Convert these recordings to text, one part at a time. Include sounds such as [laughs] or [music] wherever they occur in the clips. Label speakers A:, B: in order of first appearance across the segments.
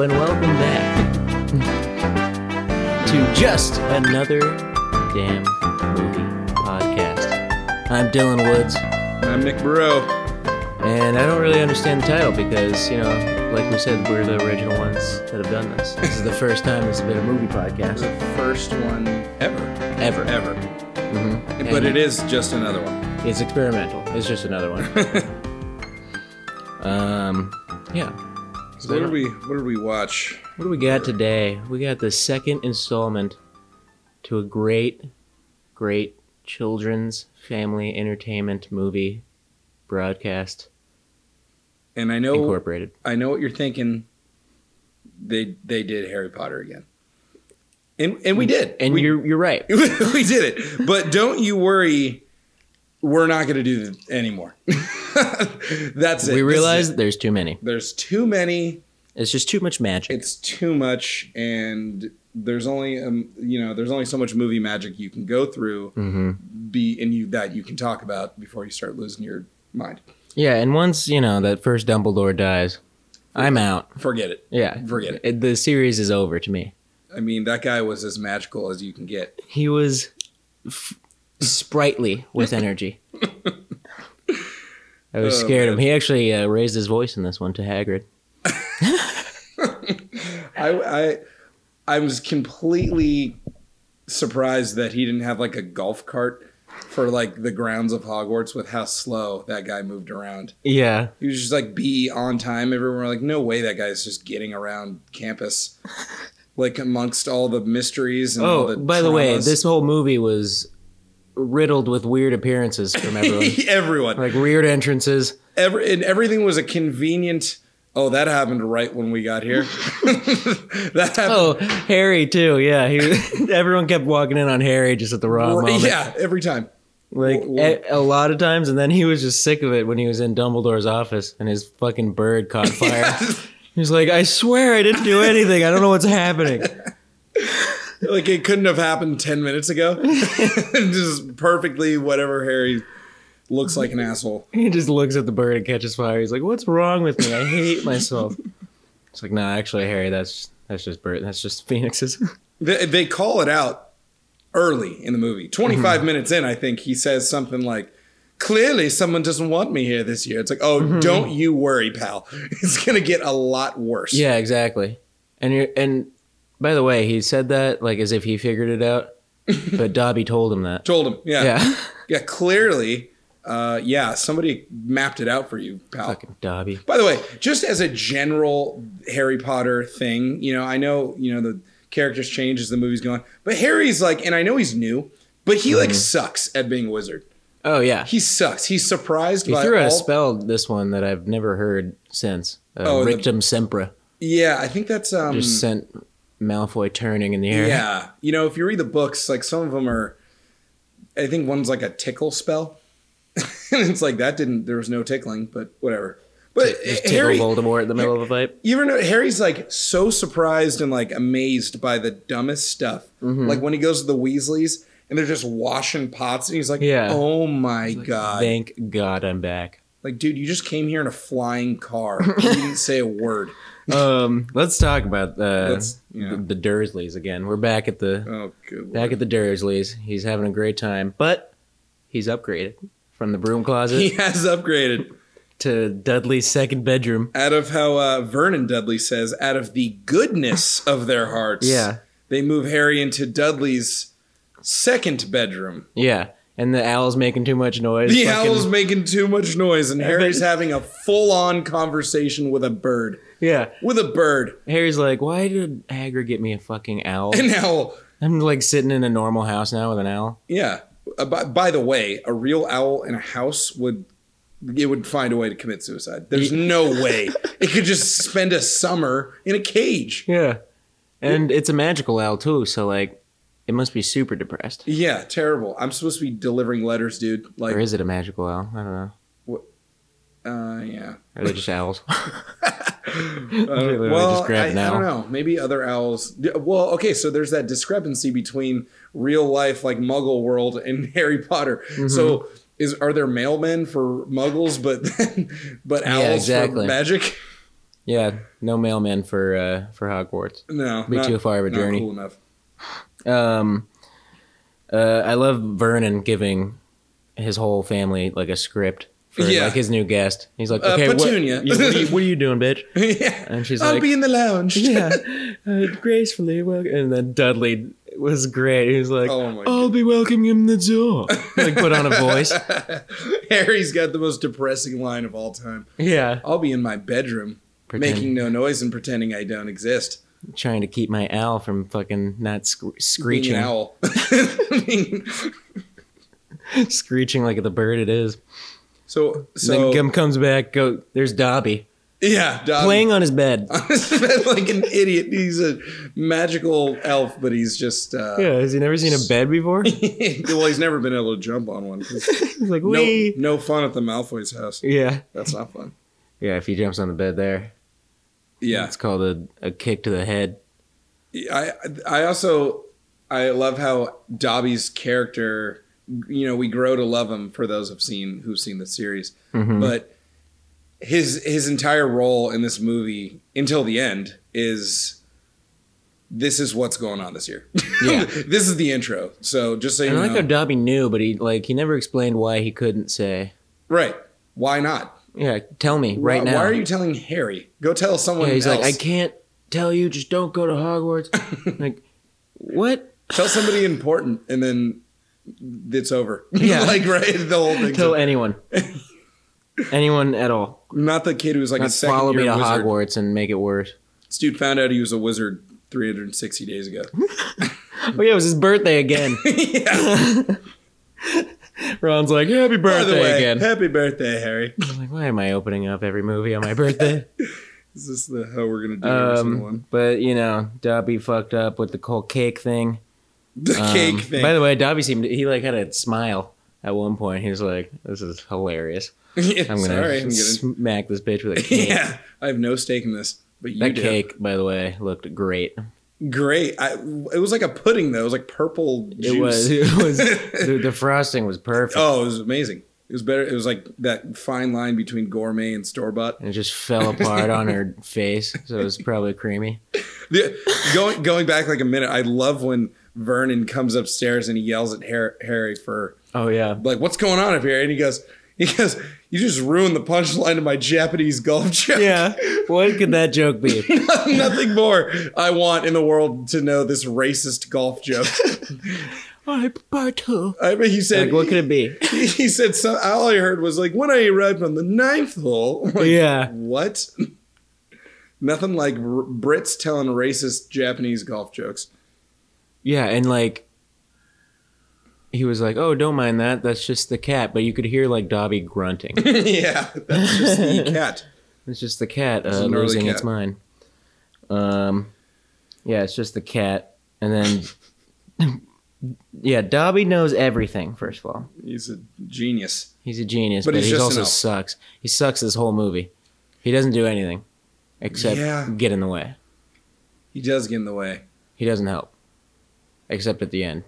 A: and welcome back to just another damn movie podcast. I'm Dylan Woods,
B: I'm Nick Burrow.
A: and I don't really understand the title because, you know, like we said, we're the original ones that have done this. This is the first time it's been a movie
B: It's [laughs]
A: podcast
B: the first one ever,
A: ever.
B: ever.
A: Mm-hmm.
B: But it is just
A: [laughs]
B: another one.
A: It's experimental. It's just another one. um, yeah.
B: So what did we? What did we watch?
A: What do we got today? We got the second installment to a great, great children's family entertainment movie broadcast
B: And I know,
A: incorporated.
B: I know what you're thinking. They they did Harry Potter again, and and we did,
A: And
B: we,
A: you're you're right.
B: [laughs] we did it. But don't you worry, we're not going to do this anymore. [laughs] That's it.
A: We
B: realize
A: realize there's too many.
B: there's too many.
A: It's just too much magic.
B: It's too much, and there's only um, you know there's only so much movie magic you can go through.
A: hmm
B: be in you that you can talk about before you start losing your mind.
A: Yeah, and once you know that first Dumbledore dies, I'm out.
B: Forget it.
A: Yeah,
B: Forget it.
A: the series is over to me.
B: I mean, that guy was as magical as you can get.
A: He was f- sprightly with
B: [laughs]
A: energy. I was
B: Oh,
A: scared of him. He actually uh, raised his voice in this one to Hagrid.
B: I I I was completely surprised that he didn't have like a golf cart for like the grounds of Hogwarts with how slow that guy moved around.
A: Yeah,
B: He was just like be on time. Everyone were like, no way that guy's just getting around campus. Like amongst all the mysteries and all
A: Oh,
B: the
A: by the way,
B: traumas.
A: this whole movie was riddled with weird appearances from everyone.
B: [laughs] [laughs]
A: [laughs]
B: everyone
A: like weird entrances.
B: every and everything was a convenient. Oh, that happened right when we got here. [laughs] that happened.
A: Oh, Harry too. Yeah, he, [laughs] everyone kept walking in on Harry just at the wrong
B: right-
A: moment.
B: yeah, every time. [laughs]
A: like
B: Wha- wha-
A: a, a lot of times, and then he was just sick of it when he was in Dumbledore's office and his fucking bird
B: [laughs]
A: caught fire. He was like, "I swear I didn't do anything. I don't know what's happening." [laughs]
B: like it couldn't have happened ten
A: [laughs]
B: minutes ago. [laughs] Just perfectly whatever Harry looks like an asshole.
A: He just looks at the bird and catches fire. He's like, "What's wrong with me? I hate [laughs] myself." It's like, "No, actually, Harry, that's that's just bird. That's just phoenixes." [laughs]
B: They, they call it out early in the movie. Twenty
A: Mm-hmm.
B: minutes in, I think he says something like. Clearly, someone doesn't want me here this year. It's like, oh,
A: Mm-hmm.
B: don't you worry, pal. [laughs] It's gonna get a lot worse.
A: Yeah, exactly. And you're, and by the way, he said that like as if he figured it [laughs] out, but Dobby told him that.
B: Told him.
A: Yeah,
B: Yeah, clearly, uh, yeah, somebody mapped it out for you, pal.
A: fucking Dobby.
B: By the way, just as a general Harry Potter thing, you know, I know, you know, the characters change as the movie's going, but Harry's like, and I know he's new, but he
A: Mm-hmm.
B: like sucks at being a wizard.
A: Oh yeah,
B: He sucks. He's surprised
A: he
B: by
A: threw out
B: all.
A: a spell this one that I've never heard since. Uh,
B: Oh, the-
A: Rictum Sempra
B: yeah, I think that's um,
A: just sent Malfoy turning in the air.
B: yeah. You know, if you read the books, like some of them are, I think one's like a tickle spell, [laughs] and it's like that didn't there was no tickling, but whatever. But
A: just tickle
B: Harry,
A: Voldemort in the middle of a fight.
B: You ever know Harry's like so surprised and like amazed by the dumbest stuff.
A: Mm-hmm.
B: Like when he goes to the Weasleys and they're just washing pots and he's like,
A: Yeah.
B: "Oh my god!"
A: Thank God I'm back.
B: like, dude, you just came here in a
A: [laughs]
B: flying car. you didn't say a word.
A: Um, let's talk about uh,
B: Let's- yeah.
A: the, the Dursleys again. We're back at the
B: Oh, good.
A: back
B: Lord.
A: at the Dursleys. He's having a great time, but he's upgraded from the broom closet
B: He has upgraded
A: to Dudley's second bedroom.
B: out of how uh, Vernon Dudley says, out of the goodness of their hearts.
A: Yeah.
B: they move Harry into Dudley's second bedroom.
A: Yeah, and the owl's making too much noise.
B: The
A: Fucking-
B: owl's making too much noise, and Harry's having a full-on conversation with a bird.
A: Yeah,
B: With a bird,
A: Harry's like, "Why did Hagrid get me a fucking owl?
B: an owl.
A: I'm like sitting in a normal house now with an owl."
B: Yeah. Uh, by, by the way, a real owl in a house would it would find a way to commit suicide. There's no way it could just spend a summer in a cage.
A: Yeah, and it's a magical owl too, so like, it must be super depressed.
B: Yeah, terrible. I'm supposed to be delivering letters, dude. Like,
A: Or is it a magical owl? I don't know.
B: uh, yeah.
A: Are they just owls?
B: [laughs] Uh,
A: Literally
B: well,
A: just grabbed an
B: I, I don't
A: owl.
B: know. Maybe other owls. d- Well, okay, so there's that discrepancy between real life, like Muggle world, and [laughs] Harry Potter.
A: Mm-hmm.
B: So, is [laughs] are there mailmen for Muggles, but but owls
A: exactly.
B: for magic? [laughs]
A: Yeah, no mailman for uh, for Hogwarts.
B: No,
A: Be
B: not-
A: too far of a
B: not
A: journey.
B: Cool enough. [laughs]
A: Um, uh, I love Vernon giving his whole family like a script for
B: Yeah.
A: like his new guest. He's like,
B: Uh,
A: okay, what,
B: Petunia."
A: you- what, are you, what are you doing,
B: [laughs]
A: bitch?
B: yeah,
A: And she's
B: I'll
A: like-
B: be in the lounge.
A: yeah, [laughs] uh, gracefully welcome. And then Dudley was great. He was like,
B: Oh my
A: I'll be welcoming him in the door. like put on a
B: [laughs]
A: voice.
B: [laughs] Harry's got the most depressing line of all time.
A: Yeah,
B: I'll be in my bedroom,
A: Pretend-
B: making no noise and pretending I don't exist.
A: trying to keep my owl from fucking not sc-
B: Being
A: screeching,
B: an owl. [laughs] I mean,
A: [laughs] screeching like the bird it is.
B: so
A: then
B: so Um,
A: Gum comes back. Go, there's Dobby
B: yeah, Dobby. [laughs]
A: playing on his
B: uh,
A: bed.
B: like an idiot. He's a magical elf, but he's just uh,
A: Yeah, has he never seen a bed
B: [laughs]
A: before?
B: well, he's never been able to jump on one. 'cause
A: [laughs] He's like,
B: No,
A: wee.
B: no fun at the Malfoy's house.
A: Yeah.
B: That's not fun.
A: Yeah, if he jumps on the bed there.
B: Yeah,
A: It's called a, a kick to the head.
B: I I also I love how Dobby's character. You know, we grow to love him for those who've seen who've seen the series,
A: Mhm.
B: but his his entire role in this movie until the end is this is what's going on this year. [laughs]
A: Yeah.
B: this is the intro. So just so you
A: And I
B: know,
A: like how Dobby knew, but he like he never explained why he couldn't say.
B: right? Why not?
A: Yeah, tell me right
B: why,
A: now.
B: Why are you telling Harry? Go tell someone.
A: yeah, he's
B: else.
A: like, I can't tell you, just don't go to
B: [laughs]
A: Hogwarts. like what?
B: tell somebody important and then it's over [laughs]
A: Yeah.
B: [laughs] like right the whole thing
A: Tell
B: [laughs]
A: anyone. anyone at all.
B: not the kid who was like a
A: Not
B: second
A: follow
B: year
A: me to
B: wizard
A: Hogwarts and make it worse.
B: this dude found out he was a wizard 360
A: [laughs]
B: days ago [laughs]
A: Oh yeah, it was his birthday [laughs] again.
B: yeah.
A: [laughs] Ron's like, Happy
B: by the
A: birthday
B: way
A: again.
B: [laughs] happy birthday harry
A: I'm like, why am I opening up every movie on my
B: [laughs]
A: birthday?
B: is this the how we're gonna do every single one [laughs]
A: Um, but you know, Dobby fucked up with the whole cake thing.
B: the
A: Um,
B: cake thing
A: By the way, Dobby seemed he like had a smile at one point. He was like, "This is hilarious.
B: [laughs] Yeah,
A: I'm gonna
B: sorry i'm gonna
A: smack this bitch with a cake."
B: [laughs] yeah i have no stake in this but you
A: That
B: do.
A: cake, by the way, looked great.
B: great I, it was like a pudding though it was like purple juice
A: It was. It was.
B: [laughs]
A: the, the frosting was perfect.
B: oh it was amazing it was better it was like that fine line between gourmet and store-bought
A: And it just fell apart on
B: [laughs]
A: her face, so it was probably creamy.
B: The, going going back like a minute, I love when Vernon comes upstairs and he yells at Har- Harry for
A: Oh yeah,
B: like, "What's going on up here?" And he goes, "He goes, you just ruined the punchline to my Japanese golf joke."
A: yeah. What could that joke be?
B: [laughs] Nothing more I want in the world to know this racist golf joke.
A: I Bartu.
B: I mean, he said,
A: Like, what could it be?
B: he, he said, some, all I heard was like, when I arrived on the ninth hole. I'm like,
A: Yeah.
B: What? Nothing like r- Brits telling racist Japanese golf jokes. [laughs]
A: Yeah, and like he was like, "Oh, don't mind that. That's just the cat." But you could hear like Dobby grunting.
B: yeah, that's just the
A: [laughs]
B: cat.
A: it's just the cat
B: It's
A: uh,
B: a gnarly
A: losing
B: cat.
A: its mind. Um, yeah, it's just the cat, and then [laughs] yeah, Dobby knows everything. First of all,
B: He's a genius.
A: he's a genius,
B: But
A: but,
B: he's
A: he
B: just an
A: also
B: elf.
A: sucks. He sucks this whole movie. He doesn't do anything except
B: Yeah.
A: get in the way.
B: He does get in the way.
A: He doesn't help, except at the end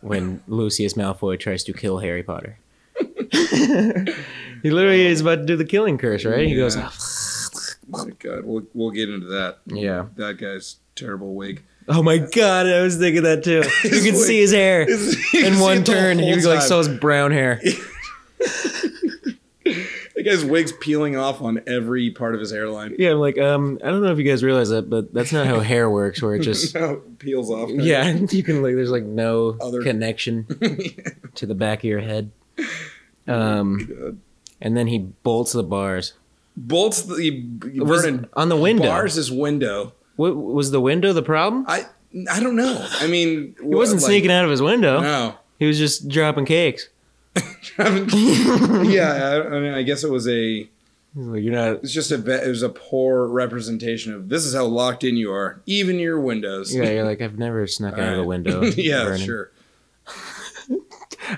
A: when Lucius Malfoy tries to kill Harry Potter. [laughs] he literally is about to do the killing curse, right? He goes,
B: Yeah. Oh my God, we'll we'll get into that.
A: "Yeah,
B: That guy's terrible wig.
A: oh my god!" I was thinking that [laughs] too. [laughs] You
B: His
A: can
B: wig-
A: see his hair [laughs] in one turn. He
B: you
A: was like, "So is brown hair." [laughs]
B: That guy's wig's peeling off on every part of his hairline.
A: Yeah, I'm like, um, I don't know if you guys realize that, but that's [laughs] not how hair works. Where it [laughs]
B: [laughs]
A: just,
B: No, it peels off.
A: yeah, [laughs] you can like, there's like no
B: Other-
A: connection to the back of your [laughs] head. Um,
B: God.
A: and then he bolts the bars.
B: [laughs] Bolts the he-
A: Was-
B: Vernon
A: on the window.
B: bars his window.
A: What, was the window the problem?
B: I I don't know. I mean,
A: He wasn't sneaking out of his window.
B: No. [laughs]
A: He was just dropping cakes. [laughs]
B: yeah, I, I mean, I guess it was a.
A: He's like, you're not.
B: It's just a. ve- It was a poor representation of this is how locked in you are, even your windows.
A: [laughs] Yeah, you're like, I've never snuck out of the
B: Alright.
A: window.
B: [laughs] yeah,
A: Vernon."
B: sure.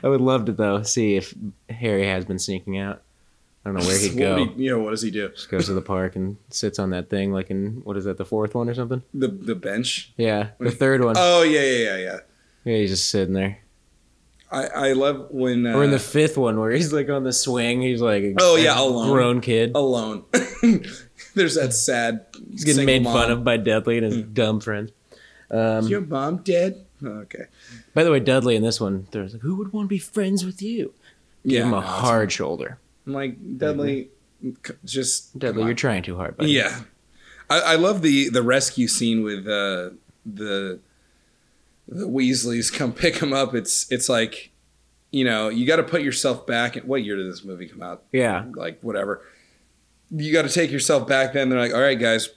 A: I would love to though see if Harry has been sneaking out. I don't know where he'd go.
B: What would he- yeah, what does he do?
A: Just goes to the park and sits on that thing, like in what is that, the fourth one or something?
B: The the bench.
A: Yeah, the third one.
B: Uh, Oh yeah, yeah, yeah, yeah.
A: yeah, he's just sitting there.
B: I, I love when uh,
A: Or in the fifth one where he's like on the swing, he's like a,
B: Oh, yeah,
A: a
B: alone.
A: grown kid.
B: alone. [laughs] There's that sad.
A: He's getting made fun of by Dudley and his
B: Hmm.
A: dumb friends. Um,
B: Is your mom dead? Oh, Okay.
A: By the way, Dudley in this one, there's like, who would want to be friends with you? Give him
B: no,
A: a
B: it's-
A: hard shoulder.
B: I'm like Dudley. c- Just
A: Dudley,
B: come on.
A: you're trying too hard, buddy.
B: Yeah, I, I love the the rescue scene with uh, the the Weasleys come [laughs] pick him up. It's it's like you know you got to put yourself back. In, what year did this movie come out?
A: Yeah.
B: Like whatever. You got to take yourself back. Then they're like, all right, guys,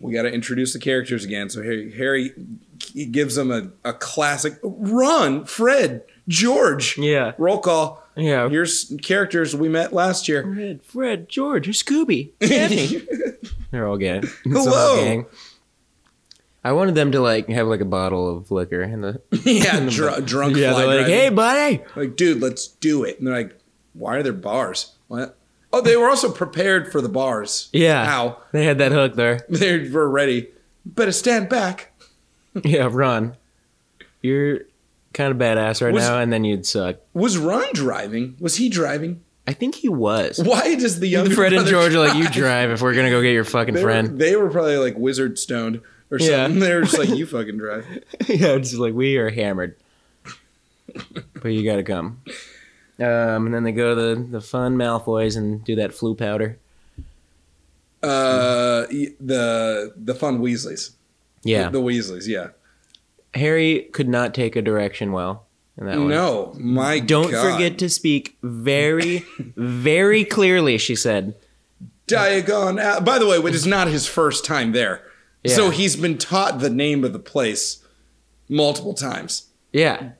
B: we got to introduce the characters again. So Harry Harry he gives them a, a classic run. Fred George
A: Yeah.
B: roll call.
A: Yeah.
B: Here's characters we met
A: [laughs]
B: last year.
A: Fred, Fred, George, or [laughs] Scooby, Daphne. They're all [laughs] gang. It's all
B: Hello.
A: gang. I wanted them to like have like a bottle of liquor and the
B: Yeah, dr- drunk.
A: yeah.
B: fly
A: They're like,
B: driving.
A: hey, buddy.
B: Like, dude, let's do it. And they're like, why are there bars? What? Oh, they were also prepared for the bars.
A: Yeah.
B: How? [laughs]
A: They had that hook there. [laughs]
B: They were ready. Better stand back.
A: yeah, Ron, you're kind of badass right
B: Was-
A: now, and then you'd suck.
B: Was Ron driving? Was he driving?
A: I think he [laughs] was.
B: Why does the younger
A: Fred and
B: brother
A: George are like,
B: drive?
A: you drive if we're gonna go get your fucking
B: They were,
A: friend.
B: they were probably like wizard stoned or something.
A: Yeah.
B: They were just
A: [laughs]
B: like, you fucking drive.
A: yeah, it's just like we are hammered, but you gotta come. Um, and then they go to the, the fun Malfoys and do that flu powder.
B: Uh, y- the the fun Weasleys.
A: Yeah,
B: The Weasleys. Yeah.
A: Harry could not take a direction well in that one.
B: No, my
A: Don't
B: God.
A: forget to speak very, very clearly, she said.
B: Diagon. Al- By the way, it is not his first time there.
A: Yeah.
B: So he's been taught the name of the place multiple times.
A: Yeah.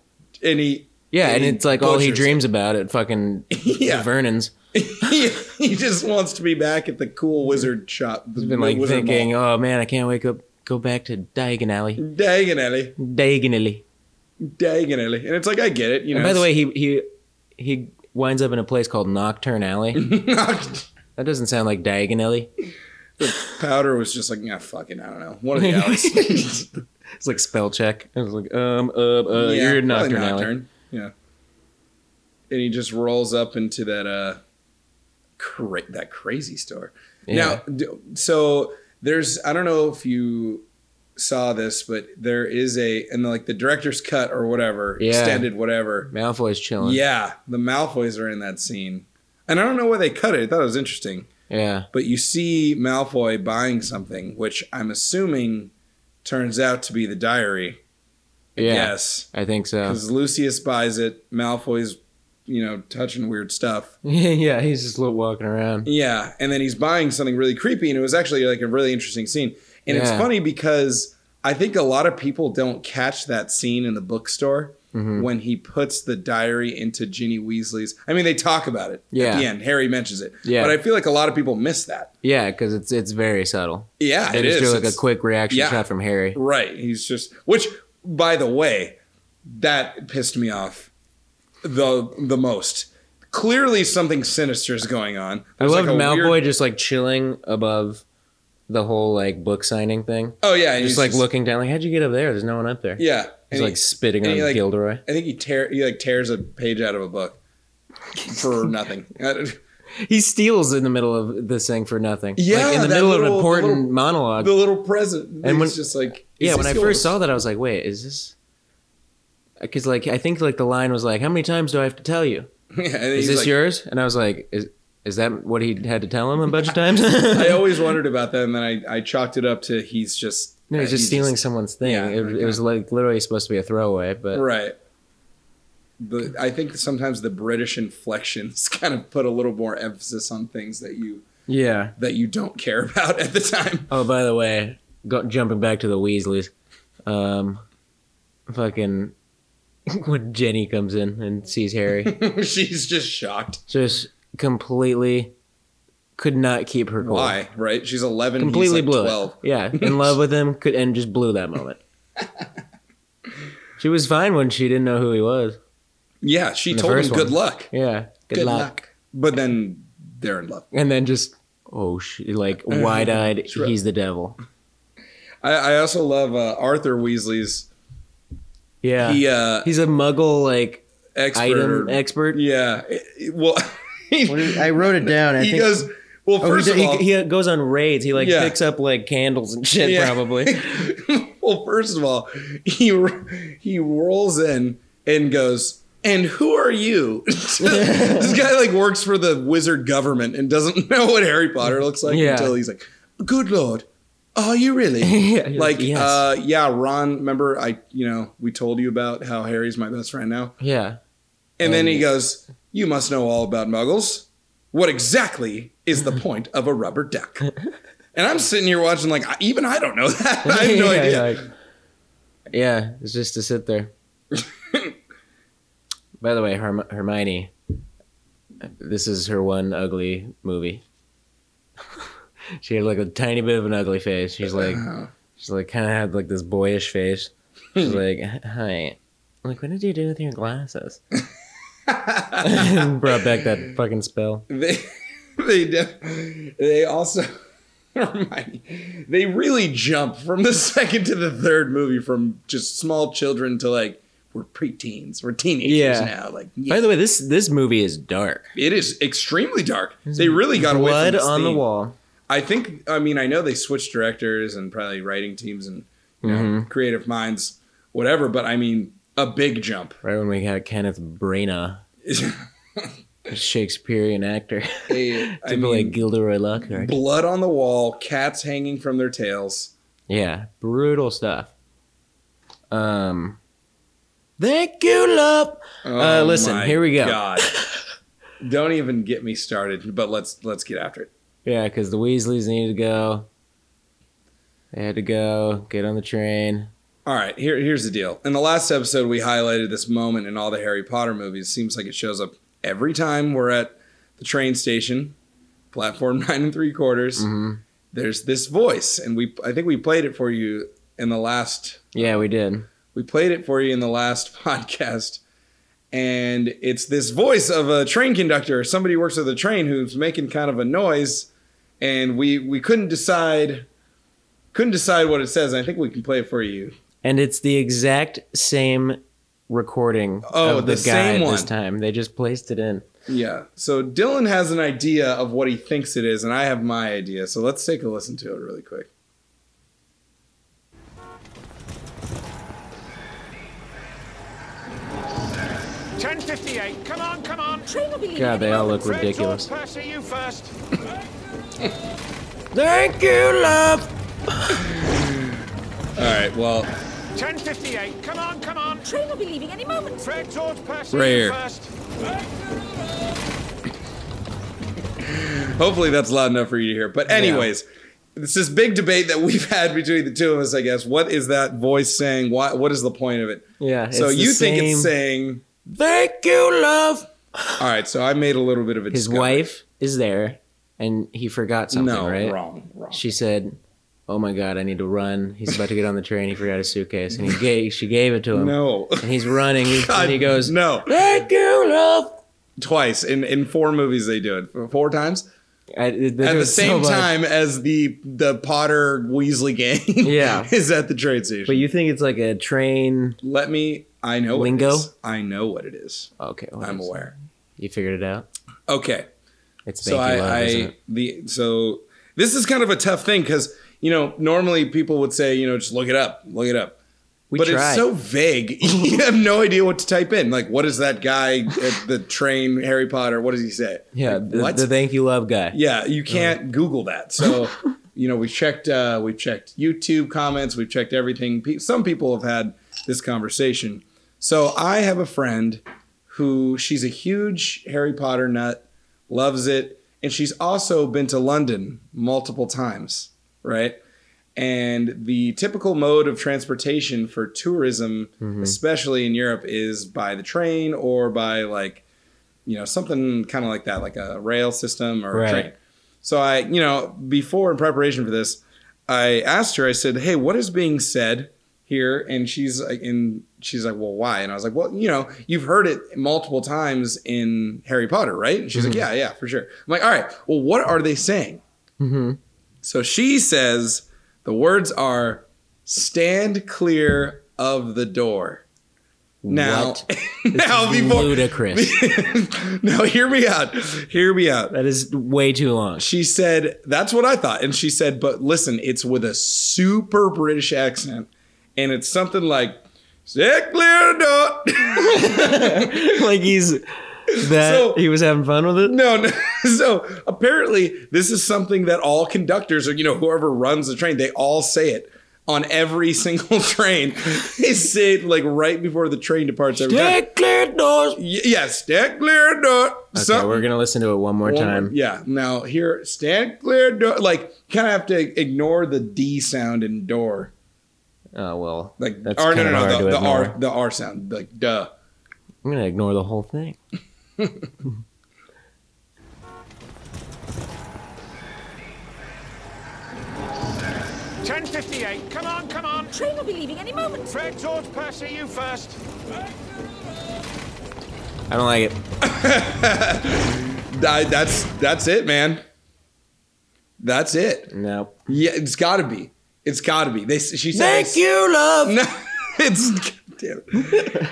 B: And he [laughs]
A: Yeah, and
B: He
A: it's like all he
B: butchers
A: dreams about at fucking
B: [laughs] Yeah.
A: Vernon's.
B: he, he just wants to be back at the cool wizard shop.
A: He's been like thinking, oh man, I can't wake up, go back to Diagon Alley.
B: Diagon Alley.
A: Diagon Alley.
B: Diagon Alley. And it's like I get it, you know.
A: And by the way, he, he, he winds up in a place called Nocturne Alley.
B: the
A: that doesn't sound like Diagon Alley.
B: [laughs] powder was just like, yeah, fucking, I don't know. One of the alleys. [laughs]
A: It's like spell check. I was like, um, uh, [laughs] uh,
B: Yeah,
A: you're in
B: probably
A: Nocturne Alley.
B: Yeah. And he just rolls up into that uh cra- that crazy store.
A: Yeah.
B: Now, d- so there's I don't know if you saw this, but there is a and like the director's cut or whatever,
A: Yeah.
B: extended whatever.
A: Malfoy's chilling.
B: Yeah, the Malfoys are in that scene. And I don't know why they cut it. I thought it was interesting.
A: yeah.
B: But you see Malfoy buying something, which I'm assuming turns out to be the diary.
A: Yeah.
B: Yes.
A: I think so.
B: Because Lucius buys it, Malfoy's, you know, touching weird stuff.
A: [laughs] yeah, he's just little walking around.
B: Yeah, and then he's buying something really creepy, and it was actually like a really interesting scene. And it's
A: Yeah.
B: funny because I think a lot of people don't catch that scene in the bookstore
A: Mm-hmm.
B: when he puts the diary into Ginny Weasley's. I mean, they talk about it
A: Yeah.
B: at the end. Harry mentions it,
A: Yeah.
B: but I feel like a lot of people miss that.
A: Yeah, because it's it's very subtle.
B: Yeah,
A: They
B: it
A: just
B: is
A: do like a
B: It's-
A: quick reaction
B: yeah.
A: shot from Harry.
B: right. He's just which, by the way, that pissed me off the the most. Clearly, something sinister is going on.
A: I
B: There's,
A: love
B: like, a
A: Malfoy
B: weird-
A: just like chilling above the whole like book signing thing.
B: Oh yeah,
A: Just like looking down, like how'd you get up there? There's no one up there.
B: Yeah,
A: he's
B: and
A: like
B: he-
A: spitting
B: and
A: on
B: he, like-
A: Gilderoy.
B: I think he tear he like tears a page out of a book for nothing. Uh, the
A: He steals in the middle of this thing for nothing.
B: Yeah,
A: like in the
B: that
A: middle of an
B: little- the
A: important
B: little-
A: monologue.
B: little present,
A: Uh, And
B: and
A: when-
B: it's just like [laughs]
A: yeah, when I first saw that, I was like, wait, is this? Because like I think like the line was like, how many times do I have to tell you?
B: yeah, and
A: Is
B: he's
A: this
B: like-
A: yours? And I was like, is is that what he had to tell him a bunch of times?
B: [laughs]
A: [laughs]
B: I always wondered about that, and then I, I chalked it up to he's just
A: No, he's just stealing someone's thing.
B: Yeah,
A: it, it was like literally supposed to be a throwaway, but
B: right. The, I think sometimes the British inflections [laughs] kind of put a little more emphasis on things that you
A: yeah.
B: that you don't care [laughs] about at the time. [laughs]
A: Oh, by the way, go, jumping back to the Weasleys, um, fucking [laughs] when Jenny comes in and sees
B: [laughs]
A: Harry,
B: She's just shocked.
A: just completely could not keep her cool.
B: Why? Right? She's eleven. he's,
A: Oh. Completely
B: like,
A: blew
B: twelve.
A: it. Yeah, in love with him, could and just blew that
B: [laughs]
A: moment. she was fine when she didn't know who he was.
B: Yeah, she
A: In the
B: told him
A: first one.
B: good luck.
A: Yeah, good, luck.
B: But then they're in love.
A: And then just oh, she, like
B: Uh,
A: wide eyed,
B: Sure.
A: he's the devil.
B: I, I also love uh, Arthur Weasley's.
A: Yeah,
B: He uh,
A: He's a muggle, like
B: expert.
A: item
B: or-
A: expert.
B: yeah. It- it- well, [laughs] he,
C: What is- I wrote it down. I
B: he
C: think
B: goes. Well,
A: Oh,
B: first
A: he,
B: of
A: he- he,
B: all,
A: goes on raids. He like
B: Yeah.
A: picks up like candles and shit.
B: Yeah.
A: Probably.
B: [laughs]
A: [laughs]
B: well, first of all, he he rolls in and goes, "And who are you?" [laughs] this guy like works for the wizard government and doesn't [laughs] know what Harry Potter looks like
A: Yeah.
B: until he's like, "Good lord, are you
A: [laughs]
B: really?"
A: Yeah, you're
B: like,
A: yes.
B: uh, yeah, Ron. Remember, I you know we told you about how Harry's my best friend now,
A: yeah.
B: and then he goes, "You must know all about Muggles. What exactly is the point of a
A: [laughs]
B: rubber duck?" And I'm sitting here watching, like, I- even I don't
A: [laughs]
B: know that. [laughs] I have no
A: Yeah,
B: idea.
A: like- yeah, it's just to sit there. [laughs] By the way, Herm- Hermione, this is her one ugly movie. [laughs] she had like a tiny bit of an ugly face. She's like,
B: Oh.
A: she's like, kind of had like this boyish face. She's [laughs] like, hi. I'm like, what did you do with your glasses? [laughs] Brought back that fucking spell.
B: Uh-huh. [laughs] they they def- they also [laughs] Hermione, they really jump from the [laughs] second to the third movie from just small children to like we're preteens, we're teenagers
A: Yeah.
B: now. Like
A: By
B: yeah,
A: the way, this this movie is dark.
B: it is extremely dark. They really got away from
A: Blood
B: this
A: on the
B: theme.
A: wall.
B: I think I mean I know they switched directors and probably writing teams and you know,
A: Mm-hmm.
B: creative minds, whatever. But I mean a big jump.
A: Right when we got Kenneth Branagh, a Shakespearean actor. [laughs]
B: They- I
A: to be like
B: mean,
A: Gilderoy Lockhart.
B: [laughs] blood on the wall, cats hanging from their tails.
A: Yeah, brutal stuff. Um, thank you, love. Uh, listen,
B: Oh my
A: here we go. [laughs]
B: God. Don't even get me started, but let's let's get after it.
A: Yeah, because the Weasleys needed to go. They had to go get on the train.
B: All right, here here's the deal. In the last episode, we highlighted this moment in all the Harry Potter movies. Seems like it shows up every time we're at the train station, platform [laughs] nine and three
A: Mm-hmm.
B: quarters. There's this voice, and we I think we played it for you in the last
A: Yeah, we did.
B: we played it for you in the last [laughs] podcast and it's this voice of a train conductor or somebody who works with a train who's making kind of a noise and we we couldn't decide couldn't decide what it says and i think we can play it for you
A: And it's the exact same recording
B: Oh,
A: of the,
B: the
A: guy
B: same
A: this
B: one.
A: time. They just placed it in.
B: yeah so dylan has an idea of what he thinks it is and i have my idea so let's take a listen to it really quick
D: Ten fifty-eight. Come on, come on.
E: Train will be leaving.
A: God,
E: in
A: they
E: a
A: all
E: moment.
A: look ridiculous.
D: Fred, George, Percy, you first.
A: Thank you, love.
B: all right well
D: Ten fifty-eight. Come on, come on.
E: Train will be leaving any moment.
D: Fred, George, Percy,
B: Right here.
D: you first.
B: Hopefully that's loud enough for you to hear. But anyways, it's this big debate that we've [laughs] had between the two of us, I guess. What is that voice saying? Why, what is the point of it?
A: Yeah,
B: So
A: it's the
B: you think
A: same-
B: it's saying,
A: Thank you, love.
B: all right, so I made a little bit of a
A: His
B: discovery.
A: wife is there, and he forgot something.
B: No,
A: right?
B: wrong, wrong.
A: she said, "Oh my God, I need to run. He's about to get on the train. He forgot his suitcase."
B: [laughs]
A: And he gave, she gave it to him.
B: No.
A: And he's running. He,
B: God,
A: and he goes,
B: no.
A: "Thank you, love."
B: Twice in, in four movies they do it. Four times?
A: I, they do
B: At
A: it
B: the
A: so
B: same
A: much.
B: time as the the Potter Weasley gang
A: [laughs] Yeah.
B: [laughs] is at the trade station.
A: But you think it's like a train?
B: Let me I know what it
A: Lingo?
B: is. I know what it is.
A: Okay, what
B: I'm
A: is it?
B: aware.
A: You figured it out.
B: Okay.
A: It's thank
B: so
A: you,
B: I,
A: love. isn't
B: I
A: it?
B: the so this is kind of a tough thing because you know normally people would say you know just look it up, look it up,
A: We
B: but
A: tried.
B: it's so vague. [laughs] you have no idea what to type in. Like, what is that guy at the train, Harry Potter? What does he say?
A: yeah,
B: Like,
A: the,
B: what?
A: the thank you, love guy.
B: yeah, you can't Google that. So you know we checked, uh, we checked YouTube comments, we've checked everything. Pe- Some people have had this conversation. So I have a friend who she's a huge Harry Potter nut, loves it, and she's also been to London multiple times, right? And the typical mode of transportation for tourism, especially in Europe, is by the train or by like, you know, something kind of like that, like a rail system or
A: Right.
B: a train. So I, you know, before in preparation for this, I asked her, I said, Hey, what is being said here? And she's like, and she's like, Well, why? And I was like, Well, you know, you've heard it multiple times in Harry Potter, right? And she's like, Yeah, yeah, for sure. I'm like, All right, well, what are they saying?
A: Mm-hmm.
B: So she says the words are stand clear of the door. Now, [laughs]
A: What?
B: now [laughs] before
A: Ludicrous.
B: [laughs] now hear me out. Hear me out.
A: that is way too long. [laughs]
B: She said, "That's what I thought," and she said, "But listen, it's with a super British accent, and it's something like." Sick clear door.
A: like he's that
B: So-
A: he was having fun with it.
B: No, [laughs] no. So apparently, this is something that all conductors or you know whoever runs the train, they all say it on every [laughs] single train. they say it like right before the train departs every time.
A: Dick cleared doors.
B: Y- yes, stand clear door.
A: Okay,
B: Some-
A: we're gonna listen to it one more
B: one-
A: time.
B: Yeah. Now here, stand clear door. Like, kind of have to ignore the D sound in door.
A: Oh well,
B: Like,
A: That's
B: or no,
A: kinda
B: no, no,
A: hard
B: the,
A: to
B: the R,
A: ignore.
B: the R sound. Like, duh.
A: I'm gonna ignore the whole thing.
D: Ten fifty-eight. Come on, come on.
C: Train will be leaving any moment.
D: Fred George Percy, you first.
A: I don't like it.
B: Th- that's that's it, man. That's it.
A: No.
B: Yeah, it's got to be. It's got to be. They she said.
A: Thank you, love.
B: No, [laughs] it's goddamn it.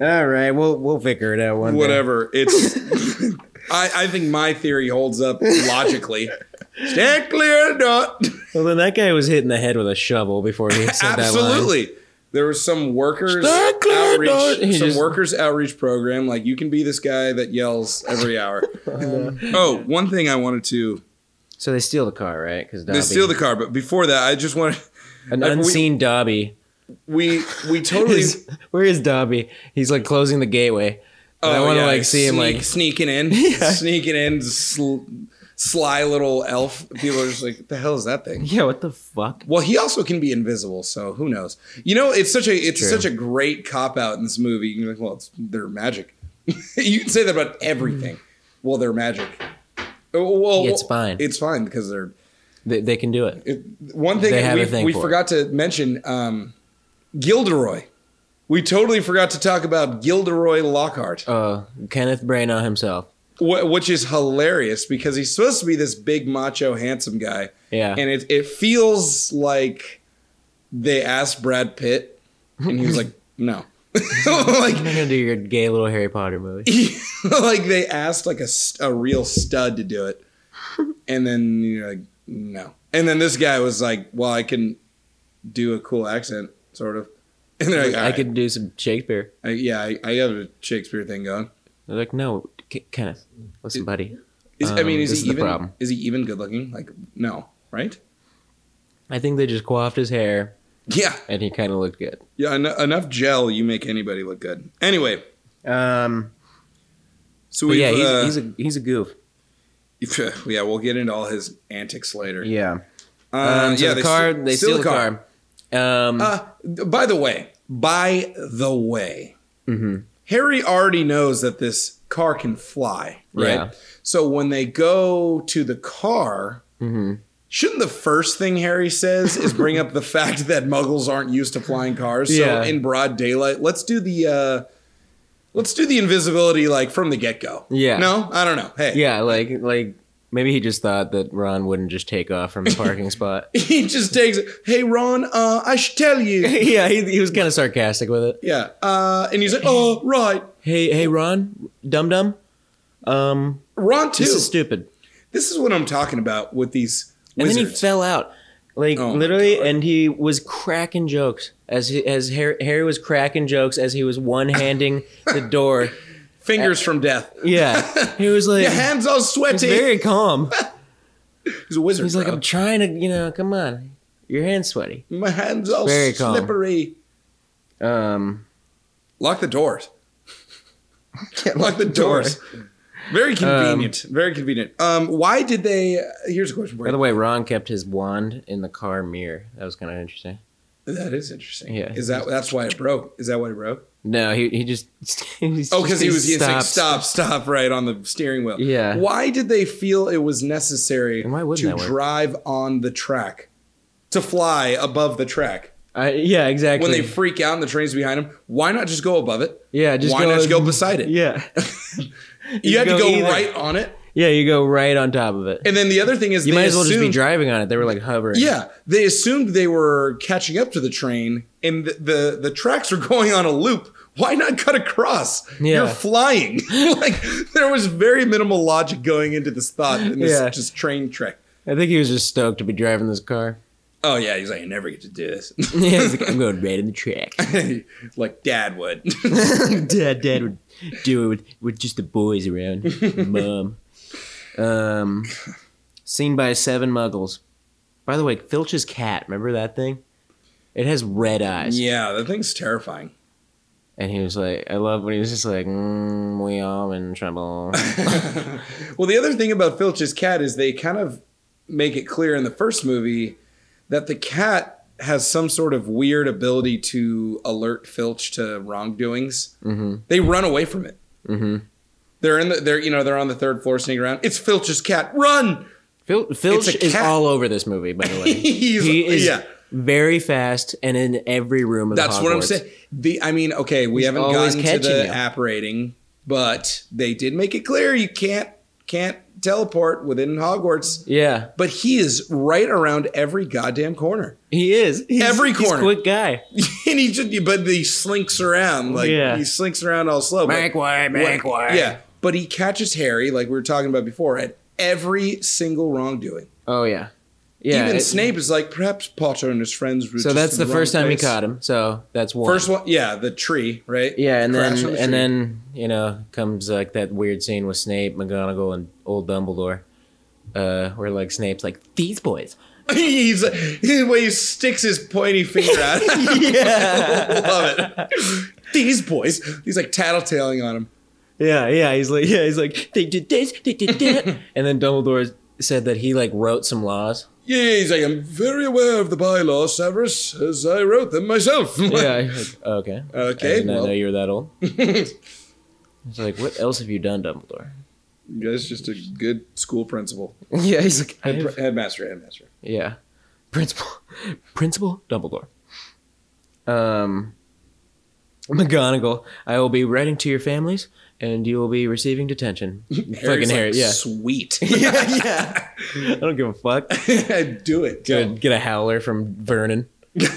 A: All right, we'll we'll figure it out one day.
B: whatever.
A: [laughs]
B: It's. I, I think my theory holds up
A: [laughs]
B: logically. Stand clear door.
A: Well, then that guy was hit in the head with a shovel before he said
B: Absolutely. There was some workers
A: Stand clear,
B: outreach,
A: don't- he
B: some
A: just-
B: workers outreach program. Like you can be this guy that yells every hour.
A: [laughs]
B: oh, one thing I wanted to
A: line. So they steal the car, right? Because
B: they steal the car, but before that, I just wanted
A: an
B: like, we-
A: unseen Dobby.
B: we we
A: [laughs]
B: totally.
A: Is- where is Dobby? He's like closing the gateway. And I want to
B: Oh, yeah,
A: like see him
B: sneak-
A: like [laughs]
B: sneaking in, sneaking in, sl- sly little elf. People are just like, "What the hell is that thing?"
A: yeah, what the fuck?
B: Well, he also can be invisible, so who knows? You know, it's such a it's
A: True.
B: such a great cop out in this movie. You're like, well, it's, they're magic. [laughs] you can say that about everything. Well, they're magic. Oh, Well,
A: Hmm. Yeah, it's fine.
B: It's fine because they're
A: They, they can do it.
B: it, one thing
A: They have a
B: we,
A: thing
B: we
A: for it.
B: forgot to mention. Um, Gilderoy. We totally forgot to talk about Gilderoy Lockhart,
A: Uh, Kenneth Branagh himself.
B: wh- which is hilarious because he's supposed to be this big macho handsome guy,
A: Yeah.
B: and it it feels like they asked Brad Pitt, and he was like, "No." [laughs]
A: I'm
B: like,
A: gonna do your gay little Harry Potter
B: [laughs]
A: movie.
B: like they asked like a, st- a real stud to do it, and then you're like, "No." And then this guy was like, "Well, I can do a cool accent, sort of." And they're like,
A: I could do some Shakespeare.
B: I, "Yeah, I, I have a Shakespeare thing going."
A: They're like, no, K- Kenneth, listen, buddy.
B: Is, I mean,
A: Um,
B: is
A: this is
B: he
A: the
B: even?
A: problem.
B: Is he even good looking? Like, no, right?
A: I think they just coiffed his hair,
B: Yeah,
A: and he kind of looked good.
B: yeah. En- enough gel, you make anybody look good. Anyway,
A: Um,
B: so
A: but
B: we
A: yeah, he's,
B: uh,
A: he's a he's a goof.
B: [laughs] yeah, we'll get into all his antics later.
A: Yeah.
B: Uh,
A: Um, so the car,
B: ste-
A: they steal the car. Um,
B: Uh, by the way, by the way,
A: Mm-hmm.
B: Harry already knows that this car can fly, right?
A: Yeah.
B: So when they go to the car,
A: Mm-hmm.
B: shouldn't the first thing Harry says is bring up the fact that Muggles aren't used to flying cars?
A: Yeah.
B: So in broad daylight, let's do the. Uh, Let's do the invisibility like from the get go.
A: Yeah.
B: No, I don't know. Hey.
A: yeah, like like maybe he just thought that Ron wouldn't just take off from the
B: [laughs]
A: parking spot.
B: [laughs]
A: [laughs]
B: He just takes. it. Hey, Ron. Uh, I should tell you.
A: yeah, he, he was kind of sarcastic with it.
B: Yeah. Uh, and he's like, oh, right.
A: Hey, hey, Ron, dum dum, um,
B: Ron too.
A: this is stupid.
B: This is what I'm talking about with these
A: And
B: wizards.
A: then he fell out, like
B: Oh my
A: literally,
B: God.
A: and he was cracking jokes as he, as Harry, Harry was cracking jokes as he was one handing the
B: [laughs]
A: door.
B: Fingers from death. [laughs]
A: Yeah, he was like
B: Your hands all
A: he's
B: sweaty.
A: very calm.
B: He's a wizard.
A: He's like,
B: bro.
A: I'm trying to, you know, come on, your hand's sweaty.
B: my hands all
A: Very calm.
B: slippery.
A: Um,
B: Lock
A: [laughs]
B: the doors. Lock the doors.
A: Um,
B: Very convenient. very convenient. Um, why did they? Here's a question for
A: by the
B: you.
A: way, Ron kept his wand in the car mirror. That was kind of interesting.
B: That is interesting.
A: Yeah.
B: Is that that's why it broke? Is that why it broke?
A: No, he he just [laughs] he
B: Oh, because he was he was saying
A: stopped.
B: stop, stop, right on the steering wheel.
A: Yeah.
B: Why did they feel it was necessary
A: And why wouldn't
B: to
A: that work?
B: drive on the track, to fly above the track?
A: I, yeah, exactly.
B: when they freak out and the train's behind them, why not just go above it?
A: yeah, just
B: why
A: go,
B: not just go beside it?
A: Yeah, [laughs]
B: you had
A: go
B: to go
A: either.
B: right on it.
A: yeah, you go right on top of it.
B: And then the other thing is
A: You
B: they
A: might as well just be
B: assumed-
A: driving on it. They were like hovering.
B: Yeah, they assumed they were catching up to the train, and the the, the tracks were [laughs] going on a loop why not cut across? You're
A: Yeah.
B: flying. [laughs] like there was very minimal logic going into this thought in this
A: Yeah.
B: just train trek.
A: I think he was just stoked to be driving this car. [laughs]
B: Oh yeah, he's like, I never get to do this. [laughs]
A: Yeah, he's like, I'm going right in the track.
B: like dad would. [laughs]
A: [laughs] dad, dad would do it with, with just the boys around.
B: [laughs]
A: Mom. Um, seen by seven muggles. By the way, Filch's cat, remember that thing? It has red eyes.
B: yeah, that thing's terrifying.
A: And he was like, I love when he was just like, mm, we are in trouble.
B: [laughs] Well, the other thing about Filch's cat is they kind of make it clear in the first movie that the cat has some sort of weird ability to alert Filch to wrongdoings. Mm-hmm. They run away from it.
A: Mhm.
B: They're in the they're you know they're on the third floor sneaking around. It's Filch's cat. Run!
A: Fil- Filch
B: It's a
A: is
B: cat.
A: all over this movie, by the way.
B: [laughs] He's-
A: he is
B: yeah.
A: very fast and in every room of
B: That's what I'm
A: Hogwarts.
B: saying. The I mean, okay, we haven't
A: always
B: gotten to
A: catching
B: the
A: you.
B: app rating, but they did make it clear you can't can't teleport within Hogwarts.
A: Yeah,
B: But he is right around every goddamn corner.
A: he is. He's,
B: Every
A: he's a
B: corner.
A: quick guy.
B: and he just but he slinks around like
A: Yeah.
B: he slinks around all slow. but-
A: Make way, make
B: what-
A: way.
B: Yeah, but he catches Harry like we were talking about before at every single wrongdoing.
A: Oh yeah, yeah.
B: Even
A: it-
B: Snape is like perhaps Potter and his friends. Were
A: so
B: just
A: that's
B: in
A: the
B: wrong
A: first time
B: place."
A: he caught him. So that's one.
B: First one, yeah, the tree, right?
A: yeah, and then
B: Crash on the
A: and
B: tree.
A: then you know comes like that weird scene with Snape, McGonagall, and old Dumbledore, uh, where like Snape's like these boys.
B: [laughs] he's like, the way he sticks his pointy finger
A: [laughs]
B: out. [laughs] yeah, love it. These boys, he's like tattletaling on him.
A: Yeah, yeah. He's like, yeah, he's like, they did this, they did that, [laughs] and then Dumbledore said that he like wrote some laws.
B: Yeah, he's like, I'm very aware of the bylaws, Severus, as I wrote them myself. [laughs]
A: Yeah. [laughs] he's like, okay.
B: Okay,
A: I did not
B: well.
A: know you were that [laughs] old. It's like, what else have you done, Dumbledore?
B: Yeah, it's just a good school principal.
A: Yeah, he's like,
B: Head, pr- headmaster, headmaster.
A: Yeah. Principal [laughs] Principal Dumbledore. Um McGonagall, I will be writing to your families and you will be receiving [laughs] detention. Fucking
B: Harry's like,
A: Harry, yeah. [laughs]
B: Sweet.
A: yeah, yeah. I don't give a fuck.
B: [laughs] Do it.
A: Get a, [laughs] get a howler from Vernon. [laughs] like,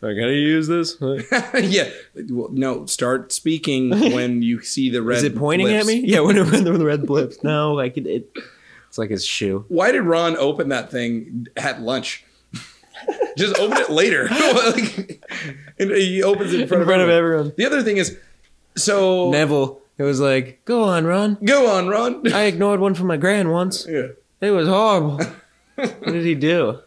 A: how do you use [laughs] this?
B: [laughs] yeah. Well, no,
A: [laughs]
B: start speaking when you see the red.
A: Is it pointing
B: lips.
A: at me? Yeah, when it when the red blips. No, like it, it it's like his shoe.
B: Why did Ron open that thing at lunch? [laughs] Just open it later. [laughs] Like, and he opens it in front,
A: In front of everyone.
B: The other thing is, so
A: Neville, it was like, go on, Ron.
B: go on, Ron.
A: I ignored one from my grand [laughs] once.
B: yeah,
A: It was
B: [laughs]
A: horrible. what did he do?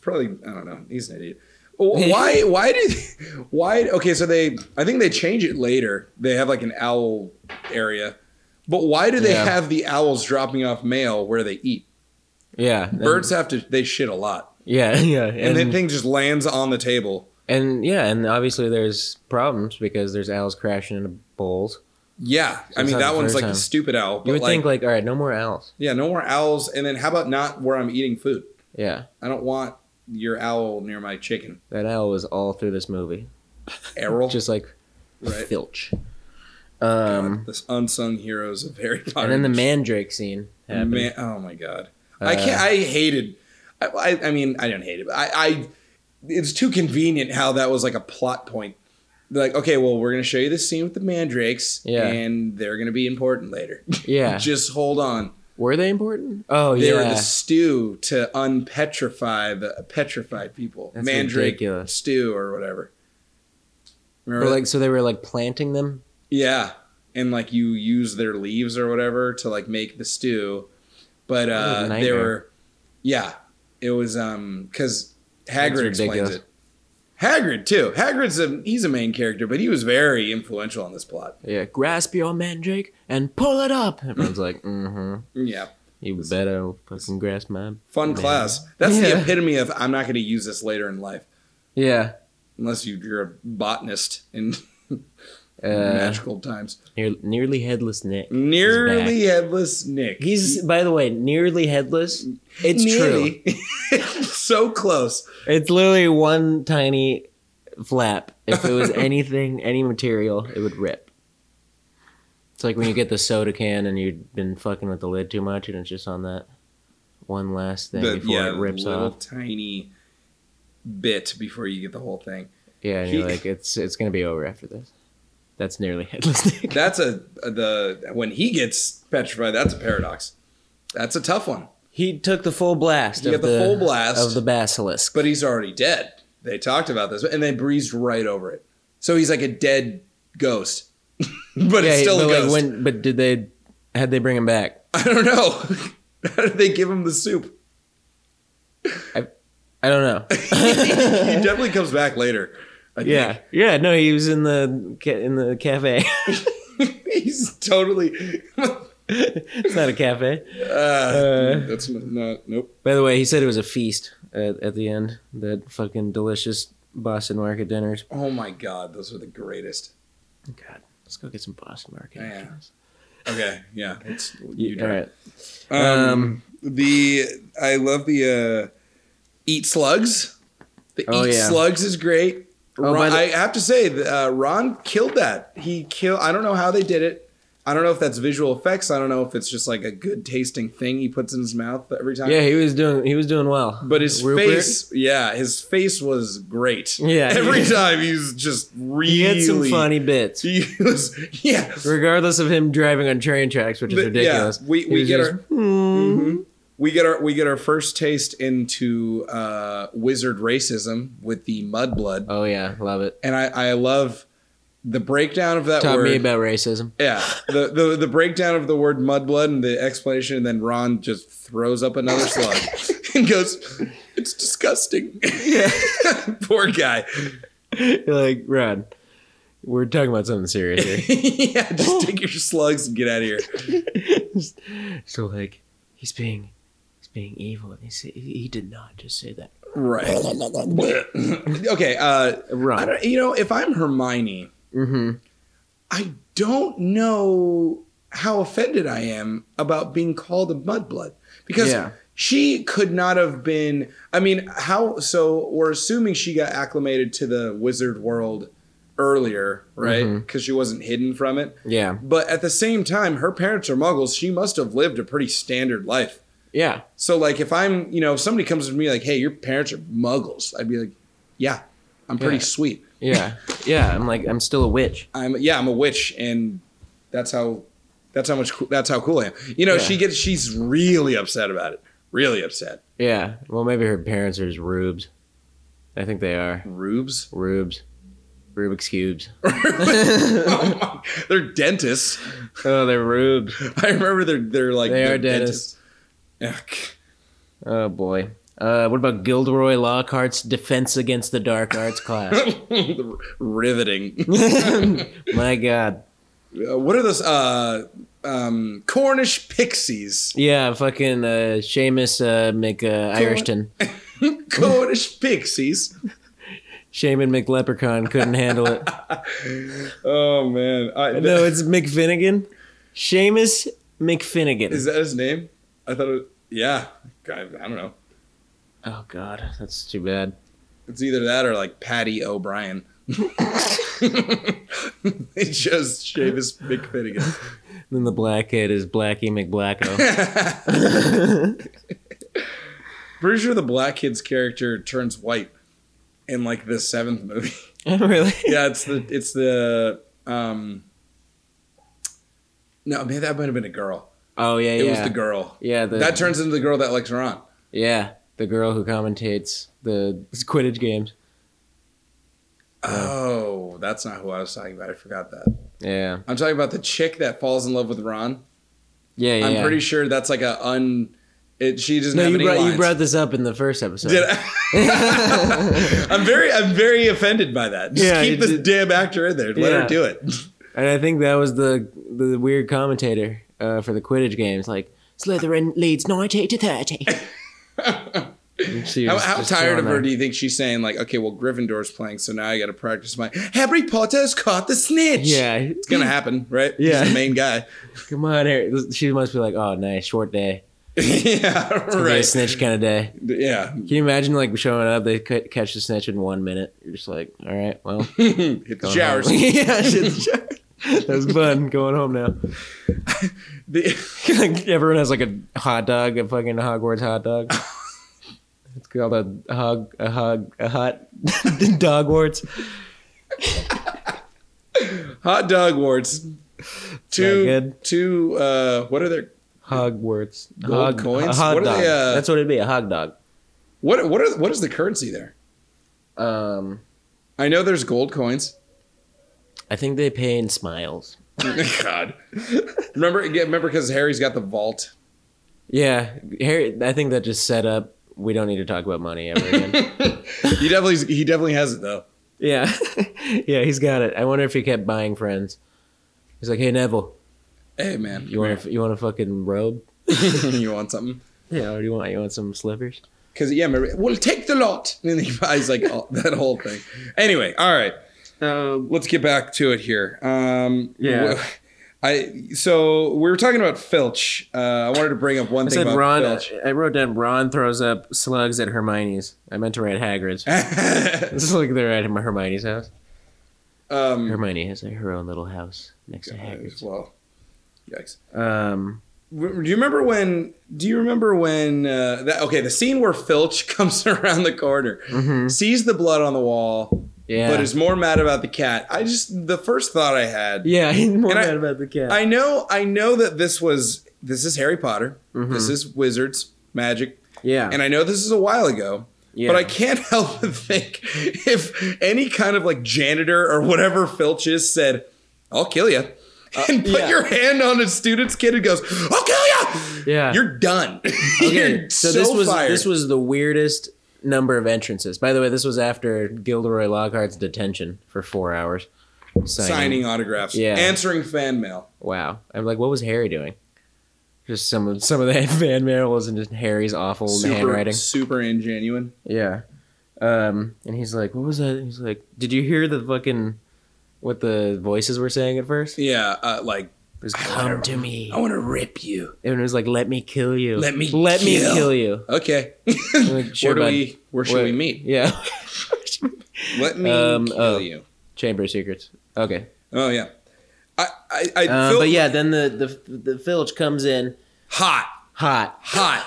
B: probably. I don't know. He's an idiot.
A: [laughs]
B: Why? Why did? Why? Okay, so they. I think they change it later. They have like an owl area, but why do they
A: Yeah.
B: have the owls dropping off mail where they eat?
A: Yeah. and-
B: Birds have to. They shit a lot,
A: yeah, [laughs] yeah.
B: and,
A: And,
B: that
A: and,
B: thing just lands on the table.
A: yeah, and obviously there's problems because there's owls crashing into bowls.
B: Yeah, I
A: it's
B: mean
A: not
B: that
A: the
B: one's
A: first
B: like
A: time.
B: a stupid owl. But
A: You would
B: like,
A: think like, all right, no more owls.
B: Yeah, no more owls. And then how about not where I'm eating food?
A: Yeah.
B: I don't want your owl near my chicken.
A: That owl was all through this movie.
B: Errol,
A: Just like
B: Right.
A: filch. Um
B: the unsung heroes of Harry Potter.
A: and then the mandrake scene happened. Uh,
B: Man- oh my god, I can't. I hated. I, I, I mean, I didn't hate it, but I, I. It's too convenient how that was like a plot point. Like, okay, well, we're gonna show you this scene with the mandrakes,
A: Yeah.
B: and they're gonna be important later. [laughs]
A: yeah.
B: Just hold on.
A: Were they important? Oh
B: They
A: yeah.
B: were the stew to unpetrify the petrified people.
A: That's
B: Mandrake
A: ridiculous.
B: stew or whatever.
A: Or,
B: Remember,
A: like so they were like planting them?
B: yeah, and like you use their leaves or whatever to like make the stew, but
A: was
B: uh,
A: a
B: they
A: nightmare.
B: were, yeah, it was um because
A: That's
B: Hagrid explains
A: ridiculous.
B: it. Hagrid too. Hagrid's a he's a main character, but he was very influential on this plot.
A: Yeah. Grasp your mandrake and pull it up. Everyone's like, mm-hmm.
B: Yeah,
A: You better fucking grasp my
B: fun class. That's the
A: Yeah.
B: epitome of I'm not going to use this later in life
A: Yeah.
B: unless you, you're a botanist
A: [laughs]
B: in
A: Uh,
B: magical times.
A: near, nearly headless Nick. is
B: Nearly
A: back.
B: headless Nick.
A: He's by the way, nearly headless. It's true.
B: nearly [laughs] so close.
A: It's literally one tiny flap. If it was [laughs] anything, any material, it would rip. It's like when you get the soda can and you've been fucking with the lid too much, and it's just on that one last thing
B: The-
A: before
B: yeah,
A: it rips
B: little
A: off.
B: tiny bit before you get the whole thing.
A: Yeah, and you're
B: He-
A: like, it's it's gonna be over after this. That's nearly [laughs] headless Nick.
B: That's a the when he gets petrified. That's a paradox. That's a tough one.
A: He took the full blast.
B: He
A: of
B: got the full blast.
A: of the basilisk.
B: But he's already dead. They talked about this, and they breezed right over it. So he's like a dead ghost, [laughs] but
A: yeah,
B: it's still
A: but
B: a
A: like
B: ghost.
A: when, but did they had they bring him back?
B: [laughs] I don't know. [laughs] How did they give him the soup?
A: I don't know. [laughs]
B: [laughs] He definitely comes back later. I think.
A: Yeah, yeah. No, he was in the ca- in the cafe.
B: [laughs]
A: [laughs]
B: he's totally. [laughs]
A: it's not a cafe.
B: Uh, that's not. Nope.
A: By the way, he said it was a feast at, at the end. That fucking delicious Boston Market dinners.
B: Oh my god, those are the greatest.
A: God, let's go get some Boston Market.
B: Yeah. Okay, yeah. It's,
A: You, all right.
B: Um, the I love the uh, eat slugs. The
A: Oh,
B: eat
A: yeah.
B: slugs is great.
A: Oh, by
B: Ron,
A: the-
B: I have to say, th- uh, Ron killed that. He kill. I don't know how they did it. I don't know if that's visual effects. I don't know if it's just like a good tasting thing he puts in his mouth every time.
A: Yeah, he was doing he was doing well.
B: But his
A: Rupert,
B: face, yeah, his face was great.
A: Yeah,
B: every
A: he-
B: time he's just really.
A: he had some funny bits.
B: [laughs] He was, yeah,
A: Regardless of him driving on train tracks, which is
B: But, yeah,
A: ridiculous.
B: we-
A: he
B: we
A: was
B: get
A: just,
B: our- mm-hmm.
A: "Hmm."
B: we get our we get our first taste into uh, wizard racism with the mudblood,
A: Oh yeah, love it.
B: and I, I love the breakdown of that
A: Taught
B: word.
A: me about racism.
B: yeah, the, the the breakdown of the word mudblood and the explanation, and then Ron just throws up another slug [laughs] and goes, "It's disgusting." [laughs] poor
A: [laughs]
B: guy.
A: You're like, Ron, we're talking about something serious here. [laughs]
B: yeah, [laughs] just take your slugs and get out of here.
A: so like, he's being, he's being evil, and he sa- he did not just say that. [laughs]
B: Right. okay. Uh, I
A: Ron,
B: don't, you know, if I'm Hermione.
A: mm-hmm.
B: I don't know how offended I am about being called a mudblood because
A: Yeah.
B: she could not have been. I mean, how? So we're assuming she got acclimated to the wizard world earlier, right?
A: Mm-hmm.
B: Because she wasn't hidden from it.
A: yeah,
B: But at the same time, her parents are muggles. She must have lived a pretty standard life.
A: yeah,
B: So, like, if I'm, you know, if somebody comes to me like, hey, your parents are muggles, I'd be like, yeah, I'm pretty
A: Yeah.
B: sweet.
A: yeah, yeah. I'm like, I'm still a witch.
B: I'm yeah, I'm a witch, and that's how that's how much coo- that's how cool I am. You know,
A: Yeah.
B: she gets she's really upset about it. Really upset.
A: Yeah. Well, maybe her parents are just rubes. I think they are
B: Rubes, [laughs]
A: rubes, Rubik's cubes.
B: oh my, they're dentists.
A: Oh, they're rubes.
B: I remember they're they're like
A: They
B: they're
A: are dentists.
B: [laughs] dentists.
A: Oh boy. Uh, what about Gilderoy Lockhart's Defense Against the Dark Arts [laughs] class?
B: Yuck. Riveting.
A: My God.
B: Uh, what are those? Uh, um, Cornish pixies.
A: Yeah, fucking uh, Seamus uh, Mc uh, Irishton.
B: Cornish pixies.
A: Shaman McLeprechaun couldn't handle
B: [laughs]
A: it.
B: Oh man, I,
A: No, it's McFinnigan. Seamus McFinnigan.
B: is that his name? I thought it. Yeah, I, I don't know.
A: oh God, that's too bad.
B: It's either that or like Patty O'Brien. they just Shavis McFinnigan.
A: Then the blackhead is Blackie
B: [laughs]
A: McBlacko. [laughs] Oh,
B: Pretty sure the black kid's character turns white in like the seventh movie. [laughs]
A: really?
B: yeah, it's the it's the um no, man, that might have been a girl.
A: Oh yeah,
B: It
A: yeah.
B: was the girl.
A: Yeah, the,
B: That turns into the girl that likes Ron.
A: yeah, the girl who commentates the Quidditch games.
B: Oh, that's not who I was talking about. I forgot that.
A: Yeah,
B: I'm talking about the chick that falls in love with Ron.
A: yeah, yeah.
B: I'm
A: yeah.
B: pretty sure that's like a un. It, she doesn't
A: No,
B: have
A: you
B: any
A: brought
B: lines.
A: you brought this up in the first episode.
B: Did I? am very, [laughs] I'm very offended by that. Just
A: Yeah,
B: keep
A: you
B: this
A: did-
B: damn actor in there. Let
A: Yeah.
B: her do it.
A: And I think that was the the weird commentator uh, for the Quidditch games, like Slytherin leads ninety to
B: [laughs]
A: thirty.
B: How, how tired of her do you think she's saying? Like, okay, well, Gryffindor's playing, so now I got to practice my Harry Potter's caught the snitch.
A: Yeah,
B: it's gonna happen, right? He's
A: Yeah.
B: the main guy. [laughs]
A: come on, Harry. She must be like, oh, nice short day,
B: yeah,
A: Could be a
B: right.
A: snitch kind of day.
B: Yeah, [laughs]
A: Can you imagine like showing up, they c- catch the snitch in one minute? You're just like, all right,
B: [laughs]
A: well,
B: hit the showers.
A: [laughs]
B: [laughs]
A: yeah, shit, the showers. That was fun. Going home now.
B: The-
A: [laughs] Everyone has like a hot dog, a fucking Hogwarts hot dog. It's called a hug, a hug, a hot [laughs] dog warts.
B: Hot dog warts. Two,
A: good.
B: two. Uh, what are their
A: Hog warts.
B: Gold
A: hog,
B: coins?
A: A hog
B: What are
A: dog.
B: they, uh,
A: That's what it'd be. A hog dog.
B: what? What are? What is the currency there?
A: Um,
B: I know there's gold coins.
A: I think they pay in smiles.
B: [laughs] God, remember? Yeah, remember because Harry's got the vault.
A: Yeah, Harry. I think that just set up. We don't need to talk about money ever
B: [laughs]
A: again.
B: He definitely he definitely has it though.
A: yeah, [laughs] yeah, he's got it. I wonder if he kept buying friends. He's like, hey Neville,
B: Hey man,
A: you want you want a fucking robe?
B: you want something?
A: Yeah, or do you want you want some slippers?
B: Because yeah, remember, we'll take the lot. [laughs] And then he buys like all, [laughs] that whole thing. Anyway, all right. Let's get back to it here. Um,
A: Yeah.
B: wh- I so we were talking about Filch. Uh, I wanted to bring up one
A: I
B: thing
A: said
B: about
A: Ron.
B: Filch. [laughs]
A: I wrote down Ron throws up slugs at Hermione's. I meant to write
B: [laughs]
A: Hagrid's. this is like they're at Herm- Hermione's house.
B: um,
A: Hermione has her own little house next to Hagrid's.
B: well, yikes.
A: Um,
B: Do you remember when? Do you remember when? Uh, that okay, the scene where Filch [laughs] comes around the corner, sees the blood on the wall,
A: mm-hmm. yeah,
B: but is more mad about the cat. I just the first thought I had.
A: yeah, he's more
B: And I-
A: mad about the cat.
B: I know, I know that this was this is Harry Potter. This is wizards magic,
A: Mm-hmm. yeah,
B: and I know this is a while ago.
A: Yeah.
B: But I can't [laughs] help but think if any kind of like janitor or whatever Filch is said, "I'll kill you," and put
A: Uh, yeah.
B: your hand on a student's kid and goes, "I'll kill you,"
A: yeah.
B: you're done. [laughs]
A: Okay,
B: you're so,
A: this was
B: fired.
A: this was the weirdest number of entrances. By the way, this was after Gilderoy Lockhart's detention for four hours. Signing.
B: signing autographs,
A: Yeah.
B: answering fan mail.
A: Wow. I'm like, what was Harry doing? Just some of some of that [laughs] fan mail was in just Harry's awful handwriting.
B: super ingenuine.
A: Yeah. Um, and he's like, what was that? He's like, did you hear the fucking what the voices were saying at first? It
B: Yeah, uh, like
A: was come to me.
B: I want to rip you.
A: And it was like, let me kill you.
B: Let me
A: let me
B: kill."
A: kill you.
B: Okay, [laughs]
A: Like, sure,
B: where do
A: bud.
B: we? Where should
A: Where-
B: we meet?
A: Yeah. [laughs]
B: Let me
A: Um,
B: kill
A: oh.
B: you.
A: Chamber of Secrets. Okay.
B: Oh yeah, I I, I
A: Um,
B: feel
A: but yeah, then the, the the Filch comes in
B: hot,
A: hot.
B: hot.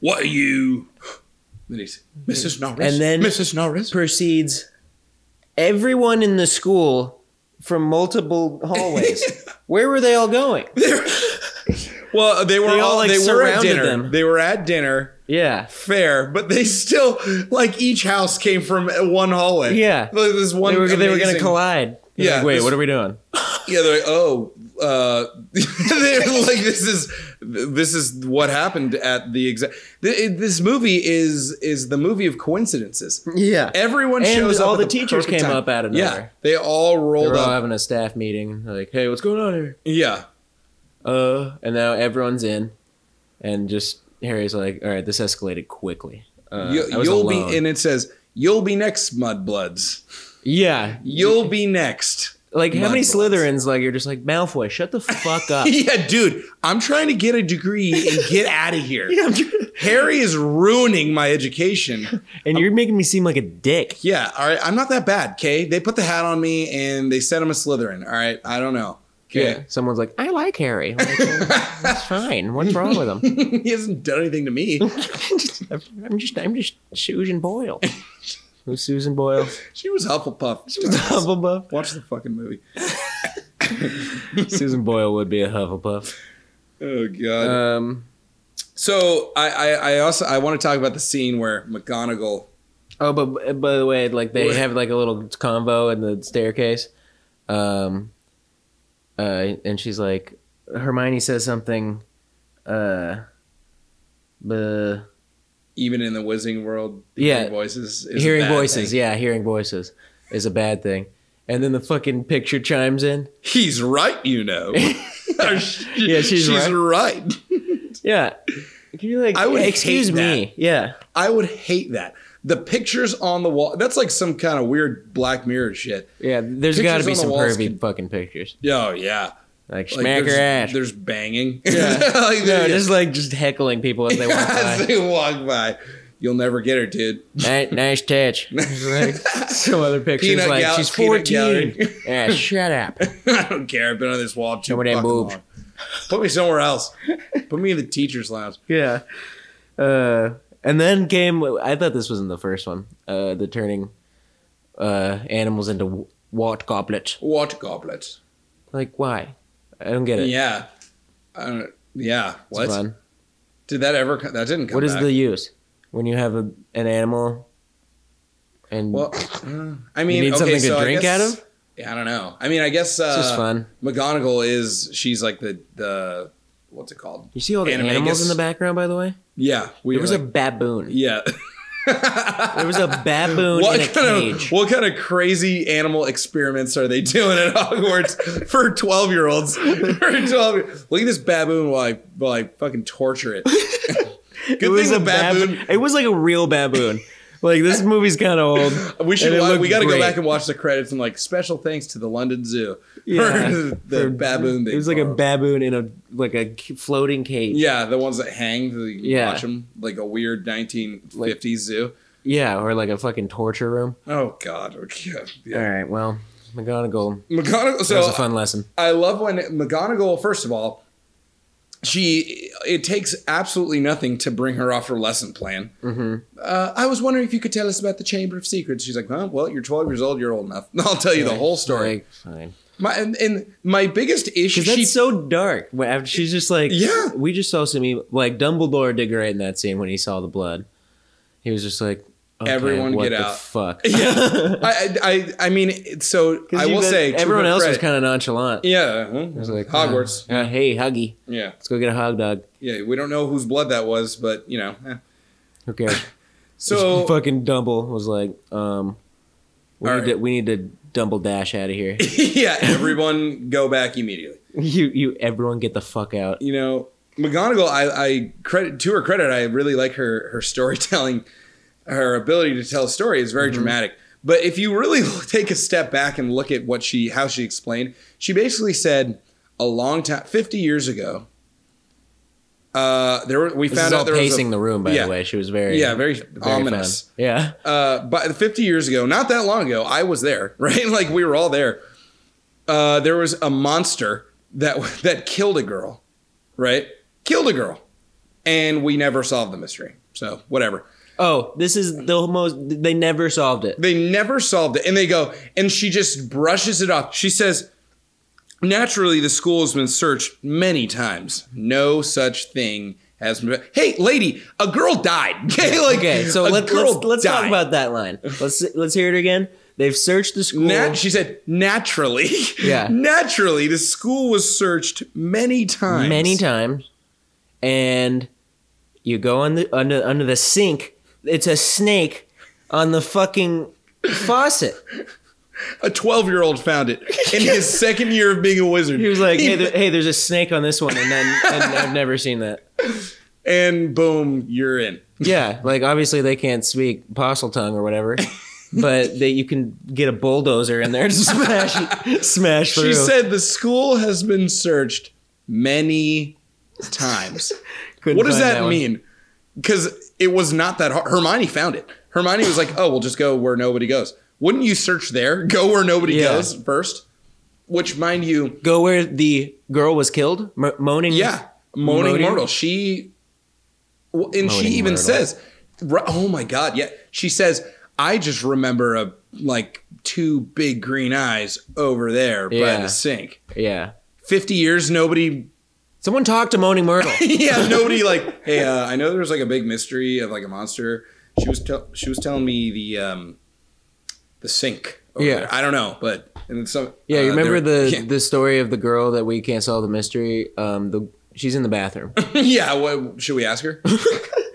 B: What are you? Then he's Mrs. Norris.
A: And then-
B: Mrs. Norris.
A: Proceeds everyone in the school from multiple hallways.
B: [laughs]
A: Where were they all going?
B: Well, they were
A: They all,
B: all
A: like,
B: they were at
A: surrounded
B: dinner.
A: them.
B: They were at dinner.
A: Yeah.
B: Fair, but they still like each house came from one hallway.
A: Yeah.
B: Like, this one.
A: They were they were gonna
B: amazing-
A: collide. They're
B: Yeah,
A: like, Wait,
B: this-
A: what are we doing?
B: Yeah, they're like, oh, uh, [laughs] they're like this is this is what happened at the exact. This movie is is the movie of coincidences.
A: Yeah.
B: Everyone
A: And
B: shows up.
A: all
B: at
A: the teachers
B: perfect
A: came
B: time.
A: up out of
B: Yeah,
A: nowhere.
B: they all
A: They're
B: rolled
A: all
B: up.
A: having a staff meeting. Like, hey, what's going on here?
B: Yeah,
A: uh and now everyone's in and just harry's like all right this escalated quickly uh,
B: you,
A: I was
B: will
A: alone.
B: be, and it says you'll be next, Mudbloods.
A: yeah
B: You'll be next. [laughs]
A: like how many
B: Mudbloods.
A: slytherins like you're just like malfoy shut the fuck [laughs] up
B: Yeah, dude, I'm trying to get a degree and get out
A: [laughs]
B: of here. Harry is ruining my education.
A: and you're making me seem like a dick
B: Yeah, all right. I'm not that bad, okay? They put the hat on me and they said I'm a Slytherin, all right? I don't know. Okay.
A: someone's like i like harry I'm like, well, [laughs] that's fine what's wrong with him
B: [laughs] he hasn't done anything to me.
A: [laughs] i'm just i'm just susan boyle who's susan boyle
B: she was
A: [laughs]
B: Hufflepuff.
A: hufflepuff
B: Watch the fucking movie.
A: susan boyle would be a hufflepuff
B: Oh god.
A: um
B: so I, I, I also I want to talk about the scene where McGonagall
A: Oh, but by the way, like they
B: What?
A: have like a little convo in the staircase, um, uh, and she's like, Hermione says something, uh, but
B: even in the Wizarding world,
A: Yeah.
B: hearing voices is a
A: hearing
B: bad
A: voices,
B: thing.
A: yeah, hearing voices is a bad thing. And then the fucking picture chimes in.
B: He's right, you
A: [laughs]
B: know. [laughs] yeah,
A: she's right.
B: right.
A: Yeah, can you like?
B: I would
A: excuse
B: hate
A: me. Yeah,
B: I would hate that. The pictures on the wall, that's like some kind of weird Black Mirror shit.
A: yeah. There's
B: Pictures
A: got to
B: on
A: be
B: the
A: some
B: walls
A: pervy
B: can-
A: fucking pictures.
B: Oh, yeah.
A: Like,
B: Like,
A: smack her
B: there's,
A: ass.
B: There's banging.
A: Yeah.
B: [laughs] like,
A: no,
B: there- [laughs]
A: just like just heckling people as they walk by.
B: as [laughs] they walk by. You'll never get her, dude.
A: nice, nice touch. Like,
B: [laughs]
A: some other pictures
B: Peanut
A: like
B: gal-
A: she's
B: peanut gallery.
A: 14.
B: [laughs]
A: yeah, shut up.
B: I don't care. I've been on this wall too
A: Show me that
B: fucking
A: boob.
B: long. Put me somewhere else. Put me in the teacher's lounge.
A: Yeah. Uh, And then came I thought this wasn't the first one. Uh, the turning uh, animals into w- water goblets.
B: What goblet?
A: Like why? I don't get it.
B: Yeah. I don't, yeah.
A: It's
B: What?
A: fun.
B: Did that ever? co- That didn't come.
A: What is
B: back.
A: the use when you have a, an animal and
B: Well, uh, I mean,
A: need
B: okay,
A: something to
B: so I
A: drink
B: guess-
A: out of?
B: Yeah, I don't know. I mean, I guess uh,
A: just fun.
B: McGonagall is she's like the the what's it called?
A: you see all the
B: Animagus.
A: animals in the background? By the way,
B: Yeah, we
A: there was a
B: like-
A: baboon.
B: yeah. [laughs]
A: There was a baboon in a
B: What kind
A: cage.
B: of what kind of crazy animal experiments are they doing at [laughs] Hogwarts for twelve year olds? [laughs] For twelve, look at this baboon while I while I fucking torture it. [laughs] Good
A: it
B: thing
A: was
B: the
A: a baboon.
B: baboon.
A: It was like a real baboon. like
B: [laughs]
A: this movie's kind of old.
B: We should.
A: and it
B: wa-
A: looked
B: we got to go
A: great.
B: back and watch the credits and like special thanks to the London Zoo
A: Yeah. [laughs]
B: for [laughs] the
A: For-
B: baboon. They
A: It was like a
B: borrowed.
A: baboon in a like a c- floating cage.
B: Yeah, the ones that hang. The, you
A: Yeah.
B: watch them like a weird 1950s zoo.
A: Yeah, or like a fucking torture room.
B: Oh God. [laughs] Okay.
A: All
B: Yeah.
A: right, well, McGonagall.
B: McGonagall.
A: That was a
B: So
A: fun lesson.
B: I love when McGonagall. First of all, she it takes absolutely nothing to bring her off her lesson plan.
A: Mhm.
B: Uh, I was wondering if you could tell us about the Chamber of Secrets. She's like, huh? well, you're 12 years old. You're old enough. [laughs] I'll tell you the whole story.
A: Like, fine.
B: my and, and my biggest issue.
A: Because that's
B: she-
A: so dark. When- after- She's just like,
B: Yeah.
A: We just saw some evil. Like Dumbledore did great in that scene when he saw the blood. He was just like, okay,
B: Everyone
A: what
B: get
A: the
B: out.
A: Fuck.
B: [laughs] yeah, I, [laughs] I I I mean, it's- so
A: [laughs] 'Cause
B: I
A: you
B: will
A: got-
B: say to
A: everyone
B: her
A: else was
B: credit-
A: kind of nonchalant.
B: Yeah, uh-huh.
A: It was like
B: Hogwarts.
A: uh, uh, hey, Huggy,
B: Yeah,
A: let's go get a hog dog.
B: yeah. We don't know whose blood that was, but you know. [laughs] eh.
A: Who
B: [laughs]
A: cares?
B: So
A: fucking Dumble was like, um, we,
B: All
A: need
B: right.
A: to, we need to Dumble dash out of
B: [laughs]
A: here.
B: yeah, everyone go back immediately.
A: you, you, everyone, get the fuck out.
B: You know, McGonagall. I, I credit to her credit. I really like her her storytelling. [laughs] Her ability to tell a story is
A: Mm-hmm.
B: very dramatic. But if you really [laughs] take a step back and look at what she how she explained, she basically said a long time, fifty years ago. Uh, there were, we
A: This
B: found
A: is
B: out
A: all
B: there was a-
A: pacing the room, by
B: yeah.
A: the way. She was very,
B: yeah, very,
A: fun.
B: ominous.
A: Yeah,
B: uh, but 50 years ago, not that long ago, I was there, [laughs] right? Like we were all there. Uh, there was a monster that [laughs] that killed a girl, right? Killed a girl, and we never solved the mystery. So whatever.
A: Oh, this is the most. They never solved it.
B: They never solved it. And they go, and she just brushes it off. She says, Naturally, the school has been searched many times. No such thing has been. Hey, lady, a girl died. [laughs] Okay, like,
A: Okay, so
B: a
A: let,
B: girl
A: let's let's talk
B: died.
A: about that line. Let's let's hear it again. They've searched the school.
B: Nat- she said, naturally.
A: [laughs] Yeah.
B: naturally, the school was searched many times.
A: many times, and you go on the under under the sink. It's a snake on the fucking faucet.
B: A 12 year old found
A: [laughs]
B: it in his second year of being a wizard.
A: He was like, "Hey, there, hey, there's a snake on this one," and then and I've never seen that.
B: [laughs] and boom, you're in.
A: Yeah, like obviously they can't speak postle tongue or whatever. But that you can get a bulldozer in there and [laughs] smash, it- smash through.
B: She said, the school has been searched many times.
A: [laughs] Couldn't
B: what does
A: find
B: that,
A: one.
B: mean? Because it was not that hard. Hermione found it. Hermione was like, oh, we'll just go where nobody goes. Wouldn't you search there? Go where nobody
A: Yeah.
B: goes first? Which, mind you,
A: go where the girl was killed, Mo- moaning.
B: Yeah, moaning,
A: Moaning?
B: mortal. She well, and she
A: Moaning
B: even
A: Myrtle.
B: says, ri- "Oh my god!" Yeah, she says, "I just remember a like two big green eyes over there by
A: Yeah.
B: the sink."
A: yeah.
B: Fifty years, nobody. [laughs]
A: Someone talked to Moaning Myrtle. [laughs]
B: Yeah, nobody. Like, hey, uh, I know there was like a big mystery of like a monster. She was tell she was telling me the um the sink. Over
A: Yeah.
B: there. I don't know, but and then some.
A: Yeah,
B: uh,
A: you remember
B: there-
A: the the story of the girl that we can't solve the mystery. Um, the she's in the bathroom.
B: yeah. [laughs] yeah what, should we
A: [laughs]
B: ask her?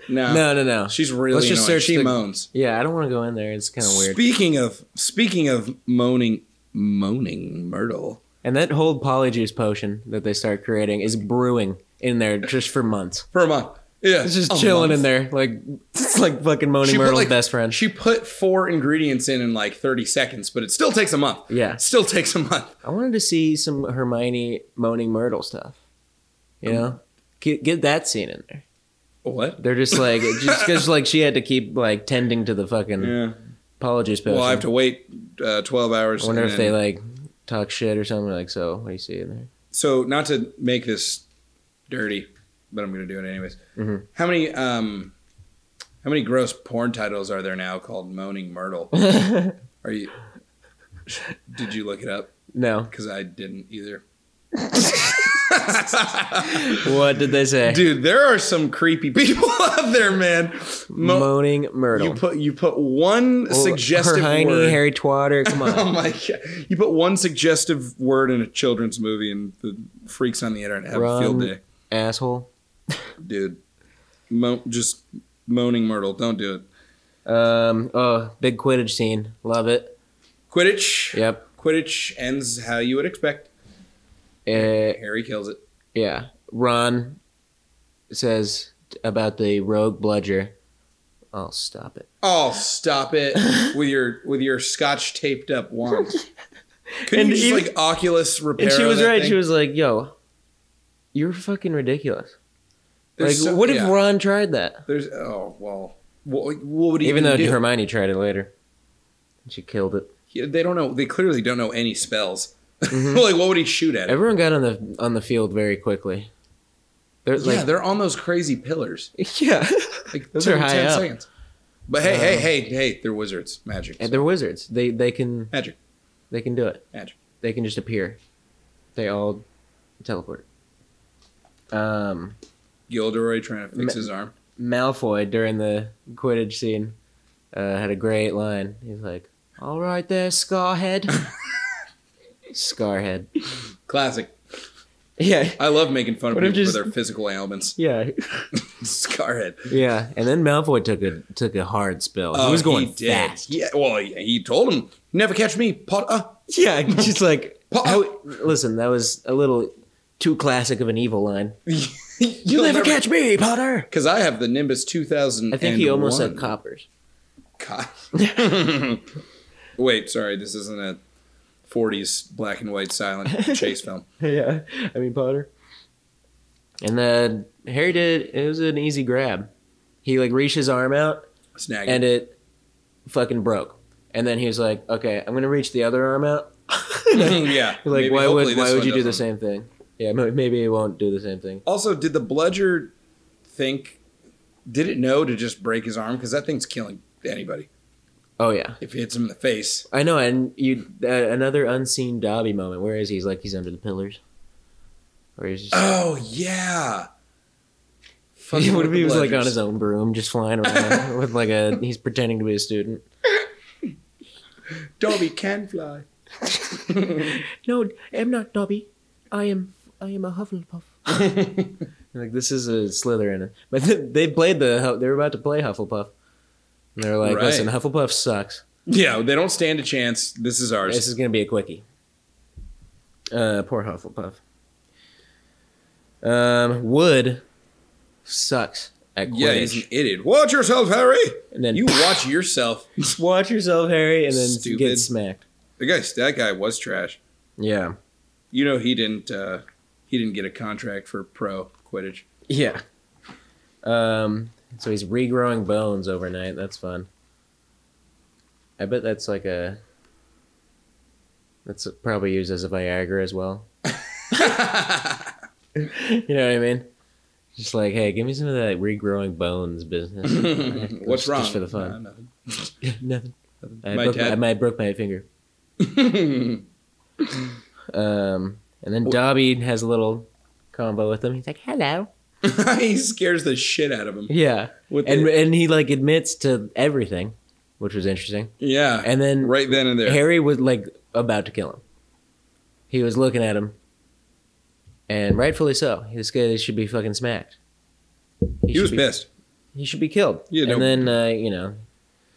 B: no,
A: No, no, no.
B: Uh, She's really.
A: Let's just
B: annoying.
A: search
B: She
A: the-
B: moans.
A: yeah, I don't want to go in there. It's kind of weird.
B: Speaking of speaking of moaning moaning Myrtle.
A: And that whole polyjuice potion that they start creating is brewing in there just for months.
B: For a month. Yeah.
A: It's just chilling in there, like it's like fucking Moaning Myrtle's best friend.
B: Oh, She put four ingredients in in like 30 seconds, but it still takes a month.
A: Yeah.
B: It still takes a month.
A: I wanted to see some Hermione Moaning Myrtle stuff. You know, get, get that scene in there.
B: What?
A: They're just
B: [laughs]
A: like just because like she had to keep like tending to the fucking
B: Yeah.
A: apologies potion.
B: Well, I have to wait uh, 12 hours.
A: I wonder
B: and
A: if they
B: then-
A: like talk shit or something. Like, so what do you see in there?
B: So, not to make
A: Mm-hmm.
B: this dirty, but I'm going to do it anyways. How many um How many gross porn titles are there now called
A: [laughs]
B: Moaning Myrtle? are you? Did you look it up?
A: No.
B: Because I didn't either.
A: What did they say?
B: [laughs] Dude, there are some creepy [laughs] people out there, man. Mo-
A: Moaning Myrtle.
B: you put you put one
A: Oh,
B: suggestive
A: her hiney,
B: word.
A: Harry Twatter. Come
B: [laughs] Oh
A: on.
B: my god! You put one suggestive word in a children's movie, and the freaks on the internet have a field
A: Run.
B: day,
A: Asshole.
B: dude. Mo- just moaning Myrtle, don't do it.
A: Um, oh, big Quidditch scene. Love it.
B: Quidditch.
A: Yep.
B: Quidditch ends how you would expect.
A: Uh,
B: Harry kills it.
A: yeah. Ron says about the rogue bludger. I'll stop it.
B: Oh,
A: [laughs]
B: stop it with your with your scotch taped up wand. Couldn't
A: And
B: you just
A: even-
B: like Oculus repair?
A: And she was
B: that
A: right.
B: thing?
A: She was like, yo, you're fucking ridiculous.
B: There's
A: like,
B: so-
A: what if
B: yeah.
A: Ron tried that?
B: There's oh well. What, what would he
A: Even though
B: do?
A: Hermione tried it later. She killed it.
B: Yeah, they don't know. They clearly don't know any spells. [laughs] like what would he shoot at?
A: Mm-hmm. Everyone got on the on the field very quickly. They're
B: yeah,
A: like,
B: they're on those crazy pillars.
A: [laughs] yeah.
B: Like those
A: They're
B: are
A: high
B: ten
A: up. Uh,
B: seconds. But hey, hey, hey, hey, they're wizards. Magic.
A: And they're wizards. They they can
B: Magic.
A: they can do it.
B: Magic.
A: They can just appear. They all teleport. Um,
B: Gilderoy trying to fix
A: Ma-
B: his arm.
A: Malfoy during the Quidditch scene uh, had a great line. He's like, "All right, there, Scarhead." [laughs] Scarhead.
B: Classic.
A: Yeah.
B: I love making fun of
A: What if
B: people
A: just-
B: for their
A: [laughs]
B: physical ailments. [laughs]
A: Yeah,
B: Scarhead.
A: yeah, and then Malfoy took a took a hard spill. Oh, he was going
B: Oh, did.
A: fast.
B: Yeah, well, yeah, he told him, "Never catch me, pot."
A: [laughs]
B: Uh.
A: Yeah, just like [laughs]
B: Pa-
A: how- listen, that was a little too classic of an evil line.
B: You'll [laughs]
A: me, Potter.
B: Because I have the Nimbus 2000.
A: I think he almost said coppers.
B: Cop. Wait, sorry, this isn't a 40s black and white silent chase film.
A: [laughs] yeah, I mean Potter. And then Harry did. It was an easy grab. He like reached his arm out,
B: Snag.
A: and it fucking broke. And then he was like, "Okay, I'm gonna reach the other arm out." [laughs] like,
B: [laughs] [laughs] yeah. maybe-
A: why
B: hopefully
A: would
B: this
A: why would
B: one
A: you do the same
B: doesn't.
A: thing? Yeah, may- maybe it won't do the same thing.
B: Also, did the bludger think? Did it know to just break his arm? Because that thing's killing anybody
A: Oh yeah,
B: if it hits him in the face.
A: I know. And you uh, another unseen Dobby moment. Where is he? He's like he's under the pillars, or he's just. [laughs]
B: Oh yeah.
A: He
B: [laughs] Fucking
A: would
B: with
A: if
B: the
A: he was like on
B: bludgers.
A: his own broom, just flying
B: [laughs]
A: around with like a he's pretending to be a student.
B: Dobby can fly.
A: No, I'm not Dobby. I am I am a Hufflepuff. [laughs] like this is a Slytherin, but th- they played the Hu- they were about to play Hufflepuff, and they're like,
B: Right.
A: listen, Hufflepuff sucks.
B: Yeah, they don't stand a chance. This is ours.
A: This is gonna be a quickie. Uh, poor Hufflepuff. Um, Wood sucks at Quidditch.
B: yeah, he's an idiot. Watch yourself, Harry.
A: and then
B: You
A: you
B: watch yourself.
A: watch yourself, Harry, and then
B: Stupid.
A: get smacked.
B: The guy, that guy was trash.
A: Yeah.
B: You know he didn't. Uh, he didn't get a contract for pro Quidditch.
A: Yeah. Um. So he's regrowing bones overnight. That's fun. I bet that's like a. That's probably used as a Viagra as [laughs] well. you know what I mean? Just like, hey, give me some of that regrowing bones
B: [laughs]
A: business.
B: What's
A: just,
B: wrong?
A: Just for the
B: Nah,
A: fun.
B: nothing.
A: [laughs] Nothing. I
B: My
A: broke,
B: dad-
A: my, I broke my finger. Um, and then Dobby has a little combo with him. He's like, "Hello."
B: [laughs] he scares the shit out of him.
A: Yeah.
B: With
A: and
B: the-
A: and he like admits to everything, which was interesting.
B: yeah,
A: And then
B: right then and there.
A: Harry was like about to kill him. He was looking at him, and rightfully so. This guy should be fucking smacked.
B: he was
A: should be-
B: pissed.
A: He should be killed.
B: Yeah,
A: and
B: no-
A: then uh, you know,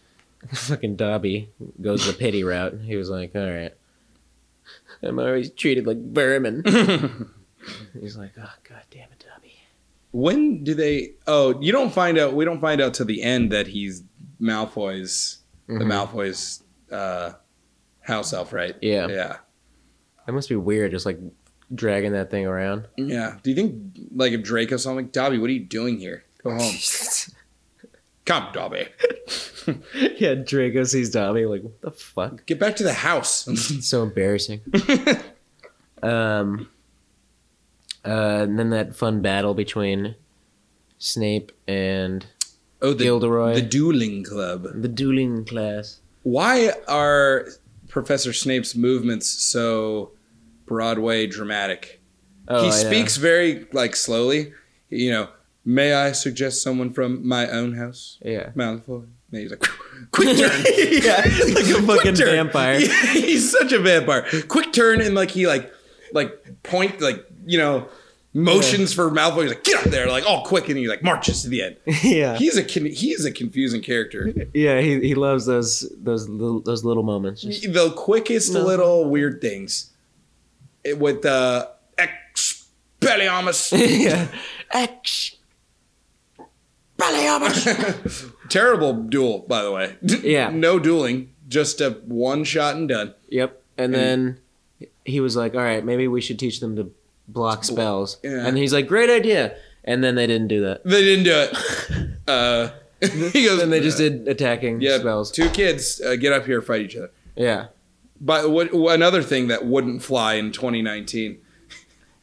A: [laughs] fucking Dobby goes the pity route. He was like, "All right, I'm always treated like vermin." He's like, "Oh god damn it, Dobby."
B: [laughs] When do they? Oh, you don't find out. We don't find out till the end that he's Malfoy's. The
A: Mm-hmm.
B: Malfoy's uh, house elf, right?
A: Yeah.
B: yeah,
A: That must be weird, just like dragging that thing around.
B: yeah. Do you think like if Draco saw him, like Dobby, what are you doing here? Go home. Come, Dobby.
A: [laughs] yeah, Draco sees Dobby like, "What the fuck?"
B: Get back to the house. [laughs]
A: It's so embarrassing. um, uh, and then that fun battle between Snape and
B: Oh, the
A: Gilderoy.
B: the dueling club.
A: The dueling class.
B: Why are Professor Snape's movements so Broadway dramatic?
A: Oh,
B: he
A: I know.
B: speaks very like slowly. You know, may I suggest someone from my own house, [laughs]
A: Yeah.
B: Malfoy? And he's like, [laughs]
A: [laughs]
B: quick turn. yeah, like
A: a
B: [laughs]
A: fucking vampire.
B: he's such a vampire. Quick turn and like he like like point like you know motions for Malfoy. He's like, get up there, like all quick, and he like marches to the end.
A: yeah.
B: He's a con- he's a confusing character.
A: yeah. He, he loves those those little, those little moments. Just-
B: the quickest
A: No.
B: little weird things It- with the uh, expelliarmus.
A: [laughs]
B: [laughs]
A: yeah. Ex-
B: Terrible duel, by the way. [laughs]
A: Yeah.
B: no dueling, just a one shot and done.
A: Yep. And
B: And-
A: then he was like, "All right, maybe we should teach them to block spells."
B: yeah.
A: And he's like, "Great idea." And then they didn't do that.
B: They didn't do
A: [laughs]
B: it. Uh, [laughs] he goes,
A: And they just did attacking
B: yeah,
A: spells.
B: Two kids uh, get up here, fight each other.
A: yeah.
B: But what, another thing that wouldn't fly in 2019.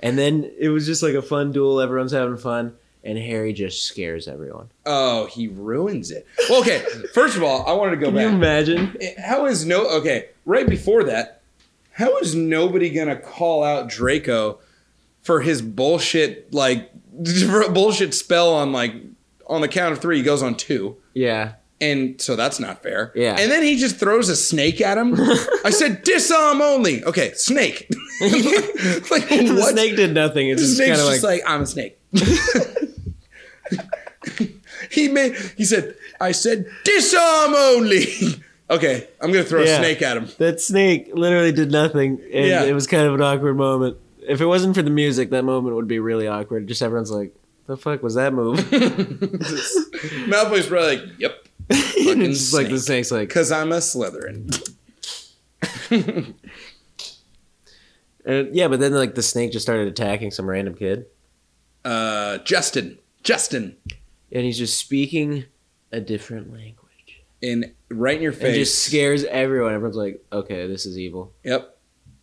A: And then it was just like a fun duel. Everyone's having fun, and Harry just scares everyone.
B: Oh, he ruins it. Well, okay, first of all, I wanted to go
A: Can
B: back.
A: you imagine?
B: Eh, how is no okay right before that how is nobody gonna call out draco for his bullshit like [laughs] bullshit spell on like on the count of three he goes on two
A: Yeah.
B: and so that's not fair
A: Yeah.
B: and then he just throws a snake
A: [laughs]
B: at him i said disarm only okay snake [laughs] like
A: The
B: what
A: snake did nothing. It's
B: the
A: just kind
B: snake's
A: of
B: just
A: like,
B: like, I'm
A: [laughs]
B: a snake. he made. He said, "I said disarm only." [laughs] okay, I'm gonna throw
A: Yeah.
B: a
A: [laughs]
B: snake at him.
A: that snake literally did nothing, and
B: Yeah.
A: it was kind of an awkward moment. If it wasn't for the music, that moment would be really awkward. Just everyone's like, "The fuck was that
B: [laughs]
A: move?"
B: Malfoy's probably like, "Yep,
A: and
B: Fucking
A: it's just like the snake's like,
B: because I'm a Slytherin."
A: Uh, yeah, but then like the snake just started attacking some random kid,
B: Uh, Justin, Justin,
A: and he's just speaking a different language
B: in right in your
A: and
B: face.
A: just scares everyone. Everyone's like, "Okay, this is evil."
B: Yep.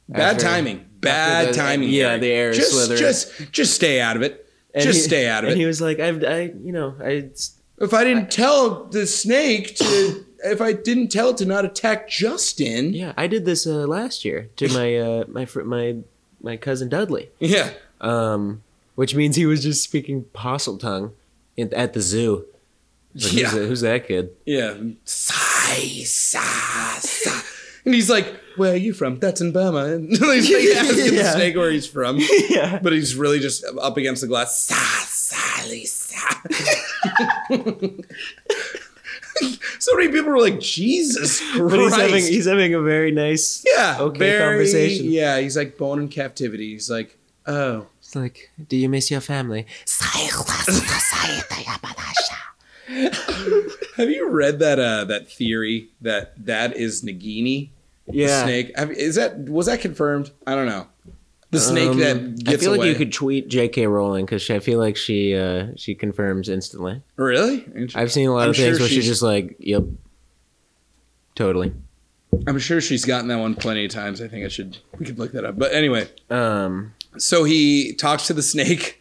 B: Bad
A: After-
B: timing. Bad
A: the-
B: timing.
A: yeah,
B: Harry.
A: the air is
B: just,
A: Slytherin.
B: Just, just stay out of it.
A: And
B: just
A: he-
B: stay out of
A: And
B: it.
A: he was like, "I've, I, you know, I."
B: If I didn't tell the snake to, if I didn't tell it to not attack Justin,
A: Yeah, I did this uh, last year to my uh, my fr- my my cousin Dudley,
B: yeah.
A: um, which means he was just speaking Postle tongue in, at the zoo. Like,
B: Yeah.
A: who's, that- who's that kid?
B: Yeah. Sigh, sigh, sigh. And he's like, Where are you from? That's in Burma. And [laughs] he's like asking
A: [laughs]
B: the
A: Yeah.
B: snake where he's from.
A: [laughs] Yeah,
B: But he's really just up against the glass. Sigh, sigh, sigh. [laughs] so many people were like, Jesus
A: [laughs]
B: Christ.
A: but he's having he's having a very nice.
B: yeah,
A: okay
B: very-
A: conversation.
B: Yeah, he's like born in captivity. He's like, Oh.
A: It's like, do you miss your
B: [laughs]
A: family?
B: Have you read that uh, that theory that that is Nagini? the
A: Yeah.
B: snake. Have- Is that was that confirmed? I don't know. The snake
A: Um,
B: that gets
A: I feel
B: away.
A: like you could tweet J.K. Rowling because I feel like she uh, she confirms instantly.
B: really.
A: I've seen a lot
B: I'm
A: of things
B: sure
A: where she's
B: she's-
A: just like, "Yep, totally."
B: I'm sure she's gotten that one plenty of times. I think I should. We could look that up. But anyway,
A: Um,
B: so he talks to
A: [laughs]
B: the snake,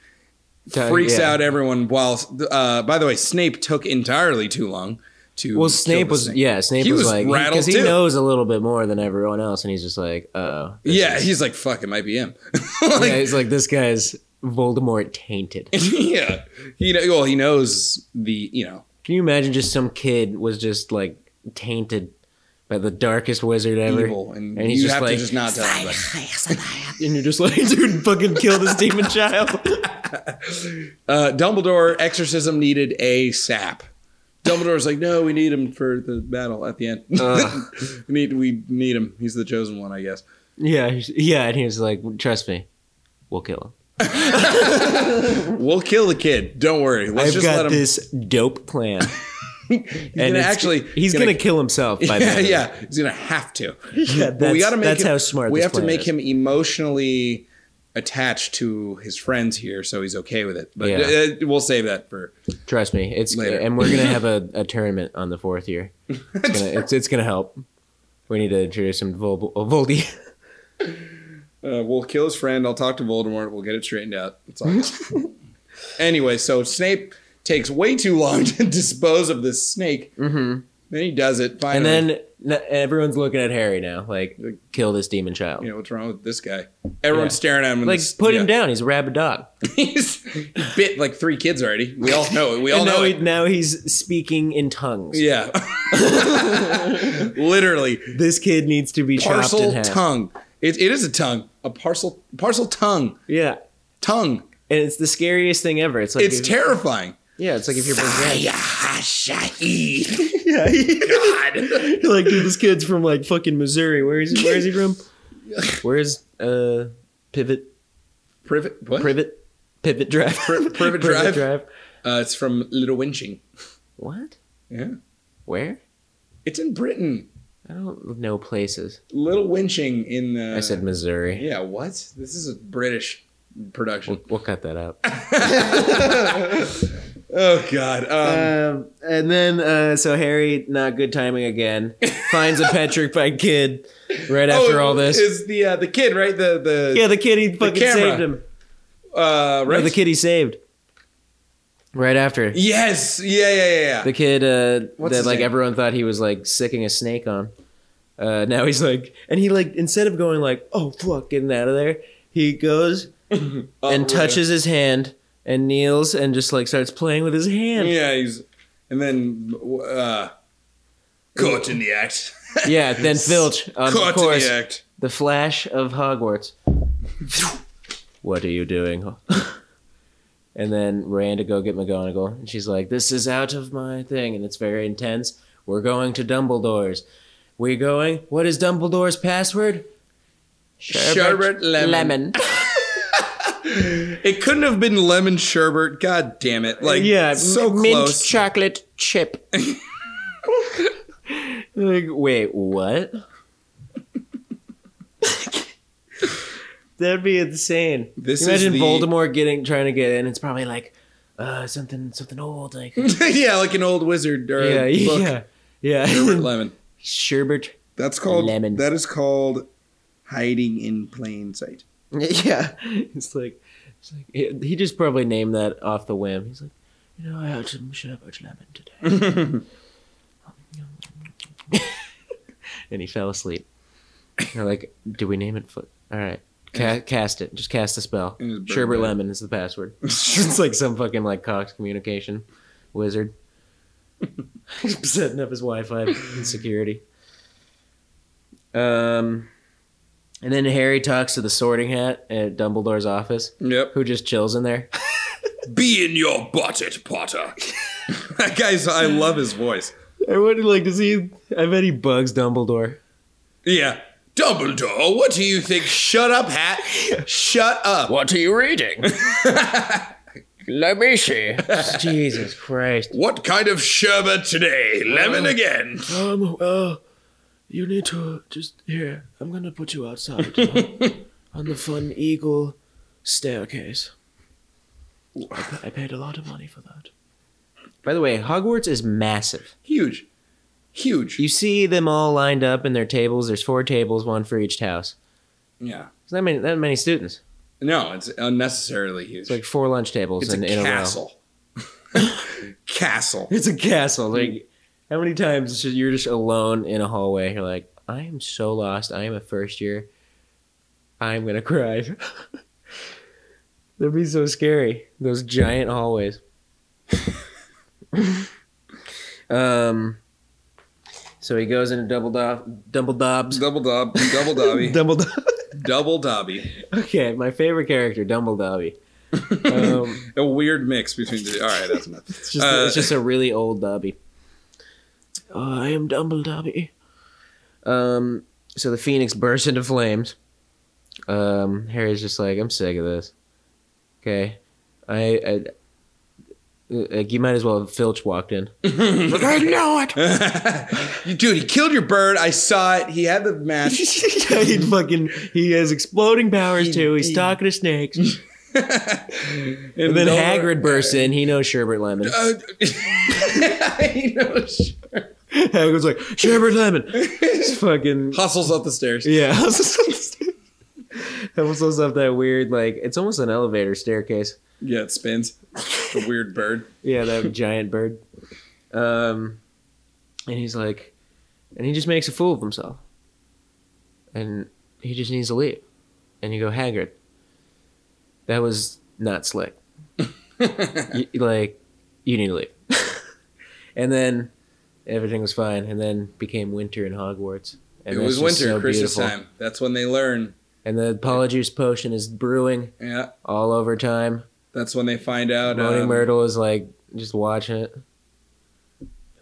A: Ta-
B: freaks
A: yeah.
B: out everyone. While uh, by the way, Snape took entirely too long to.
A: well,
B: kill
A: Snape
B: the
A: was
B: snake.
A: yeah, Snape
B: He
A: was,
B: was
A: like
B: rattled
A: because he,
B: too.
A: knows a little bit more than everyone else, and he's just like, "Uh oh." this
B: Yeah,
A: is-
B: he's like, fuck, it might be him.
A: yeah,
B: [laughs] like,
A: he's like, "This guy's Voldemort tainted."
B: [laughs] yeah. He, kn- well, he knows the, you know,
A: Can you imagine just some kid was just like tainted by the darkest wizard ever?
B: evil. And,
A: And he's
B: you
A: just
B: have
A: like,
B: to just not tell anybody.
A: and you're just [laughs] like, dude, fucking kill this
B: [laughs]
A: demon child.
B: uh, Dumbledore exorcism needed a sap. Dumbledore's like, no, we need him for the battle at the end. [laughs] we need we need him. He's the chosen one, I guess.
A: Yeah, he's- yeah, and he was like, "Trust me, we'll kill him.
B: We'll kill the kid. Don't worry. Let's
A: I've
B: just let
A: got
B: him.
A: this dope plan."
B: [laughs] he's
A: and
B: gonna
A: it's-
B: actually,
A: he's gonna, kill himself by
B: [laughs] [laughs] yeah,
A: then.
B: yeah, he's gonna
A: [laughs]
B: have to. But
A: that's,
B: we gotta make
A: that's
B: him,
A: how smart.
B: We
A: this
B: have to
A: plan
B: make
A: is.
B: him emotionally attached to his friends here, so he's okay with it. But
A: Yeah.
B: uh, we'll save that for
A: Trust me, it's
B: Later.
A: and we're
B: [laughs]
A: gonna have a, a tournament on the fourth year. It's gonna, it's, it's gonna help. We need to introduce him to Vol- oh, Voldy. [laughs]
B: Uh, we'll
A: [laughs]
B: kill his friend. I'll talk to Voldemort. We'll get it straightened out. It's all good. anyway, so Snape takes way too long to [laughs] dispose of this snake.
A: Mm-hmm.
B: Then he does it finally.
A: And then n- everyone's looking at Harry now, like, kill this demon child.
B: you know what's wrong with this guy? Everyone's
A: Yeah.
B: staring at him. and
A: Like,
B: this-
A: put him
B: yeah.
A: down. He's a rabid dog.
B: [laughs] He's he bit like three kids already. We all know it. We
A: [laughs]
B: all
A: and
B: know
A: now, he,
B: it.
A: now he's speaking in tongues. [laughs]
B: Yeah, literally
A: This kid needs to be chopped in
B: parcel
A: half.
B: tongue. It, it is a tongue. A parcel parcel tongue
A: Yeah.
B: tongue.
A: And it's the scariest thing ever. It's like ah,
B: It's
A: if-
B: terrifying.
A: yeah, it's like
B: [laughs]
A: if you're yeah.
B: Yeah. God.
A: You're [laughs] like, dude, this kid's from like fucking Missouri. Where is he, where is he
B: [laughs]
A: from? Where's uh pivot
B: Privet. What?
A: privet pivot drive [laughs]
B: Pri- Privet Drive?
A: drive?
B: Uh, it's from Little Winching.
A: What?
B: Yeah.
A: Where?
B: It's in Britain.
A: I don't know places.
B: Little Winching in the.
A: I said Missouri.
B: Yeah, what? This is a British production.
A: We'll, we'll cut that up.
B: Oh God. Um,
A: [laughs] Um, and then, uh, so Harry, not good timing [laughs] again, finds a petrified kid right after
B: oh,
A: all this.
B: is the uh, the kid right? The the
A: yeah, the kid he fucking
B: camera.
A: saved him.
B: uh,
A: Or
B: right?
A: the kid he saved. Right after.
B: Yes. Yeah. Yeah. Yeah. yeah.
A: The kid uh,
B: What's
A: that
B: his
A: like
B: name?
A: everyone thought he was like sicking a snake on. Uh, now he's like, and he like instead of going like, oh fuck, getting out of there, he goes
B: Oh,
A: and
B: right.
A: touches his hand and kneels and just like starts playing with his hand.
B: Yeah. He's and then uh, caught in the act.
A: Yeah, then Filch, um,
B: caught
A: of course,
B: in the act.
A: the flash of Hogwarts. what are you doing? [laughs] and then ran to go get McGonagall, and she's like, "This is out of my thing," and it's very intense. We're going to Dumbledore's. We're going. What is Dumbledore's password?
B: Sherbet lemon.
A: [laughs]
B: It couldn't have been lemon sherbet. God damn it! Like
A: yeah,
B: yeah, so
A: m- mint
B: close.
A: chocolate chip. like, wait, what? [laughs] That'd be insane.
B: This
A: Imagine
B: is the-
A: Voldemort getting trying to get in. It's probably like uh, something something old, like
B: [laughs]
A: [laughs]
B: yeah, like an old wizard or
A: yeah,
B: a book.
A: yeah, yeah.
B: Sherbet lemon.
A: Sherbert.
B: That's called
A: Lemon.
B: That is called hiding in plain sight.
A: Yeah, it's like, it's like he he just probably named that off the whim. He's like, you know, I had some sherbet lemon today, [laughs] and he fell asleep. And They're like, do we name it? Foot? All right, Ca- cast it. Just cast the spell.
B: And just burn
A: Sherbet
B: it.
A: lemon is the password. it's like some fucking like Cox communication wizard [laughs] setting up his Wi-Fi and security. Um. And then Harry talks to the sorting hat at Dumbledore's office,
B: Yep.
A: who just chills in there.
B: Be in your butted, Potter. [laughs] that guy's. I love his voice.
A: I wonder, like, does he? I bet he bugs Dumbledore.
B: Yeah. Dumbledore, what do you think? Shut up, hat. Shut up.
C: What are you reading? [laughs] Let me see.
A: [laughs] Jesus Christ.
B: What kind of sherbet today?
A: Oh.
B: Lemon again.
C: Um, well, you need to just here. I'm gonna put you
A: [laughs]
C: outside on the Fun Eagle staircase. I, pa- I paid a lot of money for that.
A: By the way, Hogwarts is massive.
B: Huge. Huge.
A: You see them all lined up in their tables. There's four tables, one for each house.
B: Yeah.
A: There's not many, that many students.
B: No, it's unnecessarily huge.
A: It's like four lunch tables
B: it's
A: in,
B: a
A: in a row.
B: castle. [laughs] castle.
A: It's a castle. Like, how many times should- you're just alone in a hallway? You're like, I am so lost. I am a first year. I'm gonna [laughs] cry. That'd be so scary. Those giant hallways. [laughs] um. So he goes into double dob, double dobs,
B: Double dob.
A: [laughs]
B: Double dobby.
A: double dob.
B: double dobby.
A: Okay, my favorite character, Dumbledobby. Um,
B: A weird mix between the. All right, that's enough.
A: it's, just, it's just a really old Dobby.
C: I am Dumbledore.
A: Um, so the phoenix bursts into flames. Um, Harry's just like, I'm sick of this. Okay, I, I like, you might as well have Filch walked [laughs] in.
C: But I know it.
B: Dude, he killed your bird. I saw it. He had the match.
A: he fucking he has exploding powers too. He's talking to snakes.
B: and,
A: [laughs] And then [laughs]
B: Dumbledore-
A: Hagrid
B: [laughs]
A: bursts in. He knows sherbet [laughs] lemon.
B: Uh, he knows.
A: Hagrid's like sherbet lemon. He's fucking
B: [laughs] Hustles up the
A: [laughs]
B: stairs.
A: yeah. That was so stuff that weird like it's almost an elevator staircase.
B: Yeah, it spins. It's a weird bird. [laughs]
A: Yeah, [laughs] that giant bird. Um, and he's like, and he just makes a fool of himself. And he just needs to leave. And you go, Haggard, that was not slick. you, like, you need to leave. [laughs] and then everything was fine. And then became winter in Hogwarts. And
B: It
A: that's
B: was
A: just
B: winter,
A: so
B: Christmas
A: beautiful.
B: time. That's when they learn.
A: And the Apollo juice potion is brewing
B: Yeah,
A: all over time.
B: that's when they find out.
A: Moaning
B: um,
A: Myrtle is like just watching it.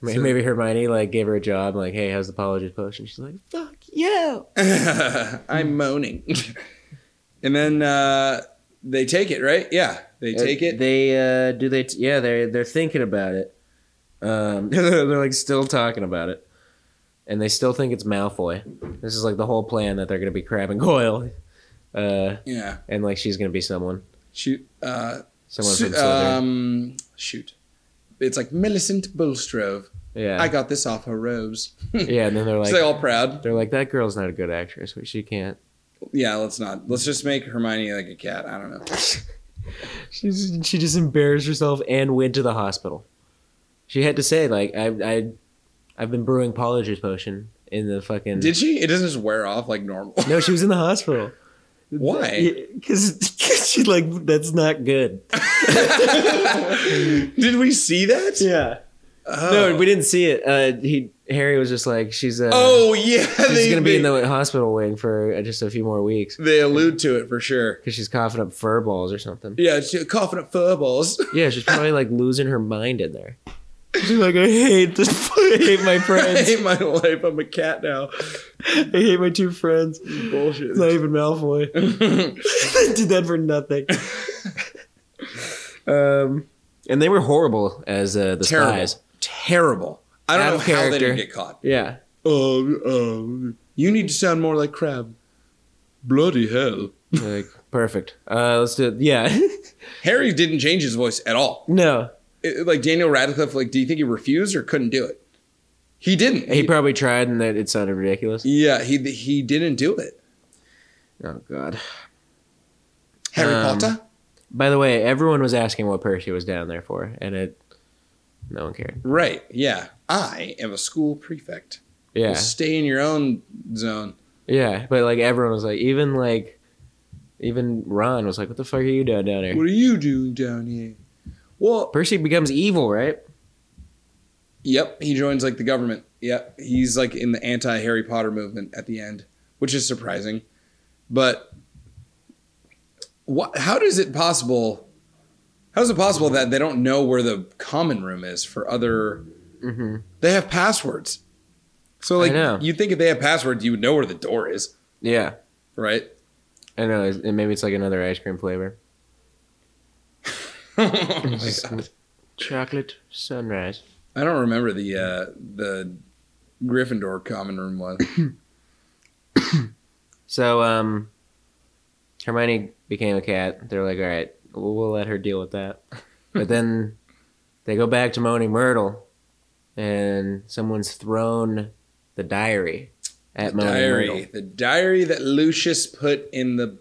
A: May-
B: So-
A: Maybe Hermione like gave her a job, like, "Hey, how's the apology potion?" She's like, "Fuck yeah!"
B: [laughs]
A: Hmm.
B: I'm moaning. and then uh, they take it, right? Yeah, they take it.
A: They uh, do they? T- yeah, they they're thinking about it. Um, [laughs] they're like still talking about it, and they still think it's Malfoy. This is like the whole plan that they're gonna be Crab [laughs] and Goyle, uh,
B: yeah,
A: and like she's gonna be someone,
B: shoot. Uh,
A: someone
B: su-
A: from Slytherin.
B: um, shoot. It's like Millicent Bulstrode.
A: yeah,
B: I got this off her robes.
A: yeah, and then they're like,
B: so they're all proud.
A: they're like, that girl's not a good actress. She can't.
B: Yeah, let's not. Let's just make Hermione like a cat. I don't know.
A: She's, she just embarrassed herself and went to the hospital. She had to say, like, I, I, I've been brewing Polyjuice potion in the fucking.
B: Did she? It doesn't just wear off like normal. [laughs]
A: no, she was in the hospital.
B: Why?
A: Because she like that's not good.
B: Did we see that? Oh.
A: Yeah. Oh. No, we didn't see it. Uh, he Harry was just like she's. Uh,
B: Oh yeah,
A: she's
B: they,
A: gonna be in
B: they-
A: the hospital wing for uh, just a few more weeks
B: they allude to it for sure.
A: because she's coughing up fur balls or something.
B: Yeah, she, coughing up [laughs] furballs.
A: Yeah, she's probably like losing her mind in there. She's like, I hate this. [laughs] I hate my
B: I
A: friends.
B: hate my life. I'm a cat now.
A: I hate my two friends.
B: Bullshit.
A: It's not even [laughs] Malfoy. Did that for nothing. [laughs] um, and they were horrible as uh, the
B: Terrible.
A: spies.
B: Terrible. I don't
A: Out
B: know
A: of
B: how they
A: character.
B: didn't get caught.
A: Yeah,
B: Oh, oh, you need to sound more like Crab. Bloody hell!
A: like perfect. Uh, let's do. It. Yeah, [laughs]
B: Harry didn't change his voice at all.
A: no,
B: It- like Daniel Radcliffe, like, do you think he refused or couldn't do it? He didn't.
A: he probably tried, and that it sounded ridiculous.
B: yeah, he he didn't do it.
A: Oh God.
B: Harry
A: Um,
B: Potter.
A: By the way, everyone was asking what Percy was down there for, and it. No one cared.
B: Right. Yeah. I am a school prefect.
A: Yeah,
B: Stay in your own zone.
A: yeah, but like everyone was like, even like, even Ron was like, "What the fuck are you doing down here?"
B: What are you doing down here? Well,
A: Percy becomes evil, right?
B: yep, he joins like the government. Yep, he's like in the anti Harry Potter movement at the end, which is surprising. But what? How does it possible? How is it possible that they don't know where the common room is for other?
A: Mm-hmm.
B: They have passwords. So like,
A: know.
B: you'd think if they have passwords, you would know where the door is,
A: Yeah, [laughs]
B: right?
A: I know. it's- And maybe it's like another ice cream flavor.
B: Oh
A: Just Chocolate sunrise.
B: I don't remember the uh, the Gryffindor common room one.
A: So, um, Hermione became a cat. They're like, all right, we'll, we'll let her deal with [laughs] that. But then they go back to Moaning Myrtle, and someone's thrown the diary at Moaning
B: diary,
A: Myrtle. [laughs]
B: the diary that Lucius put in the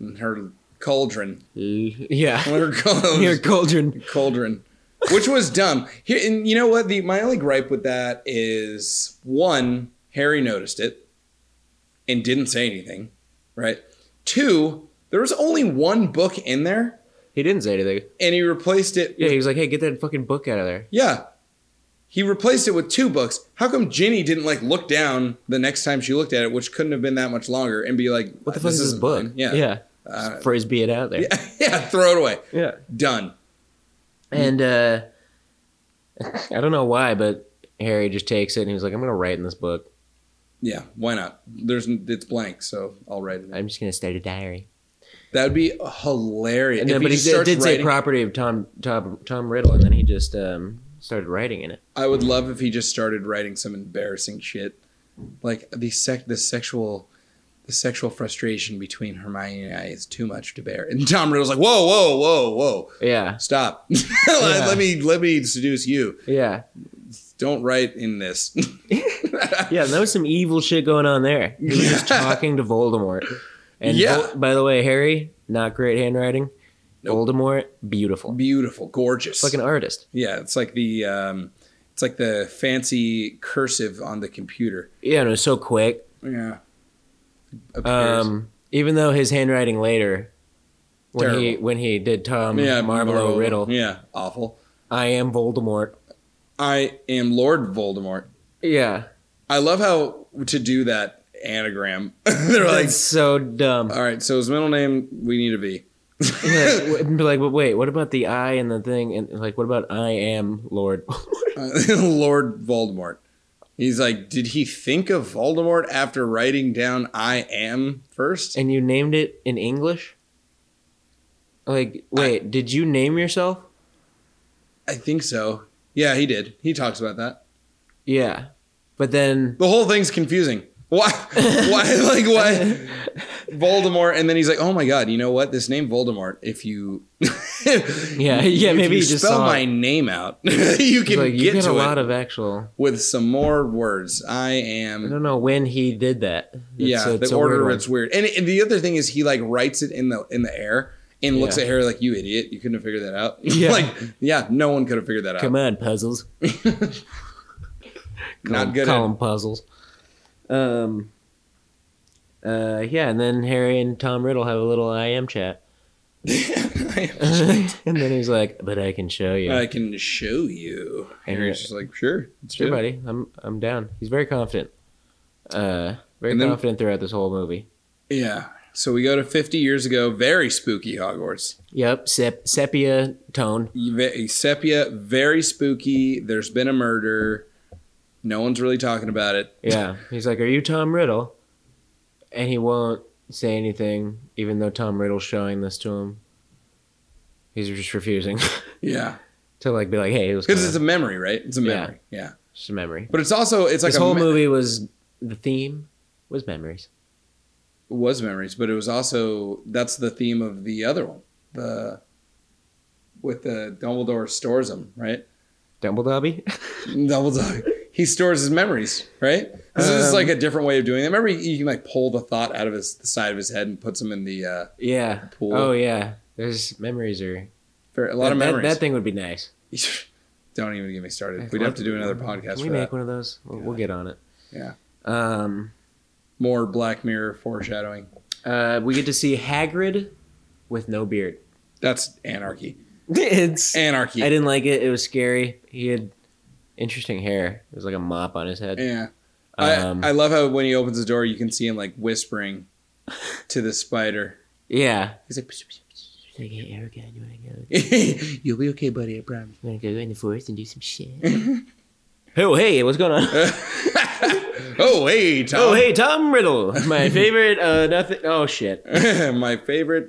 B: in her cauldron. [laughs]
A: Yeah, [laughs]
B: Her cauldron.
A: your cauldron.
B: cauldron, which was dumb. Here, and you know what? The my only gripe with that is one, Harry noticed it and didn't say anything, right? Two, there was only one book in there,
A: He didn't say anything.
B: and he replaced it.
A: Yeah, he was like, hey, get that fucking book out of there.
B: yeah. He replaced it with two books. How come Ginny didn't like look down the next time she looked at it, which couldn't have been that much longer, and be like,
A: What the fuck is this
B: isn't
A: book?
B: mine. Yeah. Uh,
A: yeah. Just frisbee it out there.
B: [laughs] yeah, throw it away.
A: yeah.
B: Done.
A: And
B: Mm-hmm.
A: uh, [laughs] I don't know why, but Harry just takes it and he was like, I'm going to write in this book.
B: Yeah, why not? There's it's blank, so I'll write it.
A: I'm just going to start a diary.
B: That would be hilarious.
A: And
B: If
A: then,
B: he
A: but he
B: just
A: did,
B: starts
A: did say
B: writing-
A: property of Tom, Tom, Tom Riddle, and then he just um, started writing in it.
B: I would love if he just started writing some embarrassing shit, like the sec the sexual. The sexual frustration between Hermione and I is too much to bear. And Tom Riddle's like, "Whoa, whoa, whoa, whoa!
A: Yeah.
B: Stop! [laughs] let, let me, let me seduce you.
A: Yeah.
B: Don't write in this." [laughs]
A: [laughs] Yeah. There was some evil shit going on there. He was just
B: [laughs] Yeah.
A: talking to Voldemort. And
B: Yeah.
A: Vol- by the way, Harry, not great handwriting. Voldemort, beautiful.
B: Beautiful, gorgeous.
A: Like an artist.
B: yeah, it's like the um, it's like the fancy cursive on the computer.
A: Yeah, and it was so quick.
B: Yeah. Appears.
A: Um, even though his handwriting later, when he
B: Terrible.
A: when he did Tom
B: yeah,
A: Marvolo
B: Marvel.
A: Riddle,
B: Yeah, awful.
A: I am Voldemort.
B: I am Lord Voldemort.
A: Yeah,
B: I love how to do that anagram. [laughs] They're like, Uh,
A: that's so dumb.
B: all right, so his middle name we need to be.
A: [laughs] like, w- like, but wait, what about the I and the thing? And like, what about I am Lord? [laughs]
B: Uh, [laughs] Lord Voldemort. He's like, did he think of Voldemort after writing down I am first?
A: and you named it in English. Like, wait, did you name yourself?
B: I think so. Yeah, he did. He talks about that.
A: Yeah, but then
B: The whole thing's confusing. Why?
A: [laughs]
B: Why? Like, why? Voldemort. And then he's like, oh my God, you know what? This name Voldemort,
A: [laughs]
B: if you.
A: yeah, yeah,
B: [laughs] if
A: maybe
B: you
A: you just
B: spell
A: saw
B: my
A: it.
B: name out. [laughs] you can
A: like you
B: get
A: get
B: to
A: a lot
B: it
A: of actual.
B: with some more words. I
A: I
B: am.
A: don't know when he did that. It's-
B: yeah,
A: it's
B: the
A: a weird
B: order
A: one.
B: it's weird. And, and the other thing is he like writes it in the in the air and looks
A: Yeah.
B: at Harry like you idiot, you couldn't have figured that out. [laughs]
A: Yeah.
B: like yeah, no one could have figured that
A: Come
B: out.
A: on, puzzles.
B: Not good.
A: Call
B: At,
A: them puzzles. Um. Uh, yeah, and then Harry and Tom Riddle have a little I am
B: [laughs]
A: chat, [laughs] and then he's like, "But I can show you."
B: I can show you.
A: And
B: Harry's
A: it-
B: just like sure, let's
A: Sure,
B: do it."
A: buddy. I'm I'm down. He's very confident. Uh, very
B: And then-
A: confident throughout this whole movie.
B: Yeah. So we go to 50 years ago, very spooky Hogwarts.
A: Yep, sep- sepia tone.
B: Ve- Sepia, very spooky. There's been a murder. No one's really talking about it.
A: Yeah, he's like, "Are you Tom Riddle?" And he won't say anything, even though Tom Riddle's showing this to him. He's just refusing [laughs]
B: Yeah.
A: to like be like, "Hey, it was
B: Because it's a memory, right? It's a
A: Yeah.
B: memory. Yeah.
A: just a memory."
B: But it's also, it's like
A: this
B: a
A: whole
B: me-
A: movie was the theme was memories.
B: was memories, but it was also that's the theme of the other one, the with the Dumbledore stores them, right?
A: Dumbledore.
B: Dumbledore, [laughs] he stores his memories, right? This is just
A: Um,
B: like a different way of doing it. Remember, you- you can like pull the thought out of his the side of his head and puts them in the uh,
A: yeah.
B: Pool.
A: Oh yeah. There's memories are
B: for a lot of
A: that,
B: memories.
A: That, that thing would be nice.
B: [laughs] Don't even get me started. We'd have to do another podcast
A: Can we
B: for
A: make
B: that.
A: one of those? We'll, we'll get on it.
B: Yeah.
A: Um,
B: More Black Mirror foreshadowing.
A: uh, we get to see Hagrid with no beard.
B: That's anarchy.
A: It's.
B: Anarchy.
A: I didn't like it. It was scary. He had interesting hair. It was like a mop on his head.
B: Yeah.
A: Um,
B: I, I love how when he opens the door, you can see him like
A: [laughs]
B: whispering to the spider.
A: Yeah.
B: He's like,
A: He's like, hey, Erica, you want to go?
B: You'll be okay, buddy. I promise.
A: You want to go in the forest and do some shit? oh, hey, what's going on?
B: Oh, hey, Tom.
A: oh, hey, Tom [laughs] Riddle, my favorite. Uh, nothing. Oh shit,
B: [laughs] My favorite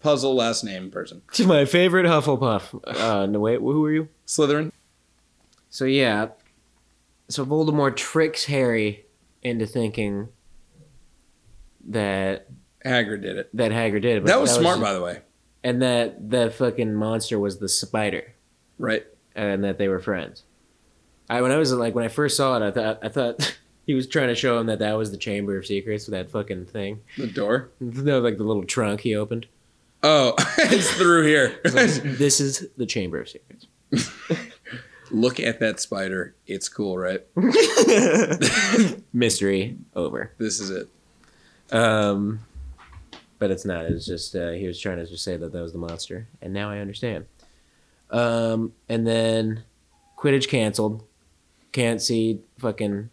B: puzzle last name person.
A: my favorite Hufflepuff. Uh, no wait, who are you?
B: Slytherin.
A: So yeah, so Voldemort tricks Harry into thinking that
B: Hagrid did it.
A: that Hagrid did. but
B: That was smart, by the way.
A: And that that fucking monster was the spider,
B: Right?
A: and that they were friends. I when I was like when I first saw it, I thought I thought [laughs] he was trying to show him that that was the Chamber of Secrets, that fucking thing. [laughs]
B: The door.
A: No, like the little trunk he opened.
B: Oh, [laughs] it's through here.
A: this is the Chamber of Secrets.
B: [laughs] Look at that spider. It's cool, right?
A: [laughs] Mystery over.
B: This is it.
A: Um, but it's not. It's just uh, he was trying to just say that that was the monster, and now I understand. Um, and then Quidditch canceled. Can't see fucking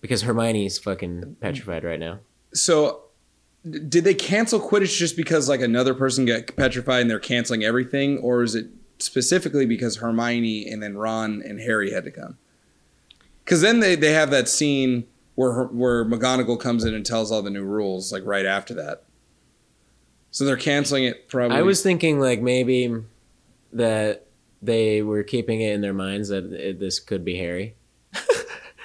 A: because Hermione's fucking petrified right now.
B: So, d- did they cancel Quidditch just because like another person got petrified and they're canceling everything, or is it specifically because Hermione and then Ron and Harry had to come? Because then they, they have that scene where her- where McGonagall comes in and tells all the new rules like right after that. So they're canceling it probably.
A: I was thinking like maybe that they were keeping it in their minds that it, this could be Harry.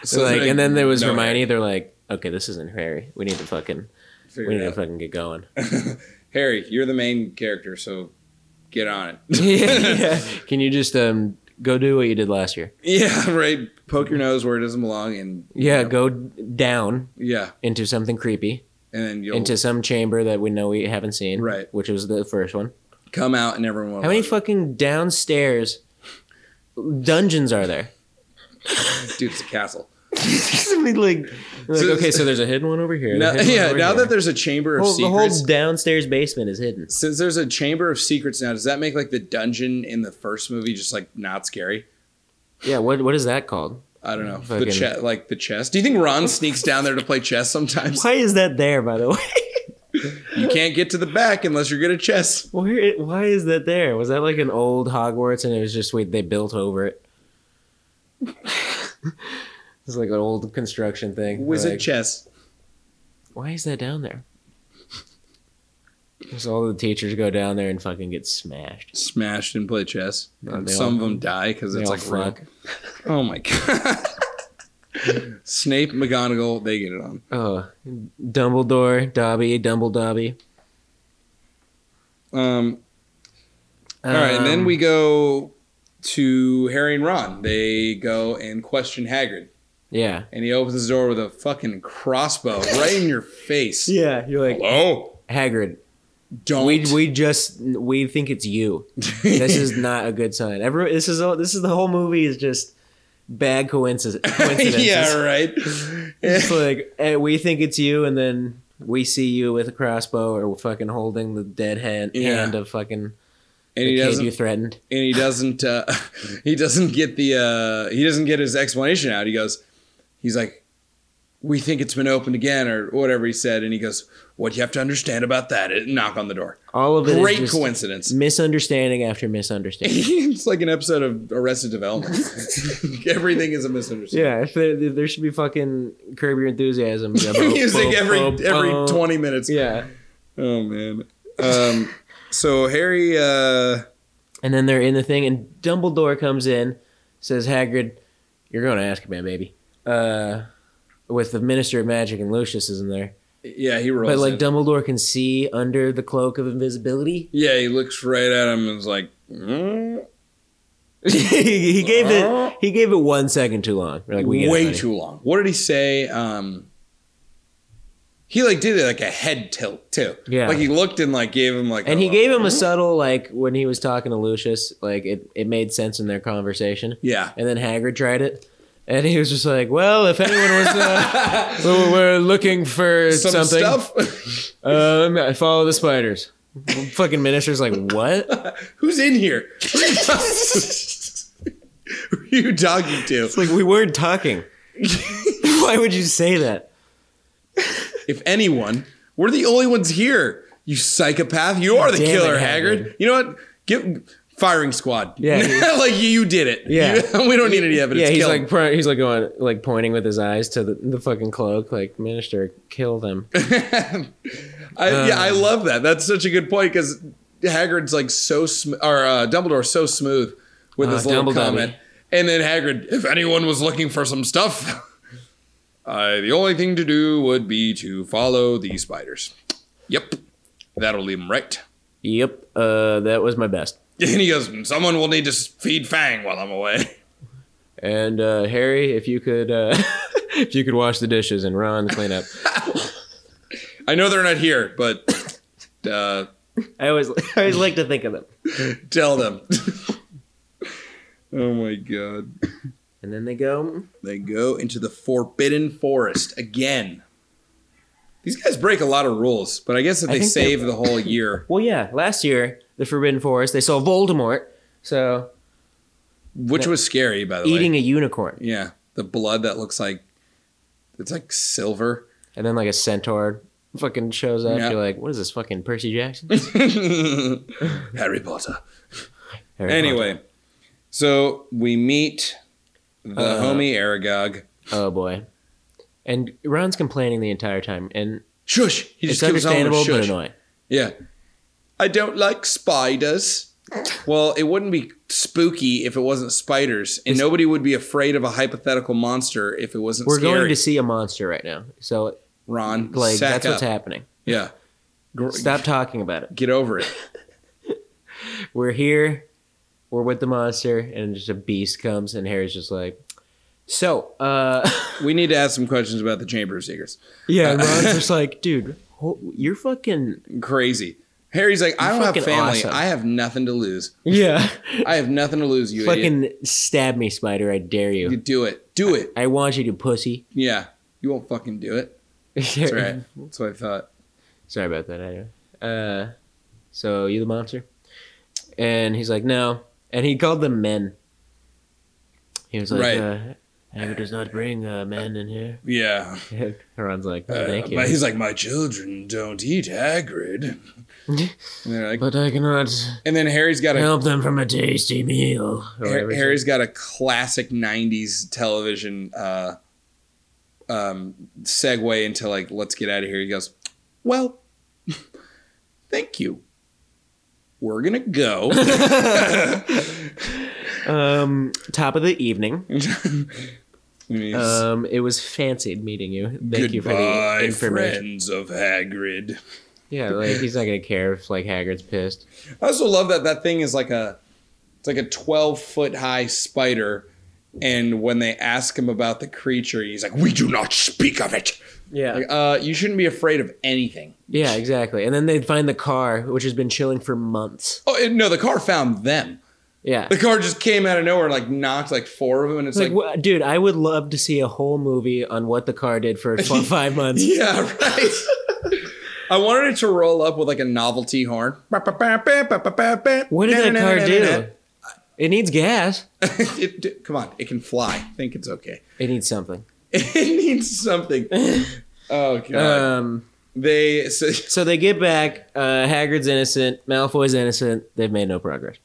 A: So like,
B: they-
A: and then there was
B: no,
A: Hermione. They're like, okay, this isn't Harry. We need to fucking
B: Harry,
A: we need
B: figure
A: to
B: it out.
A: fucking get going.
B: Harry, you're the main character, so get on it.
A: [laughs] yeah. Can you just um go do what you did last year?
B: [laughs] yeah, right. Poke your nose where it doesn't belong, and
A: Yeah, go down
B: yeah,
A: into something creepy,
B: and then you'll
A: into some chamber that we know we haven't seen.
B: Right.
A: Which was the first one.
B: come out and everyone.
A: How many fucking downstairs dungeons are there?
B: dude? It's a
A: [laughs]
B: castle.
A: I mean, [laughs] like, like,
B: So-
A: okay, so there's a hidden one over here.
B: Now, yeah. Now that there's a chamber of
A: whole, the whole
B: secrets,
A: downstairs basement is hidden.
B: since there's a chamber of secrets now, does that make like the dungeon in the first movie just like not scary?
A: Yeah, what what is that called?
B: I don't know. The
A: Fucking-
B: chest, like the chess. Do you think Ron sneaks down there to play
A: [laughs]
B: chess sometimes?
A: Why is that there? By the way,
B: You can't get to the back unless you're good at chess.
A: where why is that there? Was that like an old Hogwarts and it was just wait they built over it? [laughs] it's like an old construction thing.
B: Wizard
A: Like,
B: chess.
A: why is that down there? Because all the teachers go down there and fucking get smashed.
B: Smashed and play chess. And
A: Oh, they
B: some
A: all-
B: of them die because
A: They
B: it's
A: all
B: like rock. Oh my [laughs] god. Snape, McGonagall, they get it on.
A: Oh, Dumbledore, Dobby, Dumble Dobby.
B: Um, all right, and then
A: Um,
B: we go to Harry and Ron. They go and question Hagrid,
A: yeah
B: and he opens his door with a fucking crossbow right in your
A: [laughs]
B: face.
A: yeah you're like
B: Hello,
A: Hagrid.
B: don't
A: We we just we think it's you. This
B: [laughs]
A: is not a good sign. Every this is all this is the whole movie is just bad coincidence. coincidences.
B: [laughs] yeah, right.
A: It's like eh, we think it's you, and then we see you with a crossbow or fucking holding the dead hand,
B: Yeah.
A: hand of fucking
B: And
A: the
B: he
A: kid
B: doesn't.
A: you threatened.
B: and he doesn't uh, [laughs] he doesn't get the uh, he doesn't get his explanation out. He goes, he's like, we think it's been opened again or whatever he said, and he goes, what you have to understand about that? It, knock on the door.
A: All of it is
B: Great
A: just
B: coincidence.
A: Misunderstanding after misunderstanding.
B: [laughs] it's like an episode of
A: [laughs]
B: Arrested Development. Everything is a misunderstanding.
A: yeah, if there, there should be fucking curb your enthusiasm.
B: [laughs] Music every every
A: twenty.
B: twenty minutes.
A: Yeah.
B: Oh man. Um, so Harry. Uh,
A: And then they're in the thing, and Dumbledore comes in, says, Hagrid, you're going to Azkaban, baby. Uh, with the Minister of Magic and Lucius is in there.
B: yeah, he rolls.
A: But, like,
B: in.
A: Dumbledore can see under the cloak of invisibility. [laughs]
B: yeah, he looks right at him and is like, "Mm,
A: he he gave it he gave it one second too long. We're like, we get it,
B: way
A: buddy.
B: too long. What did he say? Um, he like did it like a head tilt too.
A: Yeah.
B: like he looked and like gave him like,
A: And
B: a-
A: he gave him a subtle, like, when he was talking to Lucius, like, it, it made sense in their conversation.
B: yeah.
A: And then Hagrid tried it. And he was just like, well, if anyone was,
B: [laughs]
A: uh, we we're looking for
B: Some
A: something.
B: stuff. [laughs]
A: Um, I follow the spiders. Fucking minister's like, what?
B: Who's in here? [laughs] Who are you talking to?
A: [laughs] Like we weren't talking. [laughs] Why would you say that?
B: If anyone, we're the only ones here. You psychopath! You are the
A: Damn it,
B: killer, Haggard.
A: Hagrid.
B: You know what? Get firing squad.
A: Yeah,
B: [laughs]
A: he-
B: like you, you did it.
A: Yeah.
B: You- [laughs] we don't need any evidence.
A: yeah, he's
B: Kill
A: like
B: him.
A: pro- he's like going like pointing with his eyes to the, the fucking cloak. Like minister, kill them.
B: I,
A: uh,
B: yeah, I love that. That's such a good point because Haggard's like so sm- or uh, Dumbledore's so smooth with
A: Uh,
B: his little
A: Dumbledore.
B: comment, and then Haggard. If anyone was looking for some stuff, [laughs] I the only thing to do would be to follow the spiders. Yep, that'll lead them right.
A: yep, uh, that was my best.
B: And he goes, "Someone will need to s- feed Fang while I'm away." [laughs]
A: And uh, Harry, if you could, uh, [laughs] if you could wash the dishes and Ron clean up.
B: I know they're not here, but [coughs] uh,
A: [laughs] I always I always like to think of them.
B: tell them. [laughs] oh my god.
A: And then they go.
B: They go into the Forbidden Forest again. These guys break a lot of rules, but I guess that
A: I
B: they
A: think they-
B: save the
A: [laughs]
B: whole year,
A: Well, yeah, last year the Forbidden Forest they saw Voldemort. So
B: which was scary, by the
A: eating
B: way.
A: a unicorn
B: Yeah, the blood that looks like it's like silver. [laughs]
A: and then like a centaur fucking shows up
B: Yeah.
A: you're like what is this fucking percy
B: [laughs]
A: jackson
B: Harry Potter.
A: Harry
B: Anyway, so we meet the
A: Uh,
B: homie Aragog.
A: Potter. oh boy and ron's complaining the entire time and
B: Shush! He
A: it's
B: just keeps on
A: understandable
B: with
A: but
B: shush.
A: annoying
B: Yeah. I don't like spiders. Well, it wouldn't be spooky if it wasn't spiders, and nobody would be afraid of a hypothetical monster if it wasn't
A: we're
B: scary.
A: going to see a monster right now so
B: Ron,
A: like
B: sack
A: that's
B: up.
A: what's happening
B: Yeah. Gr-
A: stop talking about it
B: Get over it.
A: we're here we're with the monster and just a beast comes and harry's just like so
B: [laughs]
A: uh
B: We need to ask some questions
A: [laughs]
B: about the Chamber of Secrets.
A: yeah and ron's just like dude ho- you're fucking
B: Crazy. Harry's like, I
A: You're
B: don't have
A: fucking
B: family.
A: awesome."
B: I have nothing to lose.
A: [laughs] Yeah.
B: I have nothing to lose. You idiot.
A: Fucking stab me, spider. I dare
B: You
A: you.
B: do it. Do it.
A: I want you to pussy.
B: Yeah. You won't fucking do it.
A: [laughs]
B: That's right. That's what I thought.
A: Sorry about that. Anyway. Uh, so you the monster? And he's like, no. And he called them men. He was like,
B: Right.
A: uh, Anger does not bring uh, men in here. [laughs]
B: Yeah.
A: And Heron's like,
B: Uh,
A: thank you.
B: but he's like, my children don't
A: [laughs]
B: eat Hagrid. and they're like,
A: but I cannot
B: and then Harry's got a
A: help them from a tasty meal. Or
B: Har-
A: whatever he
B: Harry's got a classic '90s television uh, um, segue into like, let's get out of here. He goes, well, [laughs] thank you. We're
A: [laughs]
B: gonna go.
A: said. Um, top of the
B: [laughs]
A: evening.
B: And he's,
A: Um, it was fancied meeting you. Thank you for
B: Goodbye,
A: the information.
B: friends of Hagrid.
A: Yeah, like he's not gonna care if like Hagrid's pissed.
B: I also love that that thing is like a it's like a 12 foot high spider and when they ask him about the creature he's like we do not speak of it
A: Yeah.
B: like, uh you shouldn't be afraid of anything
A: yeah, exactly. And then they'd find the car, which has been chilling for months.
B: oh and no the car found them
A: Yeah.
B: the car just came out of nowhere and like knocked like four of them and it's
A: Like,
B: like,
A: wha- dude, I would love to see a whole movie on what the car did
B: [laughs]
A: for f- five months.
B: [laughs] yeah right I wanted it to roll up with like a novelty horn. What did
A: What did that car do? It needs gas.
B: [laughs] it, d- come on, it can fly. I think it's okay. [laughs]
A: It needs something.
B: It
A: [laughs]
B: needs something. Oh god.
A: Um,
B: They so, [laughs]
A: so they get back. Uh, Hagrid's innocent. Malfoy's innocent. They've made no progress.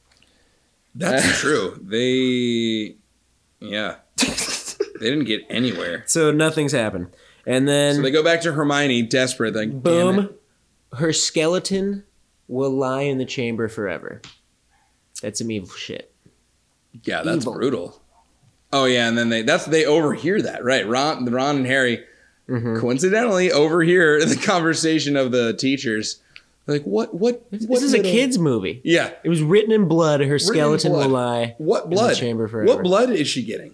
A: [laughs]
B: that's true. They yeah. they didn't get anywhere.
A: So nothing's happened. And then
B: So they go back to Hermione, desperate. Like "Damn it."
A: Boom. Her skeleton will lie in the chamber forever. That's some evil shit.
B: Yeah, that's
A: Evil.
B: brutal. Oh yeah, and then they that's they overhear that right? Ron, Ron and Harry,
A: Mm-hmm.
B: coincidentally overhear [laughs] the conversation of the teachers. Like what? What?
A: This is a kid's movie.
B: Yeah.
A: It was written in blood. Her
B: in
A: skeleton
B: blood.
A: will lie.
B: What
A: the
B: blood?
A: chamber
B: what
A: forever.
B: blood is she getting?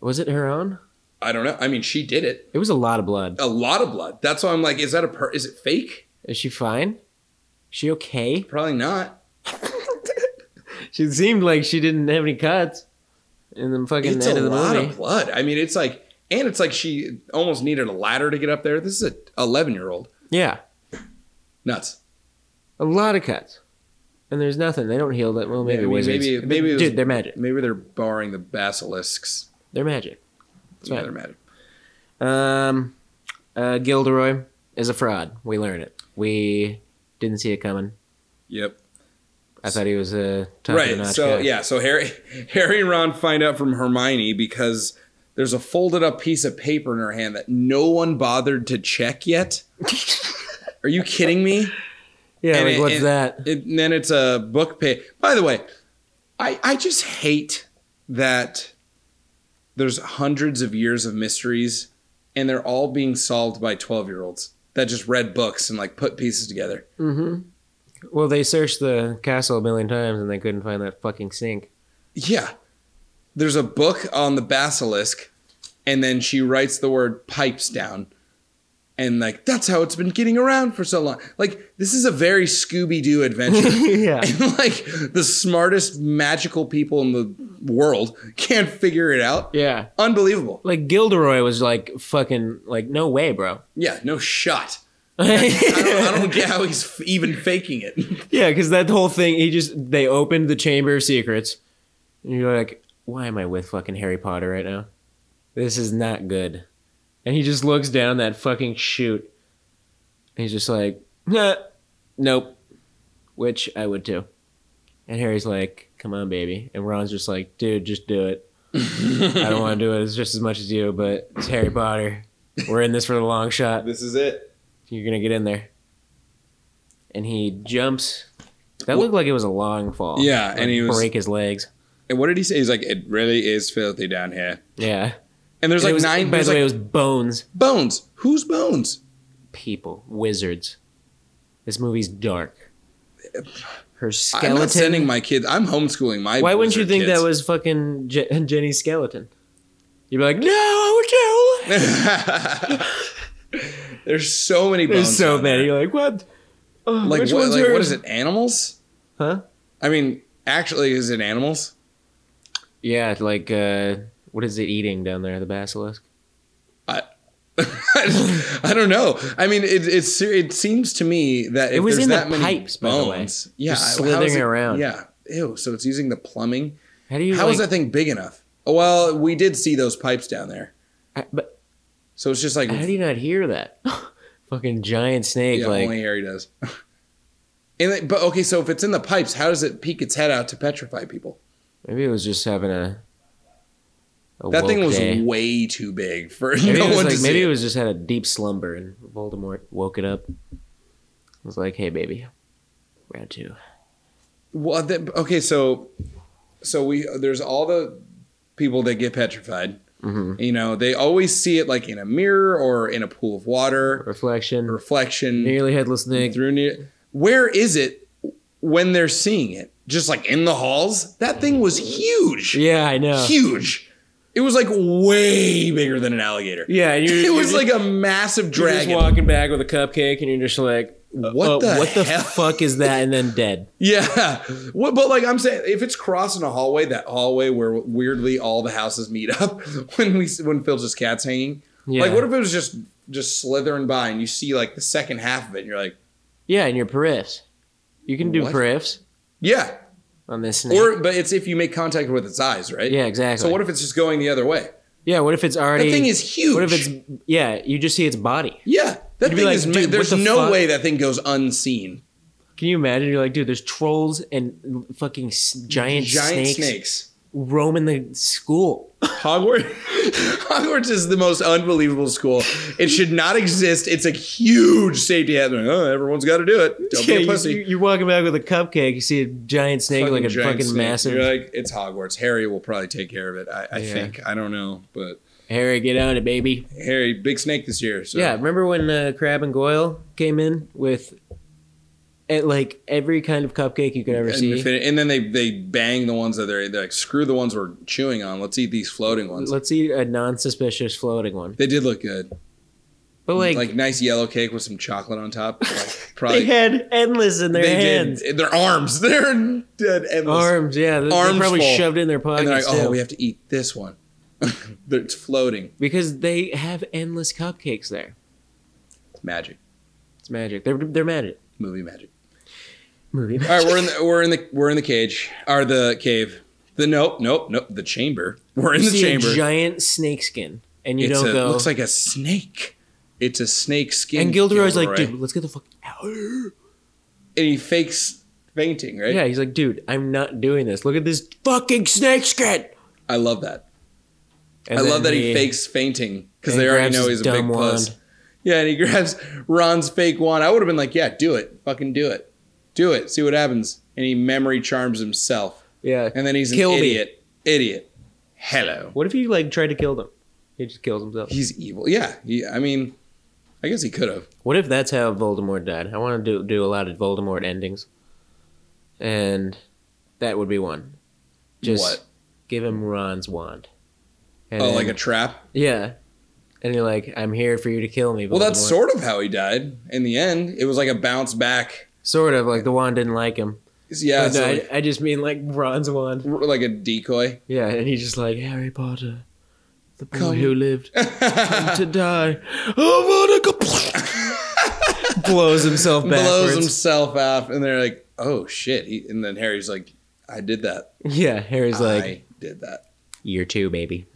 A: Was it her own?
B: I don't know. I mean, she did it.
A: It was a lot of blood.
B: A lot of blood. That's why I'm like, is that a per- is it fake?
A: Is she fine? Is she okay?
B: Probably not.
A: She seemed like she didn't have any cuts in the fucking
B: it's
A: end
B: a
A: of the
B: lot
A: movie.
B: of blood. I mean, it's like, and it's like she almost needed a ladder to get up there. This is a 11 year old.
A: yeah,
B: Nuts.
A: a lot of cuts. And there's nothing. They don't heal that. Well, maybe
B: Yeah, I mean,
A: wizards.
B: maybe- maybe it was-
A: dude, they're magic.
B: Maybe they're barring the basilisks.
A: They're magic.
B: That's yeah,
A: right.
B: they're magic.
A: Um, uh, Gilderoy is a fraud. We learn it. We didn't see it coming.
B: Yep.
A: I thought he was a top of the
B: Right.
A: notch
B: So
A: guy.
B: yeah. So Harry, [laughs] Harry and Ron find out from Hermione because there's a folded up piece of paper in her hand that no one bothered to check
A: [laughs]
B: yet. Are you kidding me?
A: yeah. Like,
B: it-
A: what's
B: it-
A: that?
B: it- and then it's a book page. By the way, I I just hate that there's hundreds of years of mysteries and they're all being solved by 12 year olds that just read books and like put pieces together.
A: Well, they searched the castle a million times and they couldn't find that fucking sink.
B: Yeah. There's a book on the basilisk, and then she writes the word pipes down. And like, that's how it's been getting around for so long. Like, this is a very Scooby Doo
A: [laughs]
B: adventure. [laughs]
A: yeah.
B: and like, the smartest magical people in the world can't figure it out.
A: Yeah.
B: Unbelievable.
A: Like Gilderoy was like fucking like no way, bro. [laughs]
B: Yeah, no shot. I
A: yeah,
B: don't, I don't get how he's f- even faking it. [laughs]
A: because that whole thing, he just they opened the Chamber of Secrets, and you're like, why am I with fucking Harry Potter right now? This is not good. And he just looks down that fucking chute, and he's just like, nah, nope, which I would too. And Harry's like, come on, baby, and Ron's just like, dude, just do it. I don't want to do it. It's just as much as you, but it's Harry Potter. We're in this for the long shot.
B: This is it.
A: You're gonna get in there. And he jumps. That looked like it was a long fall.
B: Yeah,
A: Like,
B: and he was-
A: break his legs.
B: And what did he say? He's like, it really is filthy down here.
A: Yeah.
B: And there's
A: And it
B: like
A: was-
B: nine.
A: By
B: There's
A: the way,
B: like
A: it was bones,
B: bones. Whose bones?
A: people, wizards. This movie's dark. Her
B: I'm not sending
A: skeleton.
B: my kids. I'm homeschooling my.
A: Why wouldn't you
B: wizard
A: think
B: kids.
A: that was fucking Je- Jenny's skeleton? You'd be like, no, I would kill.
B: [laughs] There's so many bones.
A: There's so
B: down there.
A: many. You're like, what? Oh,
B: Like,
C: which
B: what,
C: one's
B: like
C: her?
B: what is it? Animals?
A: Huh?
B: I mean, actually, is it animals?
A: Yeah, like uh, what is it eating down there? The basilisk.
B: [laughs] I don't know. I mean, it it's it seems to me that if
A: It was
B: there's
A: in the
B: that many
A: pipes, by the way.
B: bones, yeah,
A: Just
B: how is
A: slithering
B: it-
A: around.
B: Yeah, ew. So it's using the plumbing.
A: How do you?
B: How
A: like,
B: is that thing big enough? Oh, Well, we did see those pipes down there,
A: I- but
B: so it's just like
A: how do you not hear that? [laughs] Fucking giant snake.
B: yeah,
A: like
B: only Harry does. [laughs] and it- but okay, so if it's in the pipes, how does it peek its head out to petrify people?
A: maybe it was just having a. a
B: That thing
A: woke
B: was
A: day.
B: way too big for
A: Maybe
B: [laughs] no
A: it was
B: one
A: like
B: to
A: maybe
B: see.
A: it
B: it.
A: was just had a deep slumber and Voldemort woke it up. Was like, hey baby, round two.
B: Well, th- okay, so so we there's all the people that get petrified.
A: Mm-hmm.
B: You know, they always see it like in a mirror or in a pool of water,
A: Reflection.
B: reflection
A: nearly headless Nick.
B: through. Near- Where is it when they're seeing it? Just like in the halls, that thing was huge,
A: Yeah, I
B: [laughs]
A: know.
B: huge. It was like way bigger than an alligator.
A: Yeah, and you're,
B: [laughs] It was
A: you're
B: like a massive
A: just- you're just
B: dragon.
A: walking back with a cupcake, and you're just like,
B: What
A: "Uh,
B: the
A: what the
B: hell?"
A: fuck is that? And then dead.
B: Yeah. What, but like I'm saying, if it's crossing a hallway, that hallway where weirdly all the houses meet up [laughs] when we when Phil's just cat's hanging.
A: Yeah.
B: [laughs] Like what if it was just just slithering by and you see like the second half of it and you're like,
A: Yeah, and your periffs. You can do
B: What?
A: periffs
B: yeah.
A: on this snake.
B: Or but it's if you make contact with its eyes, right?
A: yeah, exactly.
B: So what if it's just going the other way?
A: yeah, what if it's
B: That
A: already?
B: thing is huge.
A: What if it's? Yeah, you just see its body.
B: yeah. That
A: You'd be
B: thing
A: like,
B: is. ma-
A: "Dude, what
B: there's
A: the
B: no
A: fuck?"
B: way that thing goes unseen.
A: Can you imagine? You're like, dude, there's trolls and fucking s- giant,
B: Giant
A: snakes
B: snakes.
A: roaming the school.
B: Hogwarts. [laughs] Hogwarts is the most unbelievable school. It should not exist. It's a huge safety hazard. Oh, everyone's got to do
A: [laughs]
B: it. Don't
A: Yeah,
B: be a
A: you,
B: pussy.
A: you- you're walking back with a cupcake. You see a giant snake, like a
B: giant
A: fucking
B: snake.
A: massive.
B: You're like, it's Hogwarts. Harry will probably take care of it. I, I
A: Yeah.
B: think. I don't know, but
A: Harry, get on it, baby.
B: Harry, big snake this year. So
A: Yeah, remember when uh, Crab and Goyle came in with at like every kind of cupcake you could ever
B: And,
A: see?
B: if it- and then they they bang the ones that they're, they're like, screw the ones we're chewing on. Let's eat these floating ones.
A: Let's see a non-suspicious floating one.
B: they did look good.
A: But like,
B: Mm, Like, nice yellow cake with some chocolate
A: [laughs]
B: on top. Like,
A: they
B: probably.
A: had endless in their
B: they
A: hands,
B: did. Their arms. [laughs] They're dead endless.
A: arms. Yeah, they,
B: Arms
A: they probably
B: full.
A: shoved in their
B: And they're
A: pockets
B: like, oh,
A: too.
B: we have to eat this one. [laughs] it's floating.
A: because they have endless cupcakes there.
B: It's magic.
A: It's magic. They're they're magic.
B: Movie magic.
A: Movie.
B: All right, we're in the we're in the we're in the cage or the cave. The nope, nope, nope. The chamber. [laughs] We're in
A: You
B: the
A: see
B: chamber.
A: a giant snake skin, and you
B: it's
A: don't
B: a,
A: go.
B: looks like a snake. It's a snake skin.
A: and Gilderoy's like,
B: Gilderoy.
A: dude, let's get the fuck out.
B: and he fakes fainting, right?
A: Yeah, he's like, dude, I'm not doing this. Look at this fucking snake skin.
B: I love that.
A: And
B: I
A: then
B: love that he, fakes fainting because
A: and he
B: they already
A: grabs
B: know
A: his
B: he's a big
A: dumb
B: puss.
A: wand.
B: Yeah, and he [laughs] grabs Ron's fake wand. I would have been like, yeah, do it, fucking do it, do it, see what happens. And he memory charms himself.
A: Yeah.
B: And then he's
A: Kill
B: an
A: me.
B: idiot. Idiot. Hello.
A: What if he like tried to kill them? He just kills himself.
B: He's evil. Yeah. He, I mean, I guess he could have.
A: What if that's how Voldemort died? I want to do do a lot of Voldemort endings, and that would be one. Just
B: What?
A: give him Ron's wand. And
B: Oh,
A: then-
B: like a trap.
A: yeah. And you're like, I'm here for you to kill me.
B: Well, that's
A: Voldemort."
B: sort of how he died in the end. It was like a bounce back.
A: sort of like the wand didn't like him.
B: Yeah.
A: But no,
B: so
A: I,
B: like,
A: I just mean like Ron's wand.
B: r- like a decoy. [laughs]
A: Yeah, and he's just like Harry Potter, the boy who
B: [laughs]
A: lived to die. Oh, Monica! [laughs] blows himself
B: Blows
A: backwards.
B: himself up, and they're like, oh shit. He, and then Harry's like, I did that.
A: Yeah, Harry's like,
B: I did that. [laughs]
A: year two, baby.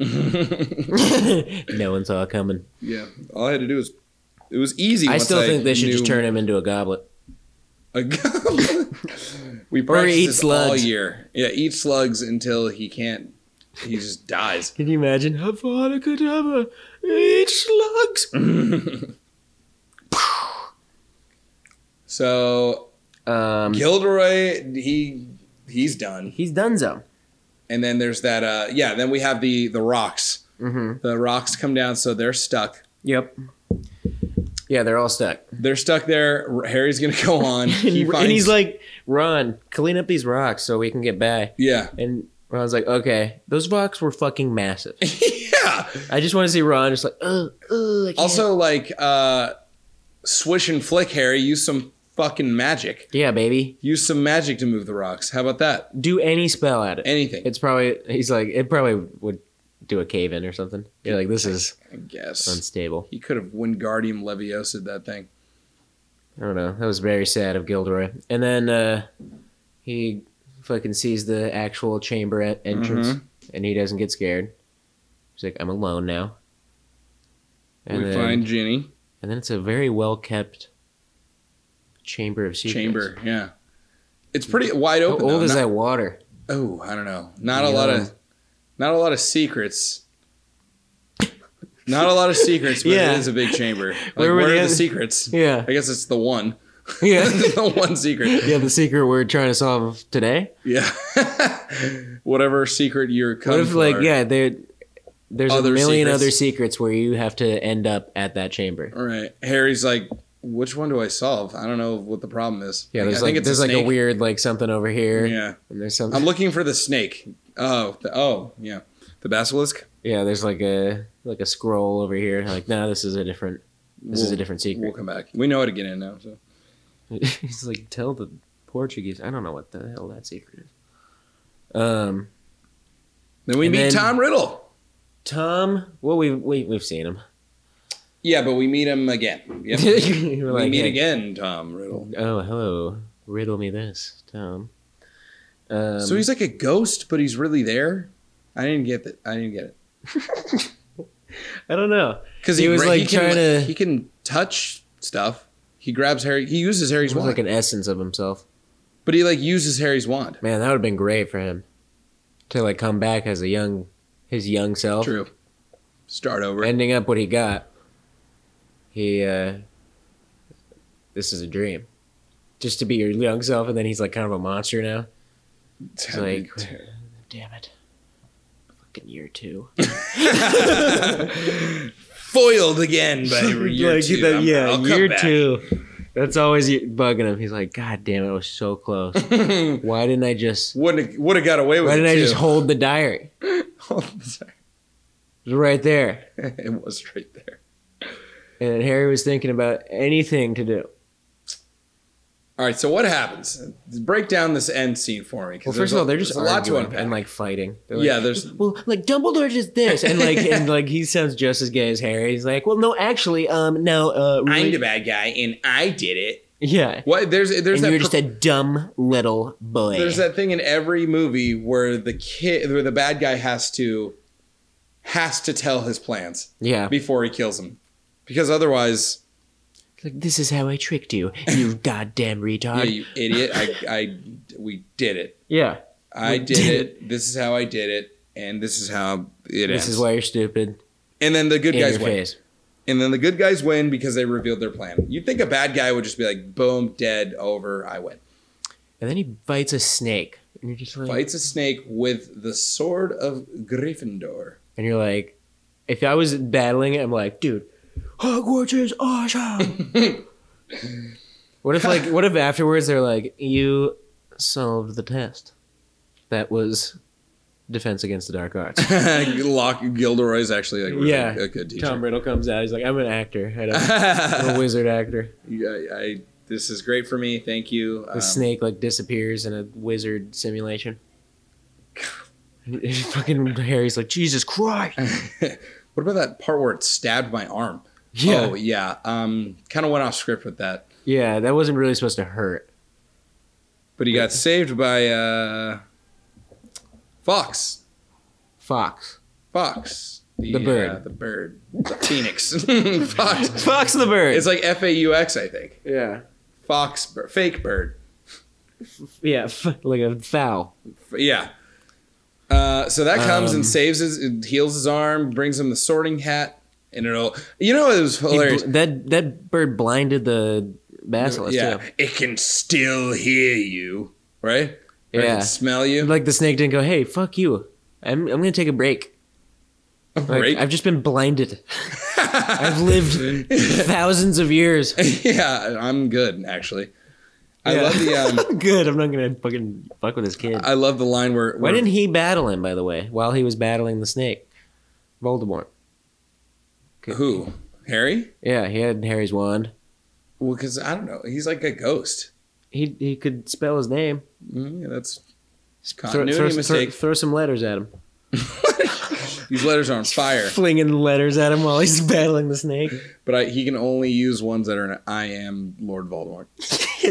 A: no one saw it coming.
B: Yeah. All I had to do was. It was easy.
A: I
B: once
A: still think they should
B: knew
A: just turn him into a goblet.
B: a goblin. [laughs] we practiced
A: eat
B: this all
A: slugs.
B: year. Yeah, eat slugs until he can't. He just dies.
A: Can you imagine? Have fun, Kadabra. Eat slugs.
B: So
A: Um,
B: Gilderoy, he he's done.
A: he's Dunzo.
B: And then there's that. Uh, yeah. Then we have the the rocks.
A: Mhm.
B: The rocks come down, so they're stuck.
A: Yep. Yeah, they're all stuck.
B: They're stuck there. R- Harry's gonna go on.
A: [laughs] And,
B: He
A: and he's
B: finds-
A: like, Ron, clean up these rocks so we can get by.
B: yeah, [laughs]
A: And Ron's like, okay, those rocks were fucking [laughs] massive.
B: yeah.
A: I just want to see Ron just like, ugh, ugh. I can't."
B: Also, like, uh, swish and flick, Harry. Use some fucking magic.
A: Yeah, baby.
B: Use some magic to move the rocks. How about that?
A: Do any spell at it.
B: Anything.
A: It's probably he's like it probably would do a cave in or something. You're like this is
B: I guess.
A: unstable.
B: he could have Wingardium Leviosa that thing.
A: I don't know. That was very sad of Gilderoy. And then uh, he fucking sees the actual chamber at entrance,
B: Mm-hmm.
A: and he doesn't get scared. He's like, I'm alone now. And
B: we
A: then,
B: find Ginny.
A: and then it's a very well kept chamber of secrets.
B: Chamber. Yeah. It's pretty wide
A: How
B: open.
A: old
B: though.
A: is
B: Not-
A: that water?
B: Oh, I don't know. Not a
A: Yeah.
B: lot of not a lot of secrets. Not a lot of secrets, but
A: Yeah.
B: it is a big chamber. Like,
A: Where
B: where
A: were
B: are
A: the
B: the
A: other- [laughs]
B: secrets?
A: Yeah.
B: I guess it's the one.
A: [laughs] Yeah.
B: [laughs] the one secret.
A: yeah, the secret we're trying to solve today.
B: Yeah. [laughs] Whatever secret you're
A: What
B: coming
A: if, like,
B: for.
A: yeah, there, there's
B: Other
A: a million
B: secrets.
A: other secrets where you have to end up at that chamber.
B: All right. Harry's like, which one do I solve? I don't know what the problem is.
A: Yeah, there's
B: I
A: like there's like a
B: snake.
A: weird like something over here,
B: Yeah.
A: and there's something.
B: I'm looking for the snake. Oh, the, oh, yeah. The basilisk?
A: Yeah, there's like a like a scroll over here. Like, no, this is a different. This is a
B: We'll-
A: different
B: We'll
A: secret.
B: come back. We know how to get in now. So.
A: [laughs] He's like, tell the Portuguese. I don't know what the hell that secret is. Um,
B: Then we
A: And
B: meet
A: then-
B: Tom Riddle.
A: Tom. Well, we we we've seen him.
B: Yeah, but we meet him again.
A: [laughs]
B: Yep.
A: We're
B: we
A: like,
B: meet
A: "Hey,
B: again, Tom Riddle.
A: Oh, hello. Riddle me this, Tom. Um,
B: so he's like a ghost, but he's really there. I didn't get that. I didn't get it
A: I don't know.
B: because
A: He was, like, trying to-
B: can, He can touch stuff. He grabs Harry. He uses Harry's
A: He was
B: wand,
A: like an essence of himself.
B: but he like uses Harry's wand.
A: Man, that would have been great for him to like come back as a young, his young self.
B: True. Start over.
A: Ending up what he got. He. uh This is a dream. Just to be your young self, and then he's like kind of a monster now.
B: It's
A: He's like, damn it, fucking year two.
B: [laughs] foiled again
A: [laughs]
B: by year
A: Like,
B: two.
A: that-
B: I'm-
A: yeah,
B: I'll come
A: year
B: back.
A: two. That's always y- bugging him. He's like, God damn it, I was so close. Why didn't I just?
B: [laughs] Wouldn't would have got away with
A: Why
B: it.
A: didn't I
B: too.
A: just hold the diary?
B: [laughs] Sorry.
A: It was right there.
B: it was right there.
A: And Harry was thinking about anything to do.
B: All right, so what happens? Break down this end scene for me. 'cause
A: Well,
B: there's
A: first of all, they're
B: there's
A: just
B: a lot to
A: arguing
B: unpack.
A: and like fighting. They're like,
B: yeah, there's
A: Well, like Dumbledore just this, and like and
B: [laughs]
A: like he sounds just as gay as Harry. He's like, well, no, actually, um, no, uh, really-
B: bad guy and I did it.
A: yeah.
B: What there's
A: [laughs]
B: there's
A: and
B: that
A: you're
B: per-
A: just a dumb little boy.
B: there's that thing in every movie where the kid where the bad guy has to has to tell his plans
A: yeah.
B: before he kills him. Because otherwise,
A: Like this is how I tricked you,
B: [laughs]
A: you goddamn
B: yeah,
A: retard.
B: you idiot, I I we did it.
A: Yeah.
B: I
A: We
B: did
A: did
B: it. This is how I did it and this is how it
A: This
B: ends.
A: is why you're stupid.
B: and then the good
A: in
B: guys
A: your
B: win.
A: face.
B: And then the good guys win because they revealed their plan. You'd think a bad guy would just be like, boom, dead, over, I win.
A: And then he bites a snake, and you're just like,
B: Fights a snake with the sword of Gryffindor. [laughs]
A: and you're like, if I was battling it, I'm like, dude, Hogwarts is awesome. what if like, what if afterwards they're like, you solved the test? That was defense against the dark arts.
B: Locke Gilderoy's actually like really
A: Yeah.
B: a good
A: [laughs]
B: teacher.
A: Tom Riddle comes out. He's like, I'm an actor. [laughs] I don't- I'm a
B: I,
A: wizard actor.
B: I, this is great for me. Thank you.
A: The
B: Um,
A: snake like disappears in a wizard simulation. And [laughs] Fucking Harry's like, Jesus Christ.
B: [laughs] what about that part where it stabbed my arm?
A: Yeah.
B: Oh yeah. Um, kind of went off script with that,
A: Yeah, that wasn't really supposed to hurt.
B: but he got saved by uh, Fox.
A: Fox.
B: Fox.
A: The bird.
B: uh, the bird. The phoenix. [laughs] Fox.
A: Fox the bird.
B: It's like F A U X. I think.
A: yeah.
B: Fox. bir- Fake bird.
A: Yeah, f- like a fowl.
B: Yeah. Uh, so that comes
A: Um,
B: and saves his, it heals his arm, brings him the sorting hat, and it'll. You know, it was
A: He bl-
B: hilarious.
A: that that bird blinded the basilisk
B: yeah,
A: too.
B: it can still hear you, right? Or it
A: Yeah.
B: can smell you.
A: Like the snake didn't go, "Hey, fuck you. I'm I'm going to take a break."
B: A
A: Like,
B: break.
A: I've just been
B: [laughs]
A: blinded. I've lived thousands of years.
B: yeah, I'm good actually. I
A: Yeah.
B: love the.
A: [laughs]
B: Um,
A: Good. I'm not going to fucking fuck with this kid.
B: I love the line where.
A: Why
B: where-
A: didn't he battle him, by the way, while he was battling the snake? Voldemort.
B: who Harry?
A: Yeah, he had Harry's wand.
B: Well, because I don't know. He's like a ghost.
A: He he could spell his name.
B: Mm, Yeah, that's it's
A: Throw,
B: continuity
A: throw, throw,
B: mistake.
A: throw some letters at him.
B: These letters are on fire,
A: Flinging letters at him while he's [laughs] battling the snake.
B: but I, he can only use ones that are an I am Lord
A: [laughs]
B: Voldemort.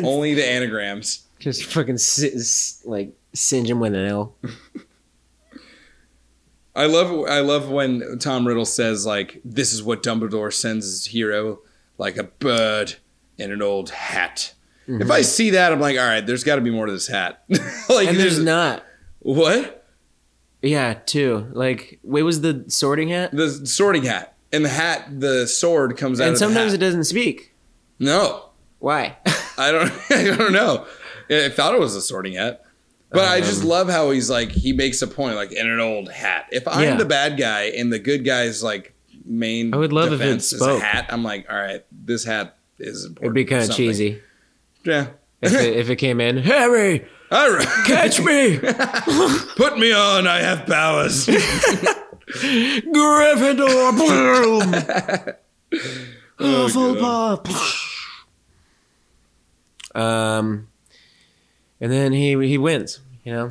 B: only the anagrams.
A: Just fucking si- s- like singe him with an L.
B: I love I love when Tom Riddle says like this is what Dumbledore sends his hero like a bird in an old hat.
A: Mm-hmm.
B: If I see that I'm like all right there's got to be more to this hat. [laughs] like
A: And there's not.
B: what?
A: Yeah, too. Like, wait, was the sorting hat?
B: The sorting hat. And the hat the sword comes out
A: And
B: of the
A: sometimes it
B: hat.
A: doesn't speak.
B: No. [laughs]
A: Why?
B: I don't I don't know. I thought it was a sorting hat. But I just
A: Um,
B: love how he's like he makes a point like in an old hat. If I'm
A: Yeah.
B: the bad guy and the good guy's like main
A: I would love if it
B: defense is a
A: spoke.
B: hat, I'm like, all right, this hat is important.
A: It'd be kind of
B: Something.
A: cheesy
B: Yeah.
A: if it, if it came in. Harry,
B: All right. [laughs]
A: catch me,
B: Put me on, I have powers.
A: [laughs] Gryffindor. [laughs] Bloom.
B: Oh,
A: um, and then he he wins. You know,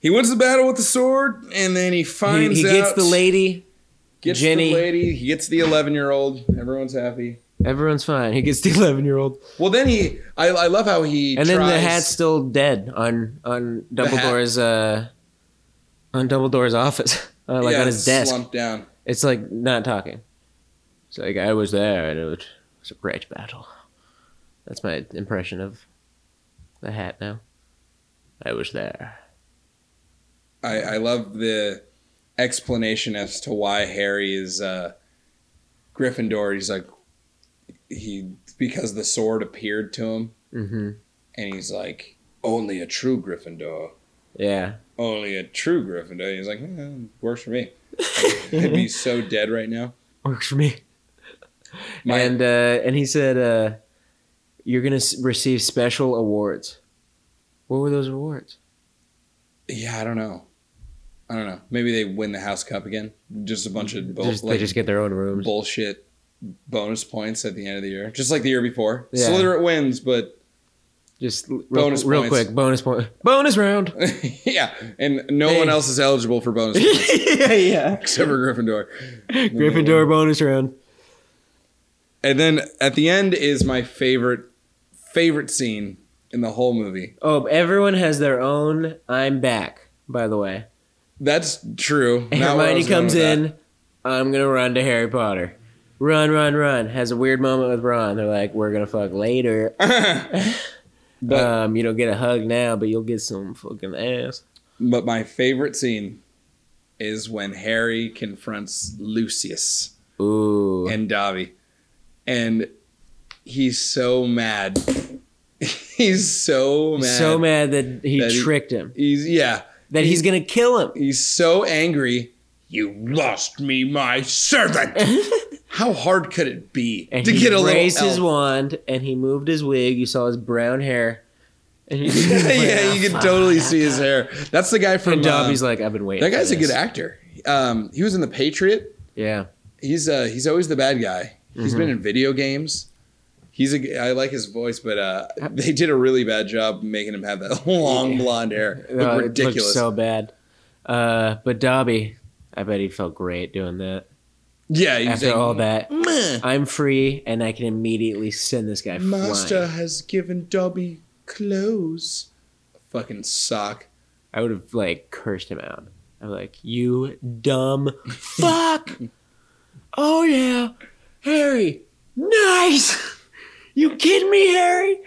B: he wins the battle with the sword and then he
A: he,
B: finds
A: he gets
B: out-
A: the lady.
B: gets the
A: Jenny.
B: lady, he gets the 11-year-old. Everyone's happy.
A: Everyone's fine. He gets the eleven year old,
B: Well, then he I, I love how he
A: and then the
B: tries-
A: hat's still dead on on
B: hat.
A: Dumbledore's uh on Dumbledore's [laughs] office, uh, like
B: yeah,
A: on his desk.
B: slumped down.
A: It's like not talking. It's like I was there and it was, it was a great battle. That's my impression of the hat now. I was there.
B: I, I love the explanation as to why Harry is uh, Gryffindor. He's like he because the sword appeared to him,
A: Mm-hmm.
B: and he's like only a true Gryffindor,
A: Yeah.
B: only a true Gryffindor. he's like eh, works for me.
A: [laughs]
B: I'd be so dead right now.
A: Works for me.
B: My-
A: and uh, and he said, uh, "You're gonna s- receive special awards." What were those awards?
B: Yeah, I don't know. I don't know. Maybe they win the House Cup again. Just a bunch of bull-
A: Just- they
B: like,
A: just get their own rooms.
B: bullshit bonus points at the end of the year, just like the year before.
A: Yeah.
B: Slytherin wins, but
A: Just l- real,
B: Bonus
A: real
B: points.
A: quick, bonus point, bonus round.
B: [laughs] yeah, and no
A: Hey.
B: one else is eligible for bonus
A: [laughs]
B: points
A: yeah, yeah.
B: except for Gryffindor.
A: Gryffindor bonus round.
B: And then at the end is my favorite favorite scene in the whole movie.
A: Oh, everyone has their own. I'm back. By the way.
B: That's true.
A: And
B: Not where I
A: Hermione
B: was going
A: comes
B: with that.
A: in. I'm gonna run to Harry Potter. Run, run, run. Has a weird moment with Ron. They're like, "We're gonna fuck later."
B: But-
A: um, you don't get a hug now, but you'll get some fucking ass.
B: [laughs] But my favorite scene is when Harry confronts Lucius
A: Ooh,
B: and Dobby, and he's so mad. [laughs] he's so mad.
A: so mad that he
B: That he-
A: tricked him.
B: He's yeah.
A: That he's gonna kill him.
B: He's so angry. You lost me,
A: [laughs]
B: my servant. How hard could it be
A: And
B: to
A: he
B: get a little
A: raised his [laughs]
B: elf?
A: wand and he moved his wig. You saw his brown hair. And
B: [laughs]
A: he, [laughs]
B: [laughs] yeah, you can totally see his hair. That's the guy from
A: And Dobby's
B: uh,
A: like, "I've been waiting."
B: That guy's
A: for
B: a good
A: this."
B: actor. Um, he was in The Patriot.
A: Yeah,
B: He's uh, he's always the bad guy. He's been
A: Mm-hmm.
B: in video games. He's a g- I like his voice, but uh, they did a really bad job making him have that [laughs] long blonde hair.
A: Uh,
B: It looked
A: it looked
B: ridiculous.
A: so bad. Uh, but Dobby, I bet he felt great doing that.
B: yeah, he's
A: after
B: like,
A: all that.
B: "Meh."
A: I'm free and I can immediately send this guy
B: Master
A: flying.
B: has given Dobby clothes. Fucking sock.
A: I would have like cursed him out. I'm like, you
B: [laughs]
A: dumb fuck. oh yeah, Harry, nice. [laughs] You kidding me, Harry?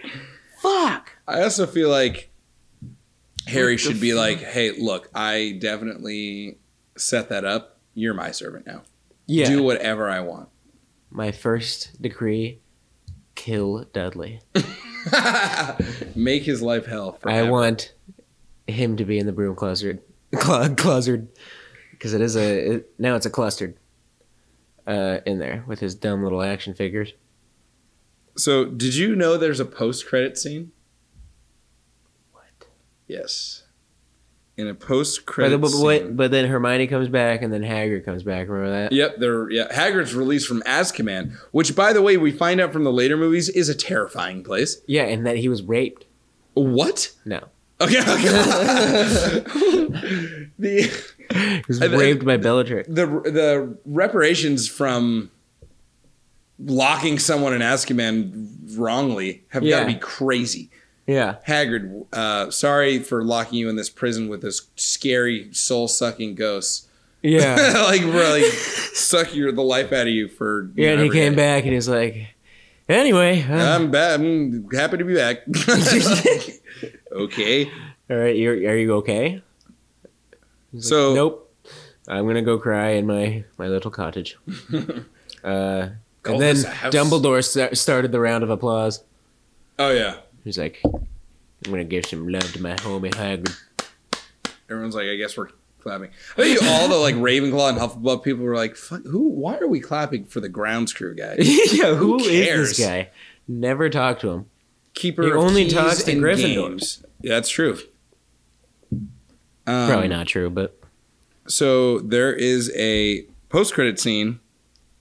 A: Fuck.
B: I also feel like Harry should be like, hey, look, I definitely set that up. You're my servant now.
A: Yeah.
B: Do whatever I want. [laughs]
A: My first decree: kill Dudley.
B: Make his life hell. Forever.
A: I want him to be in the broom [laughs] closet. Cl- closet. Because it is a. It, now it's a clustered. Uh, in there with his dumb little action figures.
B: So, did you know there's a post credit scene?
A: What?
B: Yes. in a
A: But,
B: post
A: then-
B: credit.
A: but, wait, but then Hermione comes back, and then Hagrid comes back. Remember that?
B: Yep, they're yeah. Hagrid's released from Azkaban, which, by the way, we find out from the later movies is a terrifying place.
A: Yeah, and that he was raped.
B: What?
A: No,
B: Okay. [laughs] the
A: he was
B: I- I-
A: raped by Bellatrix.
B: the the reparations from locking someone in Azkaban wrongly have got
A: Yeah.
B: to be crazy.
A: Yeah,
B: Hagrid, uh, sorry for locking you in this prison with this scary soul sucking ghost.
A: yeah,
B: [laughs] like really suck your the life out of you for you
A: [laughs] yeah.
B: know,
A: And he
B: every
A: came
B: day.
A: back, and he's like, "Anyway, uh,
B: I'm back. I'm happy to be back. [laughs] okay.
A: all right, you're, are you okay?" He's like,
B: So-
A: nope, I'm gonna go cry in my my little cottage.
B: [laughs]
A: uh,
B: Call
A: and then
B: this a house.
A: Dumbledore sta- started the round of applause.
B: Oh yeah.
A: He's like, "I'm gonna give some love to my homie
B: [laughs]
A: Hagrid."
B: Everyone's like, I guess we're clapping. I think all the like Ravenclaw and Hufflepuff people were like, Fuck, who? Why are we clapping for the grounds
A: [laughs]
B: crew guy?
A: yeah, who is
B: cares?
A: this guy? Never talk to him.
B: Keeper.
A: He
B: of
A: only
B: keys
A: talks to
B: and
A: Gryffindor.
B: games. Yeah, that's true. Um,
A: Probably not true, but
B: So there is a post-credit scene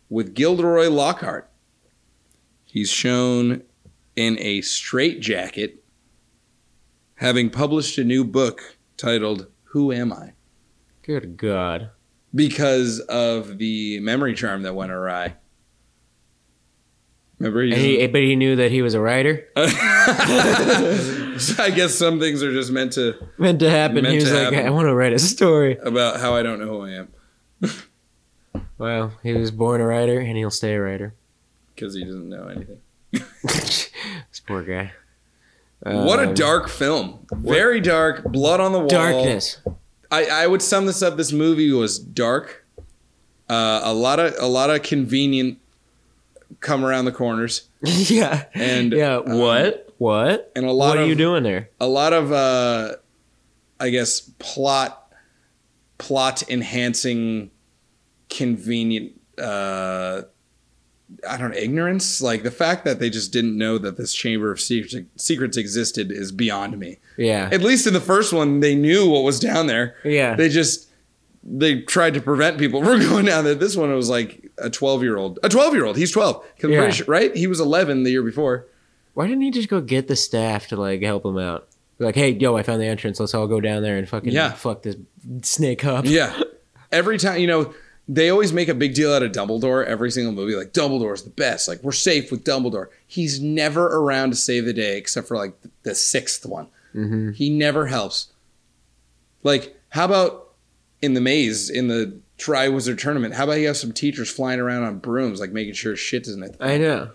B: with Gilderoy Lockhart. He's shown in a straitjacket, having published a new book titled "Who Am I."
A: good God.
B: because of the memory charm that went awry. Remember, he
A: And
B: [laughs]
A: he, but he knew that he was a writer. [laughs]
B: So I guess some things are just meant to
A: Meant to happen.
B: Meant
A: he was
B: to
A: like,
B: happen.
A: I want to write a story.
B: about how I don't know who I am
A: Well, he was born a writer and he'll stay a writer. [laughs]
B: because he doesn't know anything.
A: this poor guy.
B: what a
A: Um,
B: dark film! Very dark, blood on the wall.
A: darkness.
B: I, I would sum this up. This movie was dark. Uh, a lot of a lot of convenient come around the corners
A: [laughs] yeah.
B: And,
A: yeah.
B: um,
A: what? What?
B: and a lot
A: What are
B: of
A: you doing there?
B: a lot of uh i guess plot plot enhancing convenient uh i don't know ignorance like the fact that they just didn't know that this chamber of secrets, secrets existed is beyond me
A: Yeah.
B: at least in the first one they knew what was down there
A: yeah.
B: [laughs] they just they tried to prevent people [laughs] from going down there this one was like a 12 year old a 12 year old he's 12 'Cause I'm
A: Yeah.
B: pretty sure- right he was 11 the year before
A: Why didn't he just go get the staff to like help him out? Like, hey, yo, I found the entrance. Let's all go down there and fucking
B: Yeah.
A: fuck this snake up.
B: Yeah. Every time, you know, they always make a big deal out of Dumbledore every single movie. Like, Dumbledore's the best. Like, we're safe with Dumbledore. He's never around to save the day except for like th- the sixth one.
A: Mhm.
B: He never helps. Like, how about in the maze, in the Tri Wizard tournament, how about you have some teachers flying around on brooms, like making sure shit doesn't hit them?
A: I know.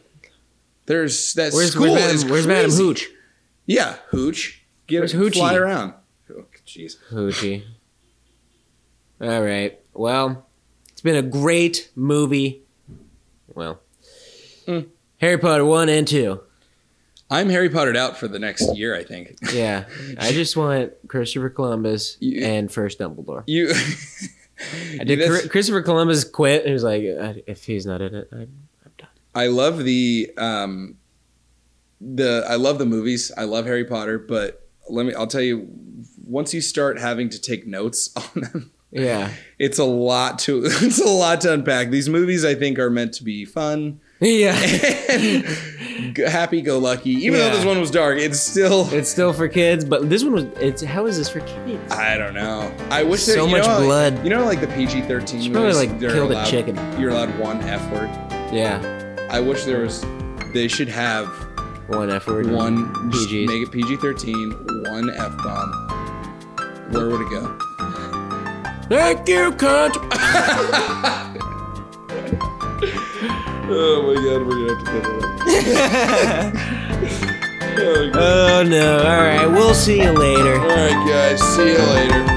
B: There's that
A: Where's,
B: school
A: where's, Madam,
B: is
A: where's Madam
B: crazy.
A: Hooch?
B: Yeah, Hooch. Get
A: Where's
B: Hooch
A: Hoochie?
B: fly around. Oh, Jeez.
A: Hoochie. All right. Well, it's been a great movie. Well,
B: Mm.
A: Harry Potter 1 and 2.
B: I'm Harry Pottered out for the next year, I think. [laughs]
A: Yeah. I just want Christopher Columbus
B: You-
A: and first Dumbledore.
B: You.
A: I did,
B: [laughs] That's-
A: Chri- Christopher Columbus quit and he was like, "I- if he's not in it, I'm, I'm done.
B: I love the um the I love the movies. I love Harry Potter, but let me I'll tell you once you start having to take notes [laughs] on them,
A: Yeah.
B: it's a lot to [laughs] it's a lot to unpack. These movies I think are meant to be fun
A: [laughs]
B: [laughs]
A: Yeah.
B: and happy go lucky. Even
A: Yeah.
B: though this one was dark, it's still
A: It's still for kids, but this one was. It's how is this for kids?
B: I don't know. I wish that-
A: So
B: you
A: much
B: know how-
A: blood.
B: You know, like the PG thirteen.
A: Should probably, like, killed a chicken.
B: You're allowed one F word.
A: Yeah,
B: I wish there was. They should have
A: one F word.
B: one just
A: PGs.
B: Make it PG thirteen. One f bomb. Where would it go?
A: Thank you, cunt.
B: [laughs] Oh my god, we're gonna have to cut
A: [laughs]
B: it up. [laughs]
A: Oh no! All right, we'll see you later.
B: All right, guys. See you later.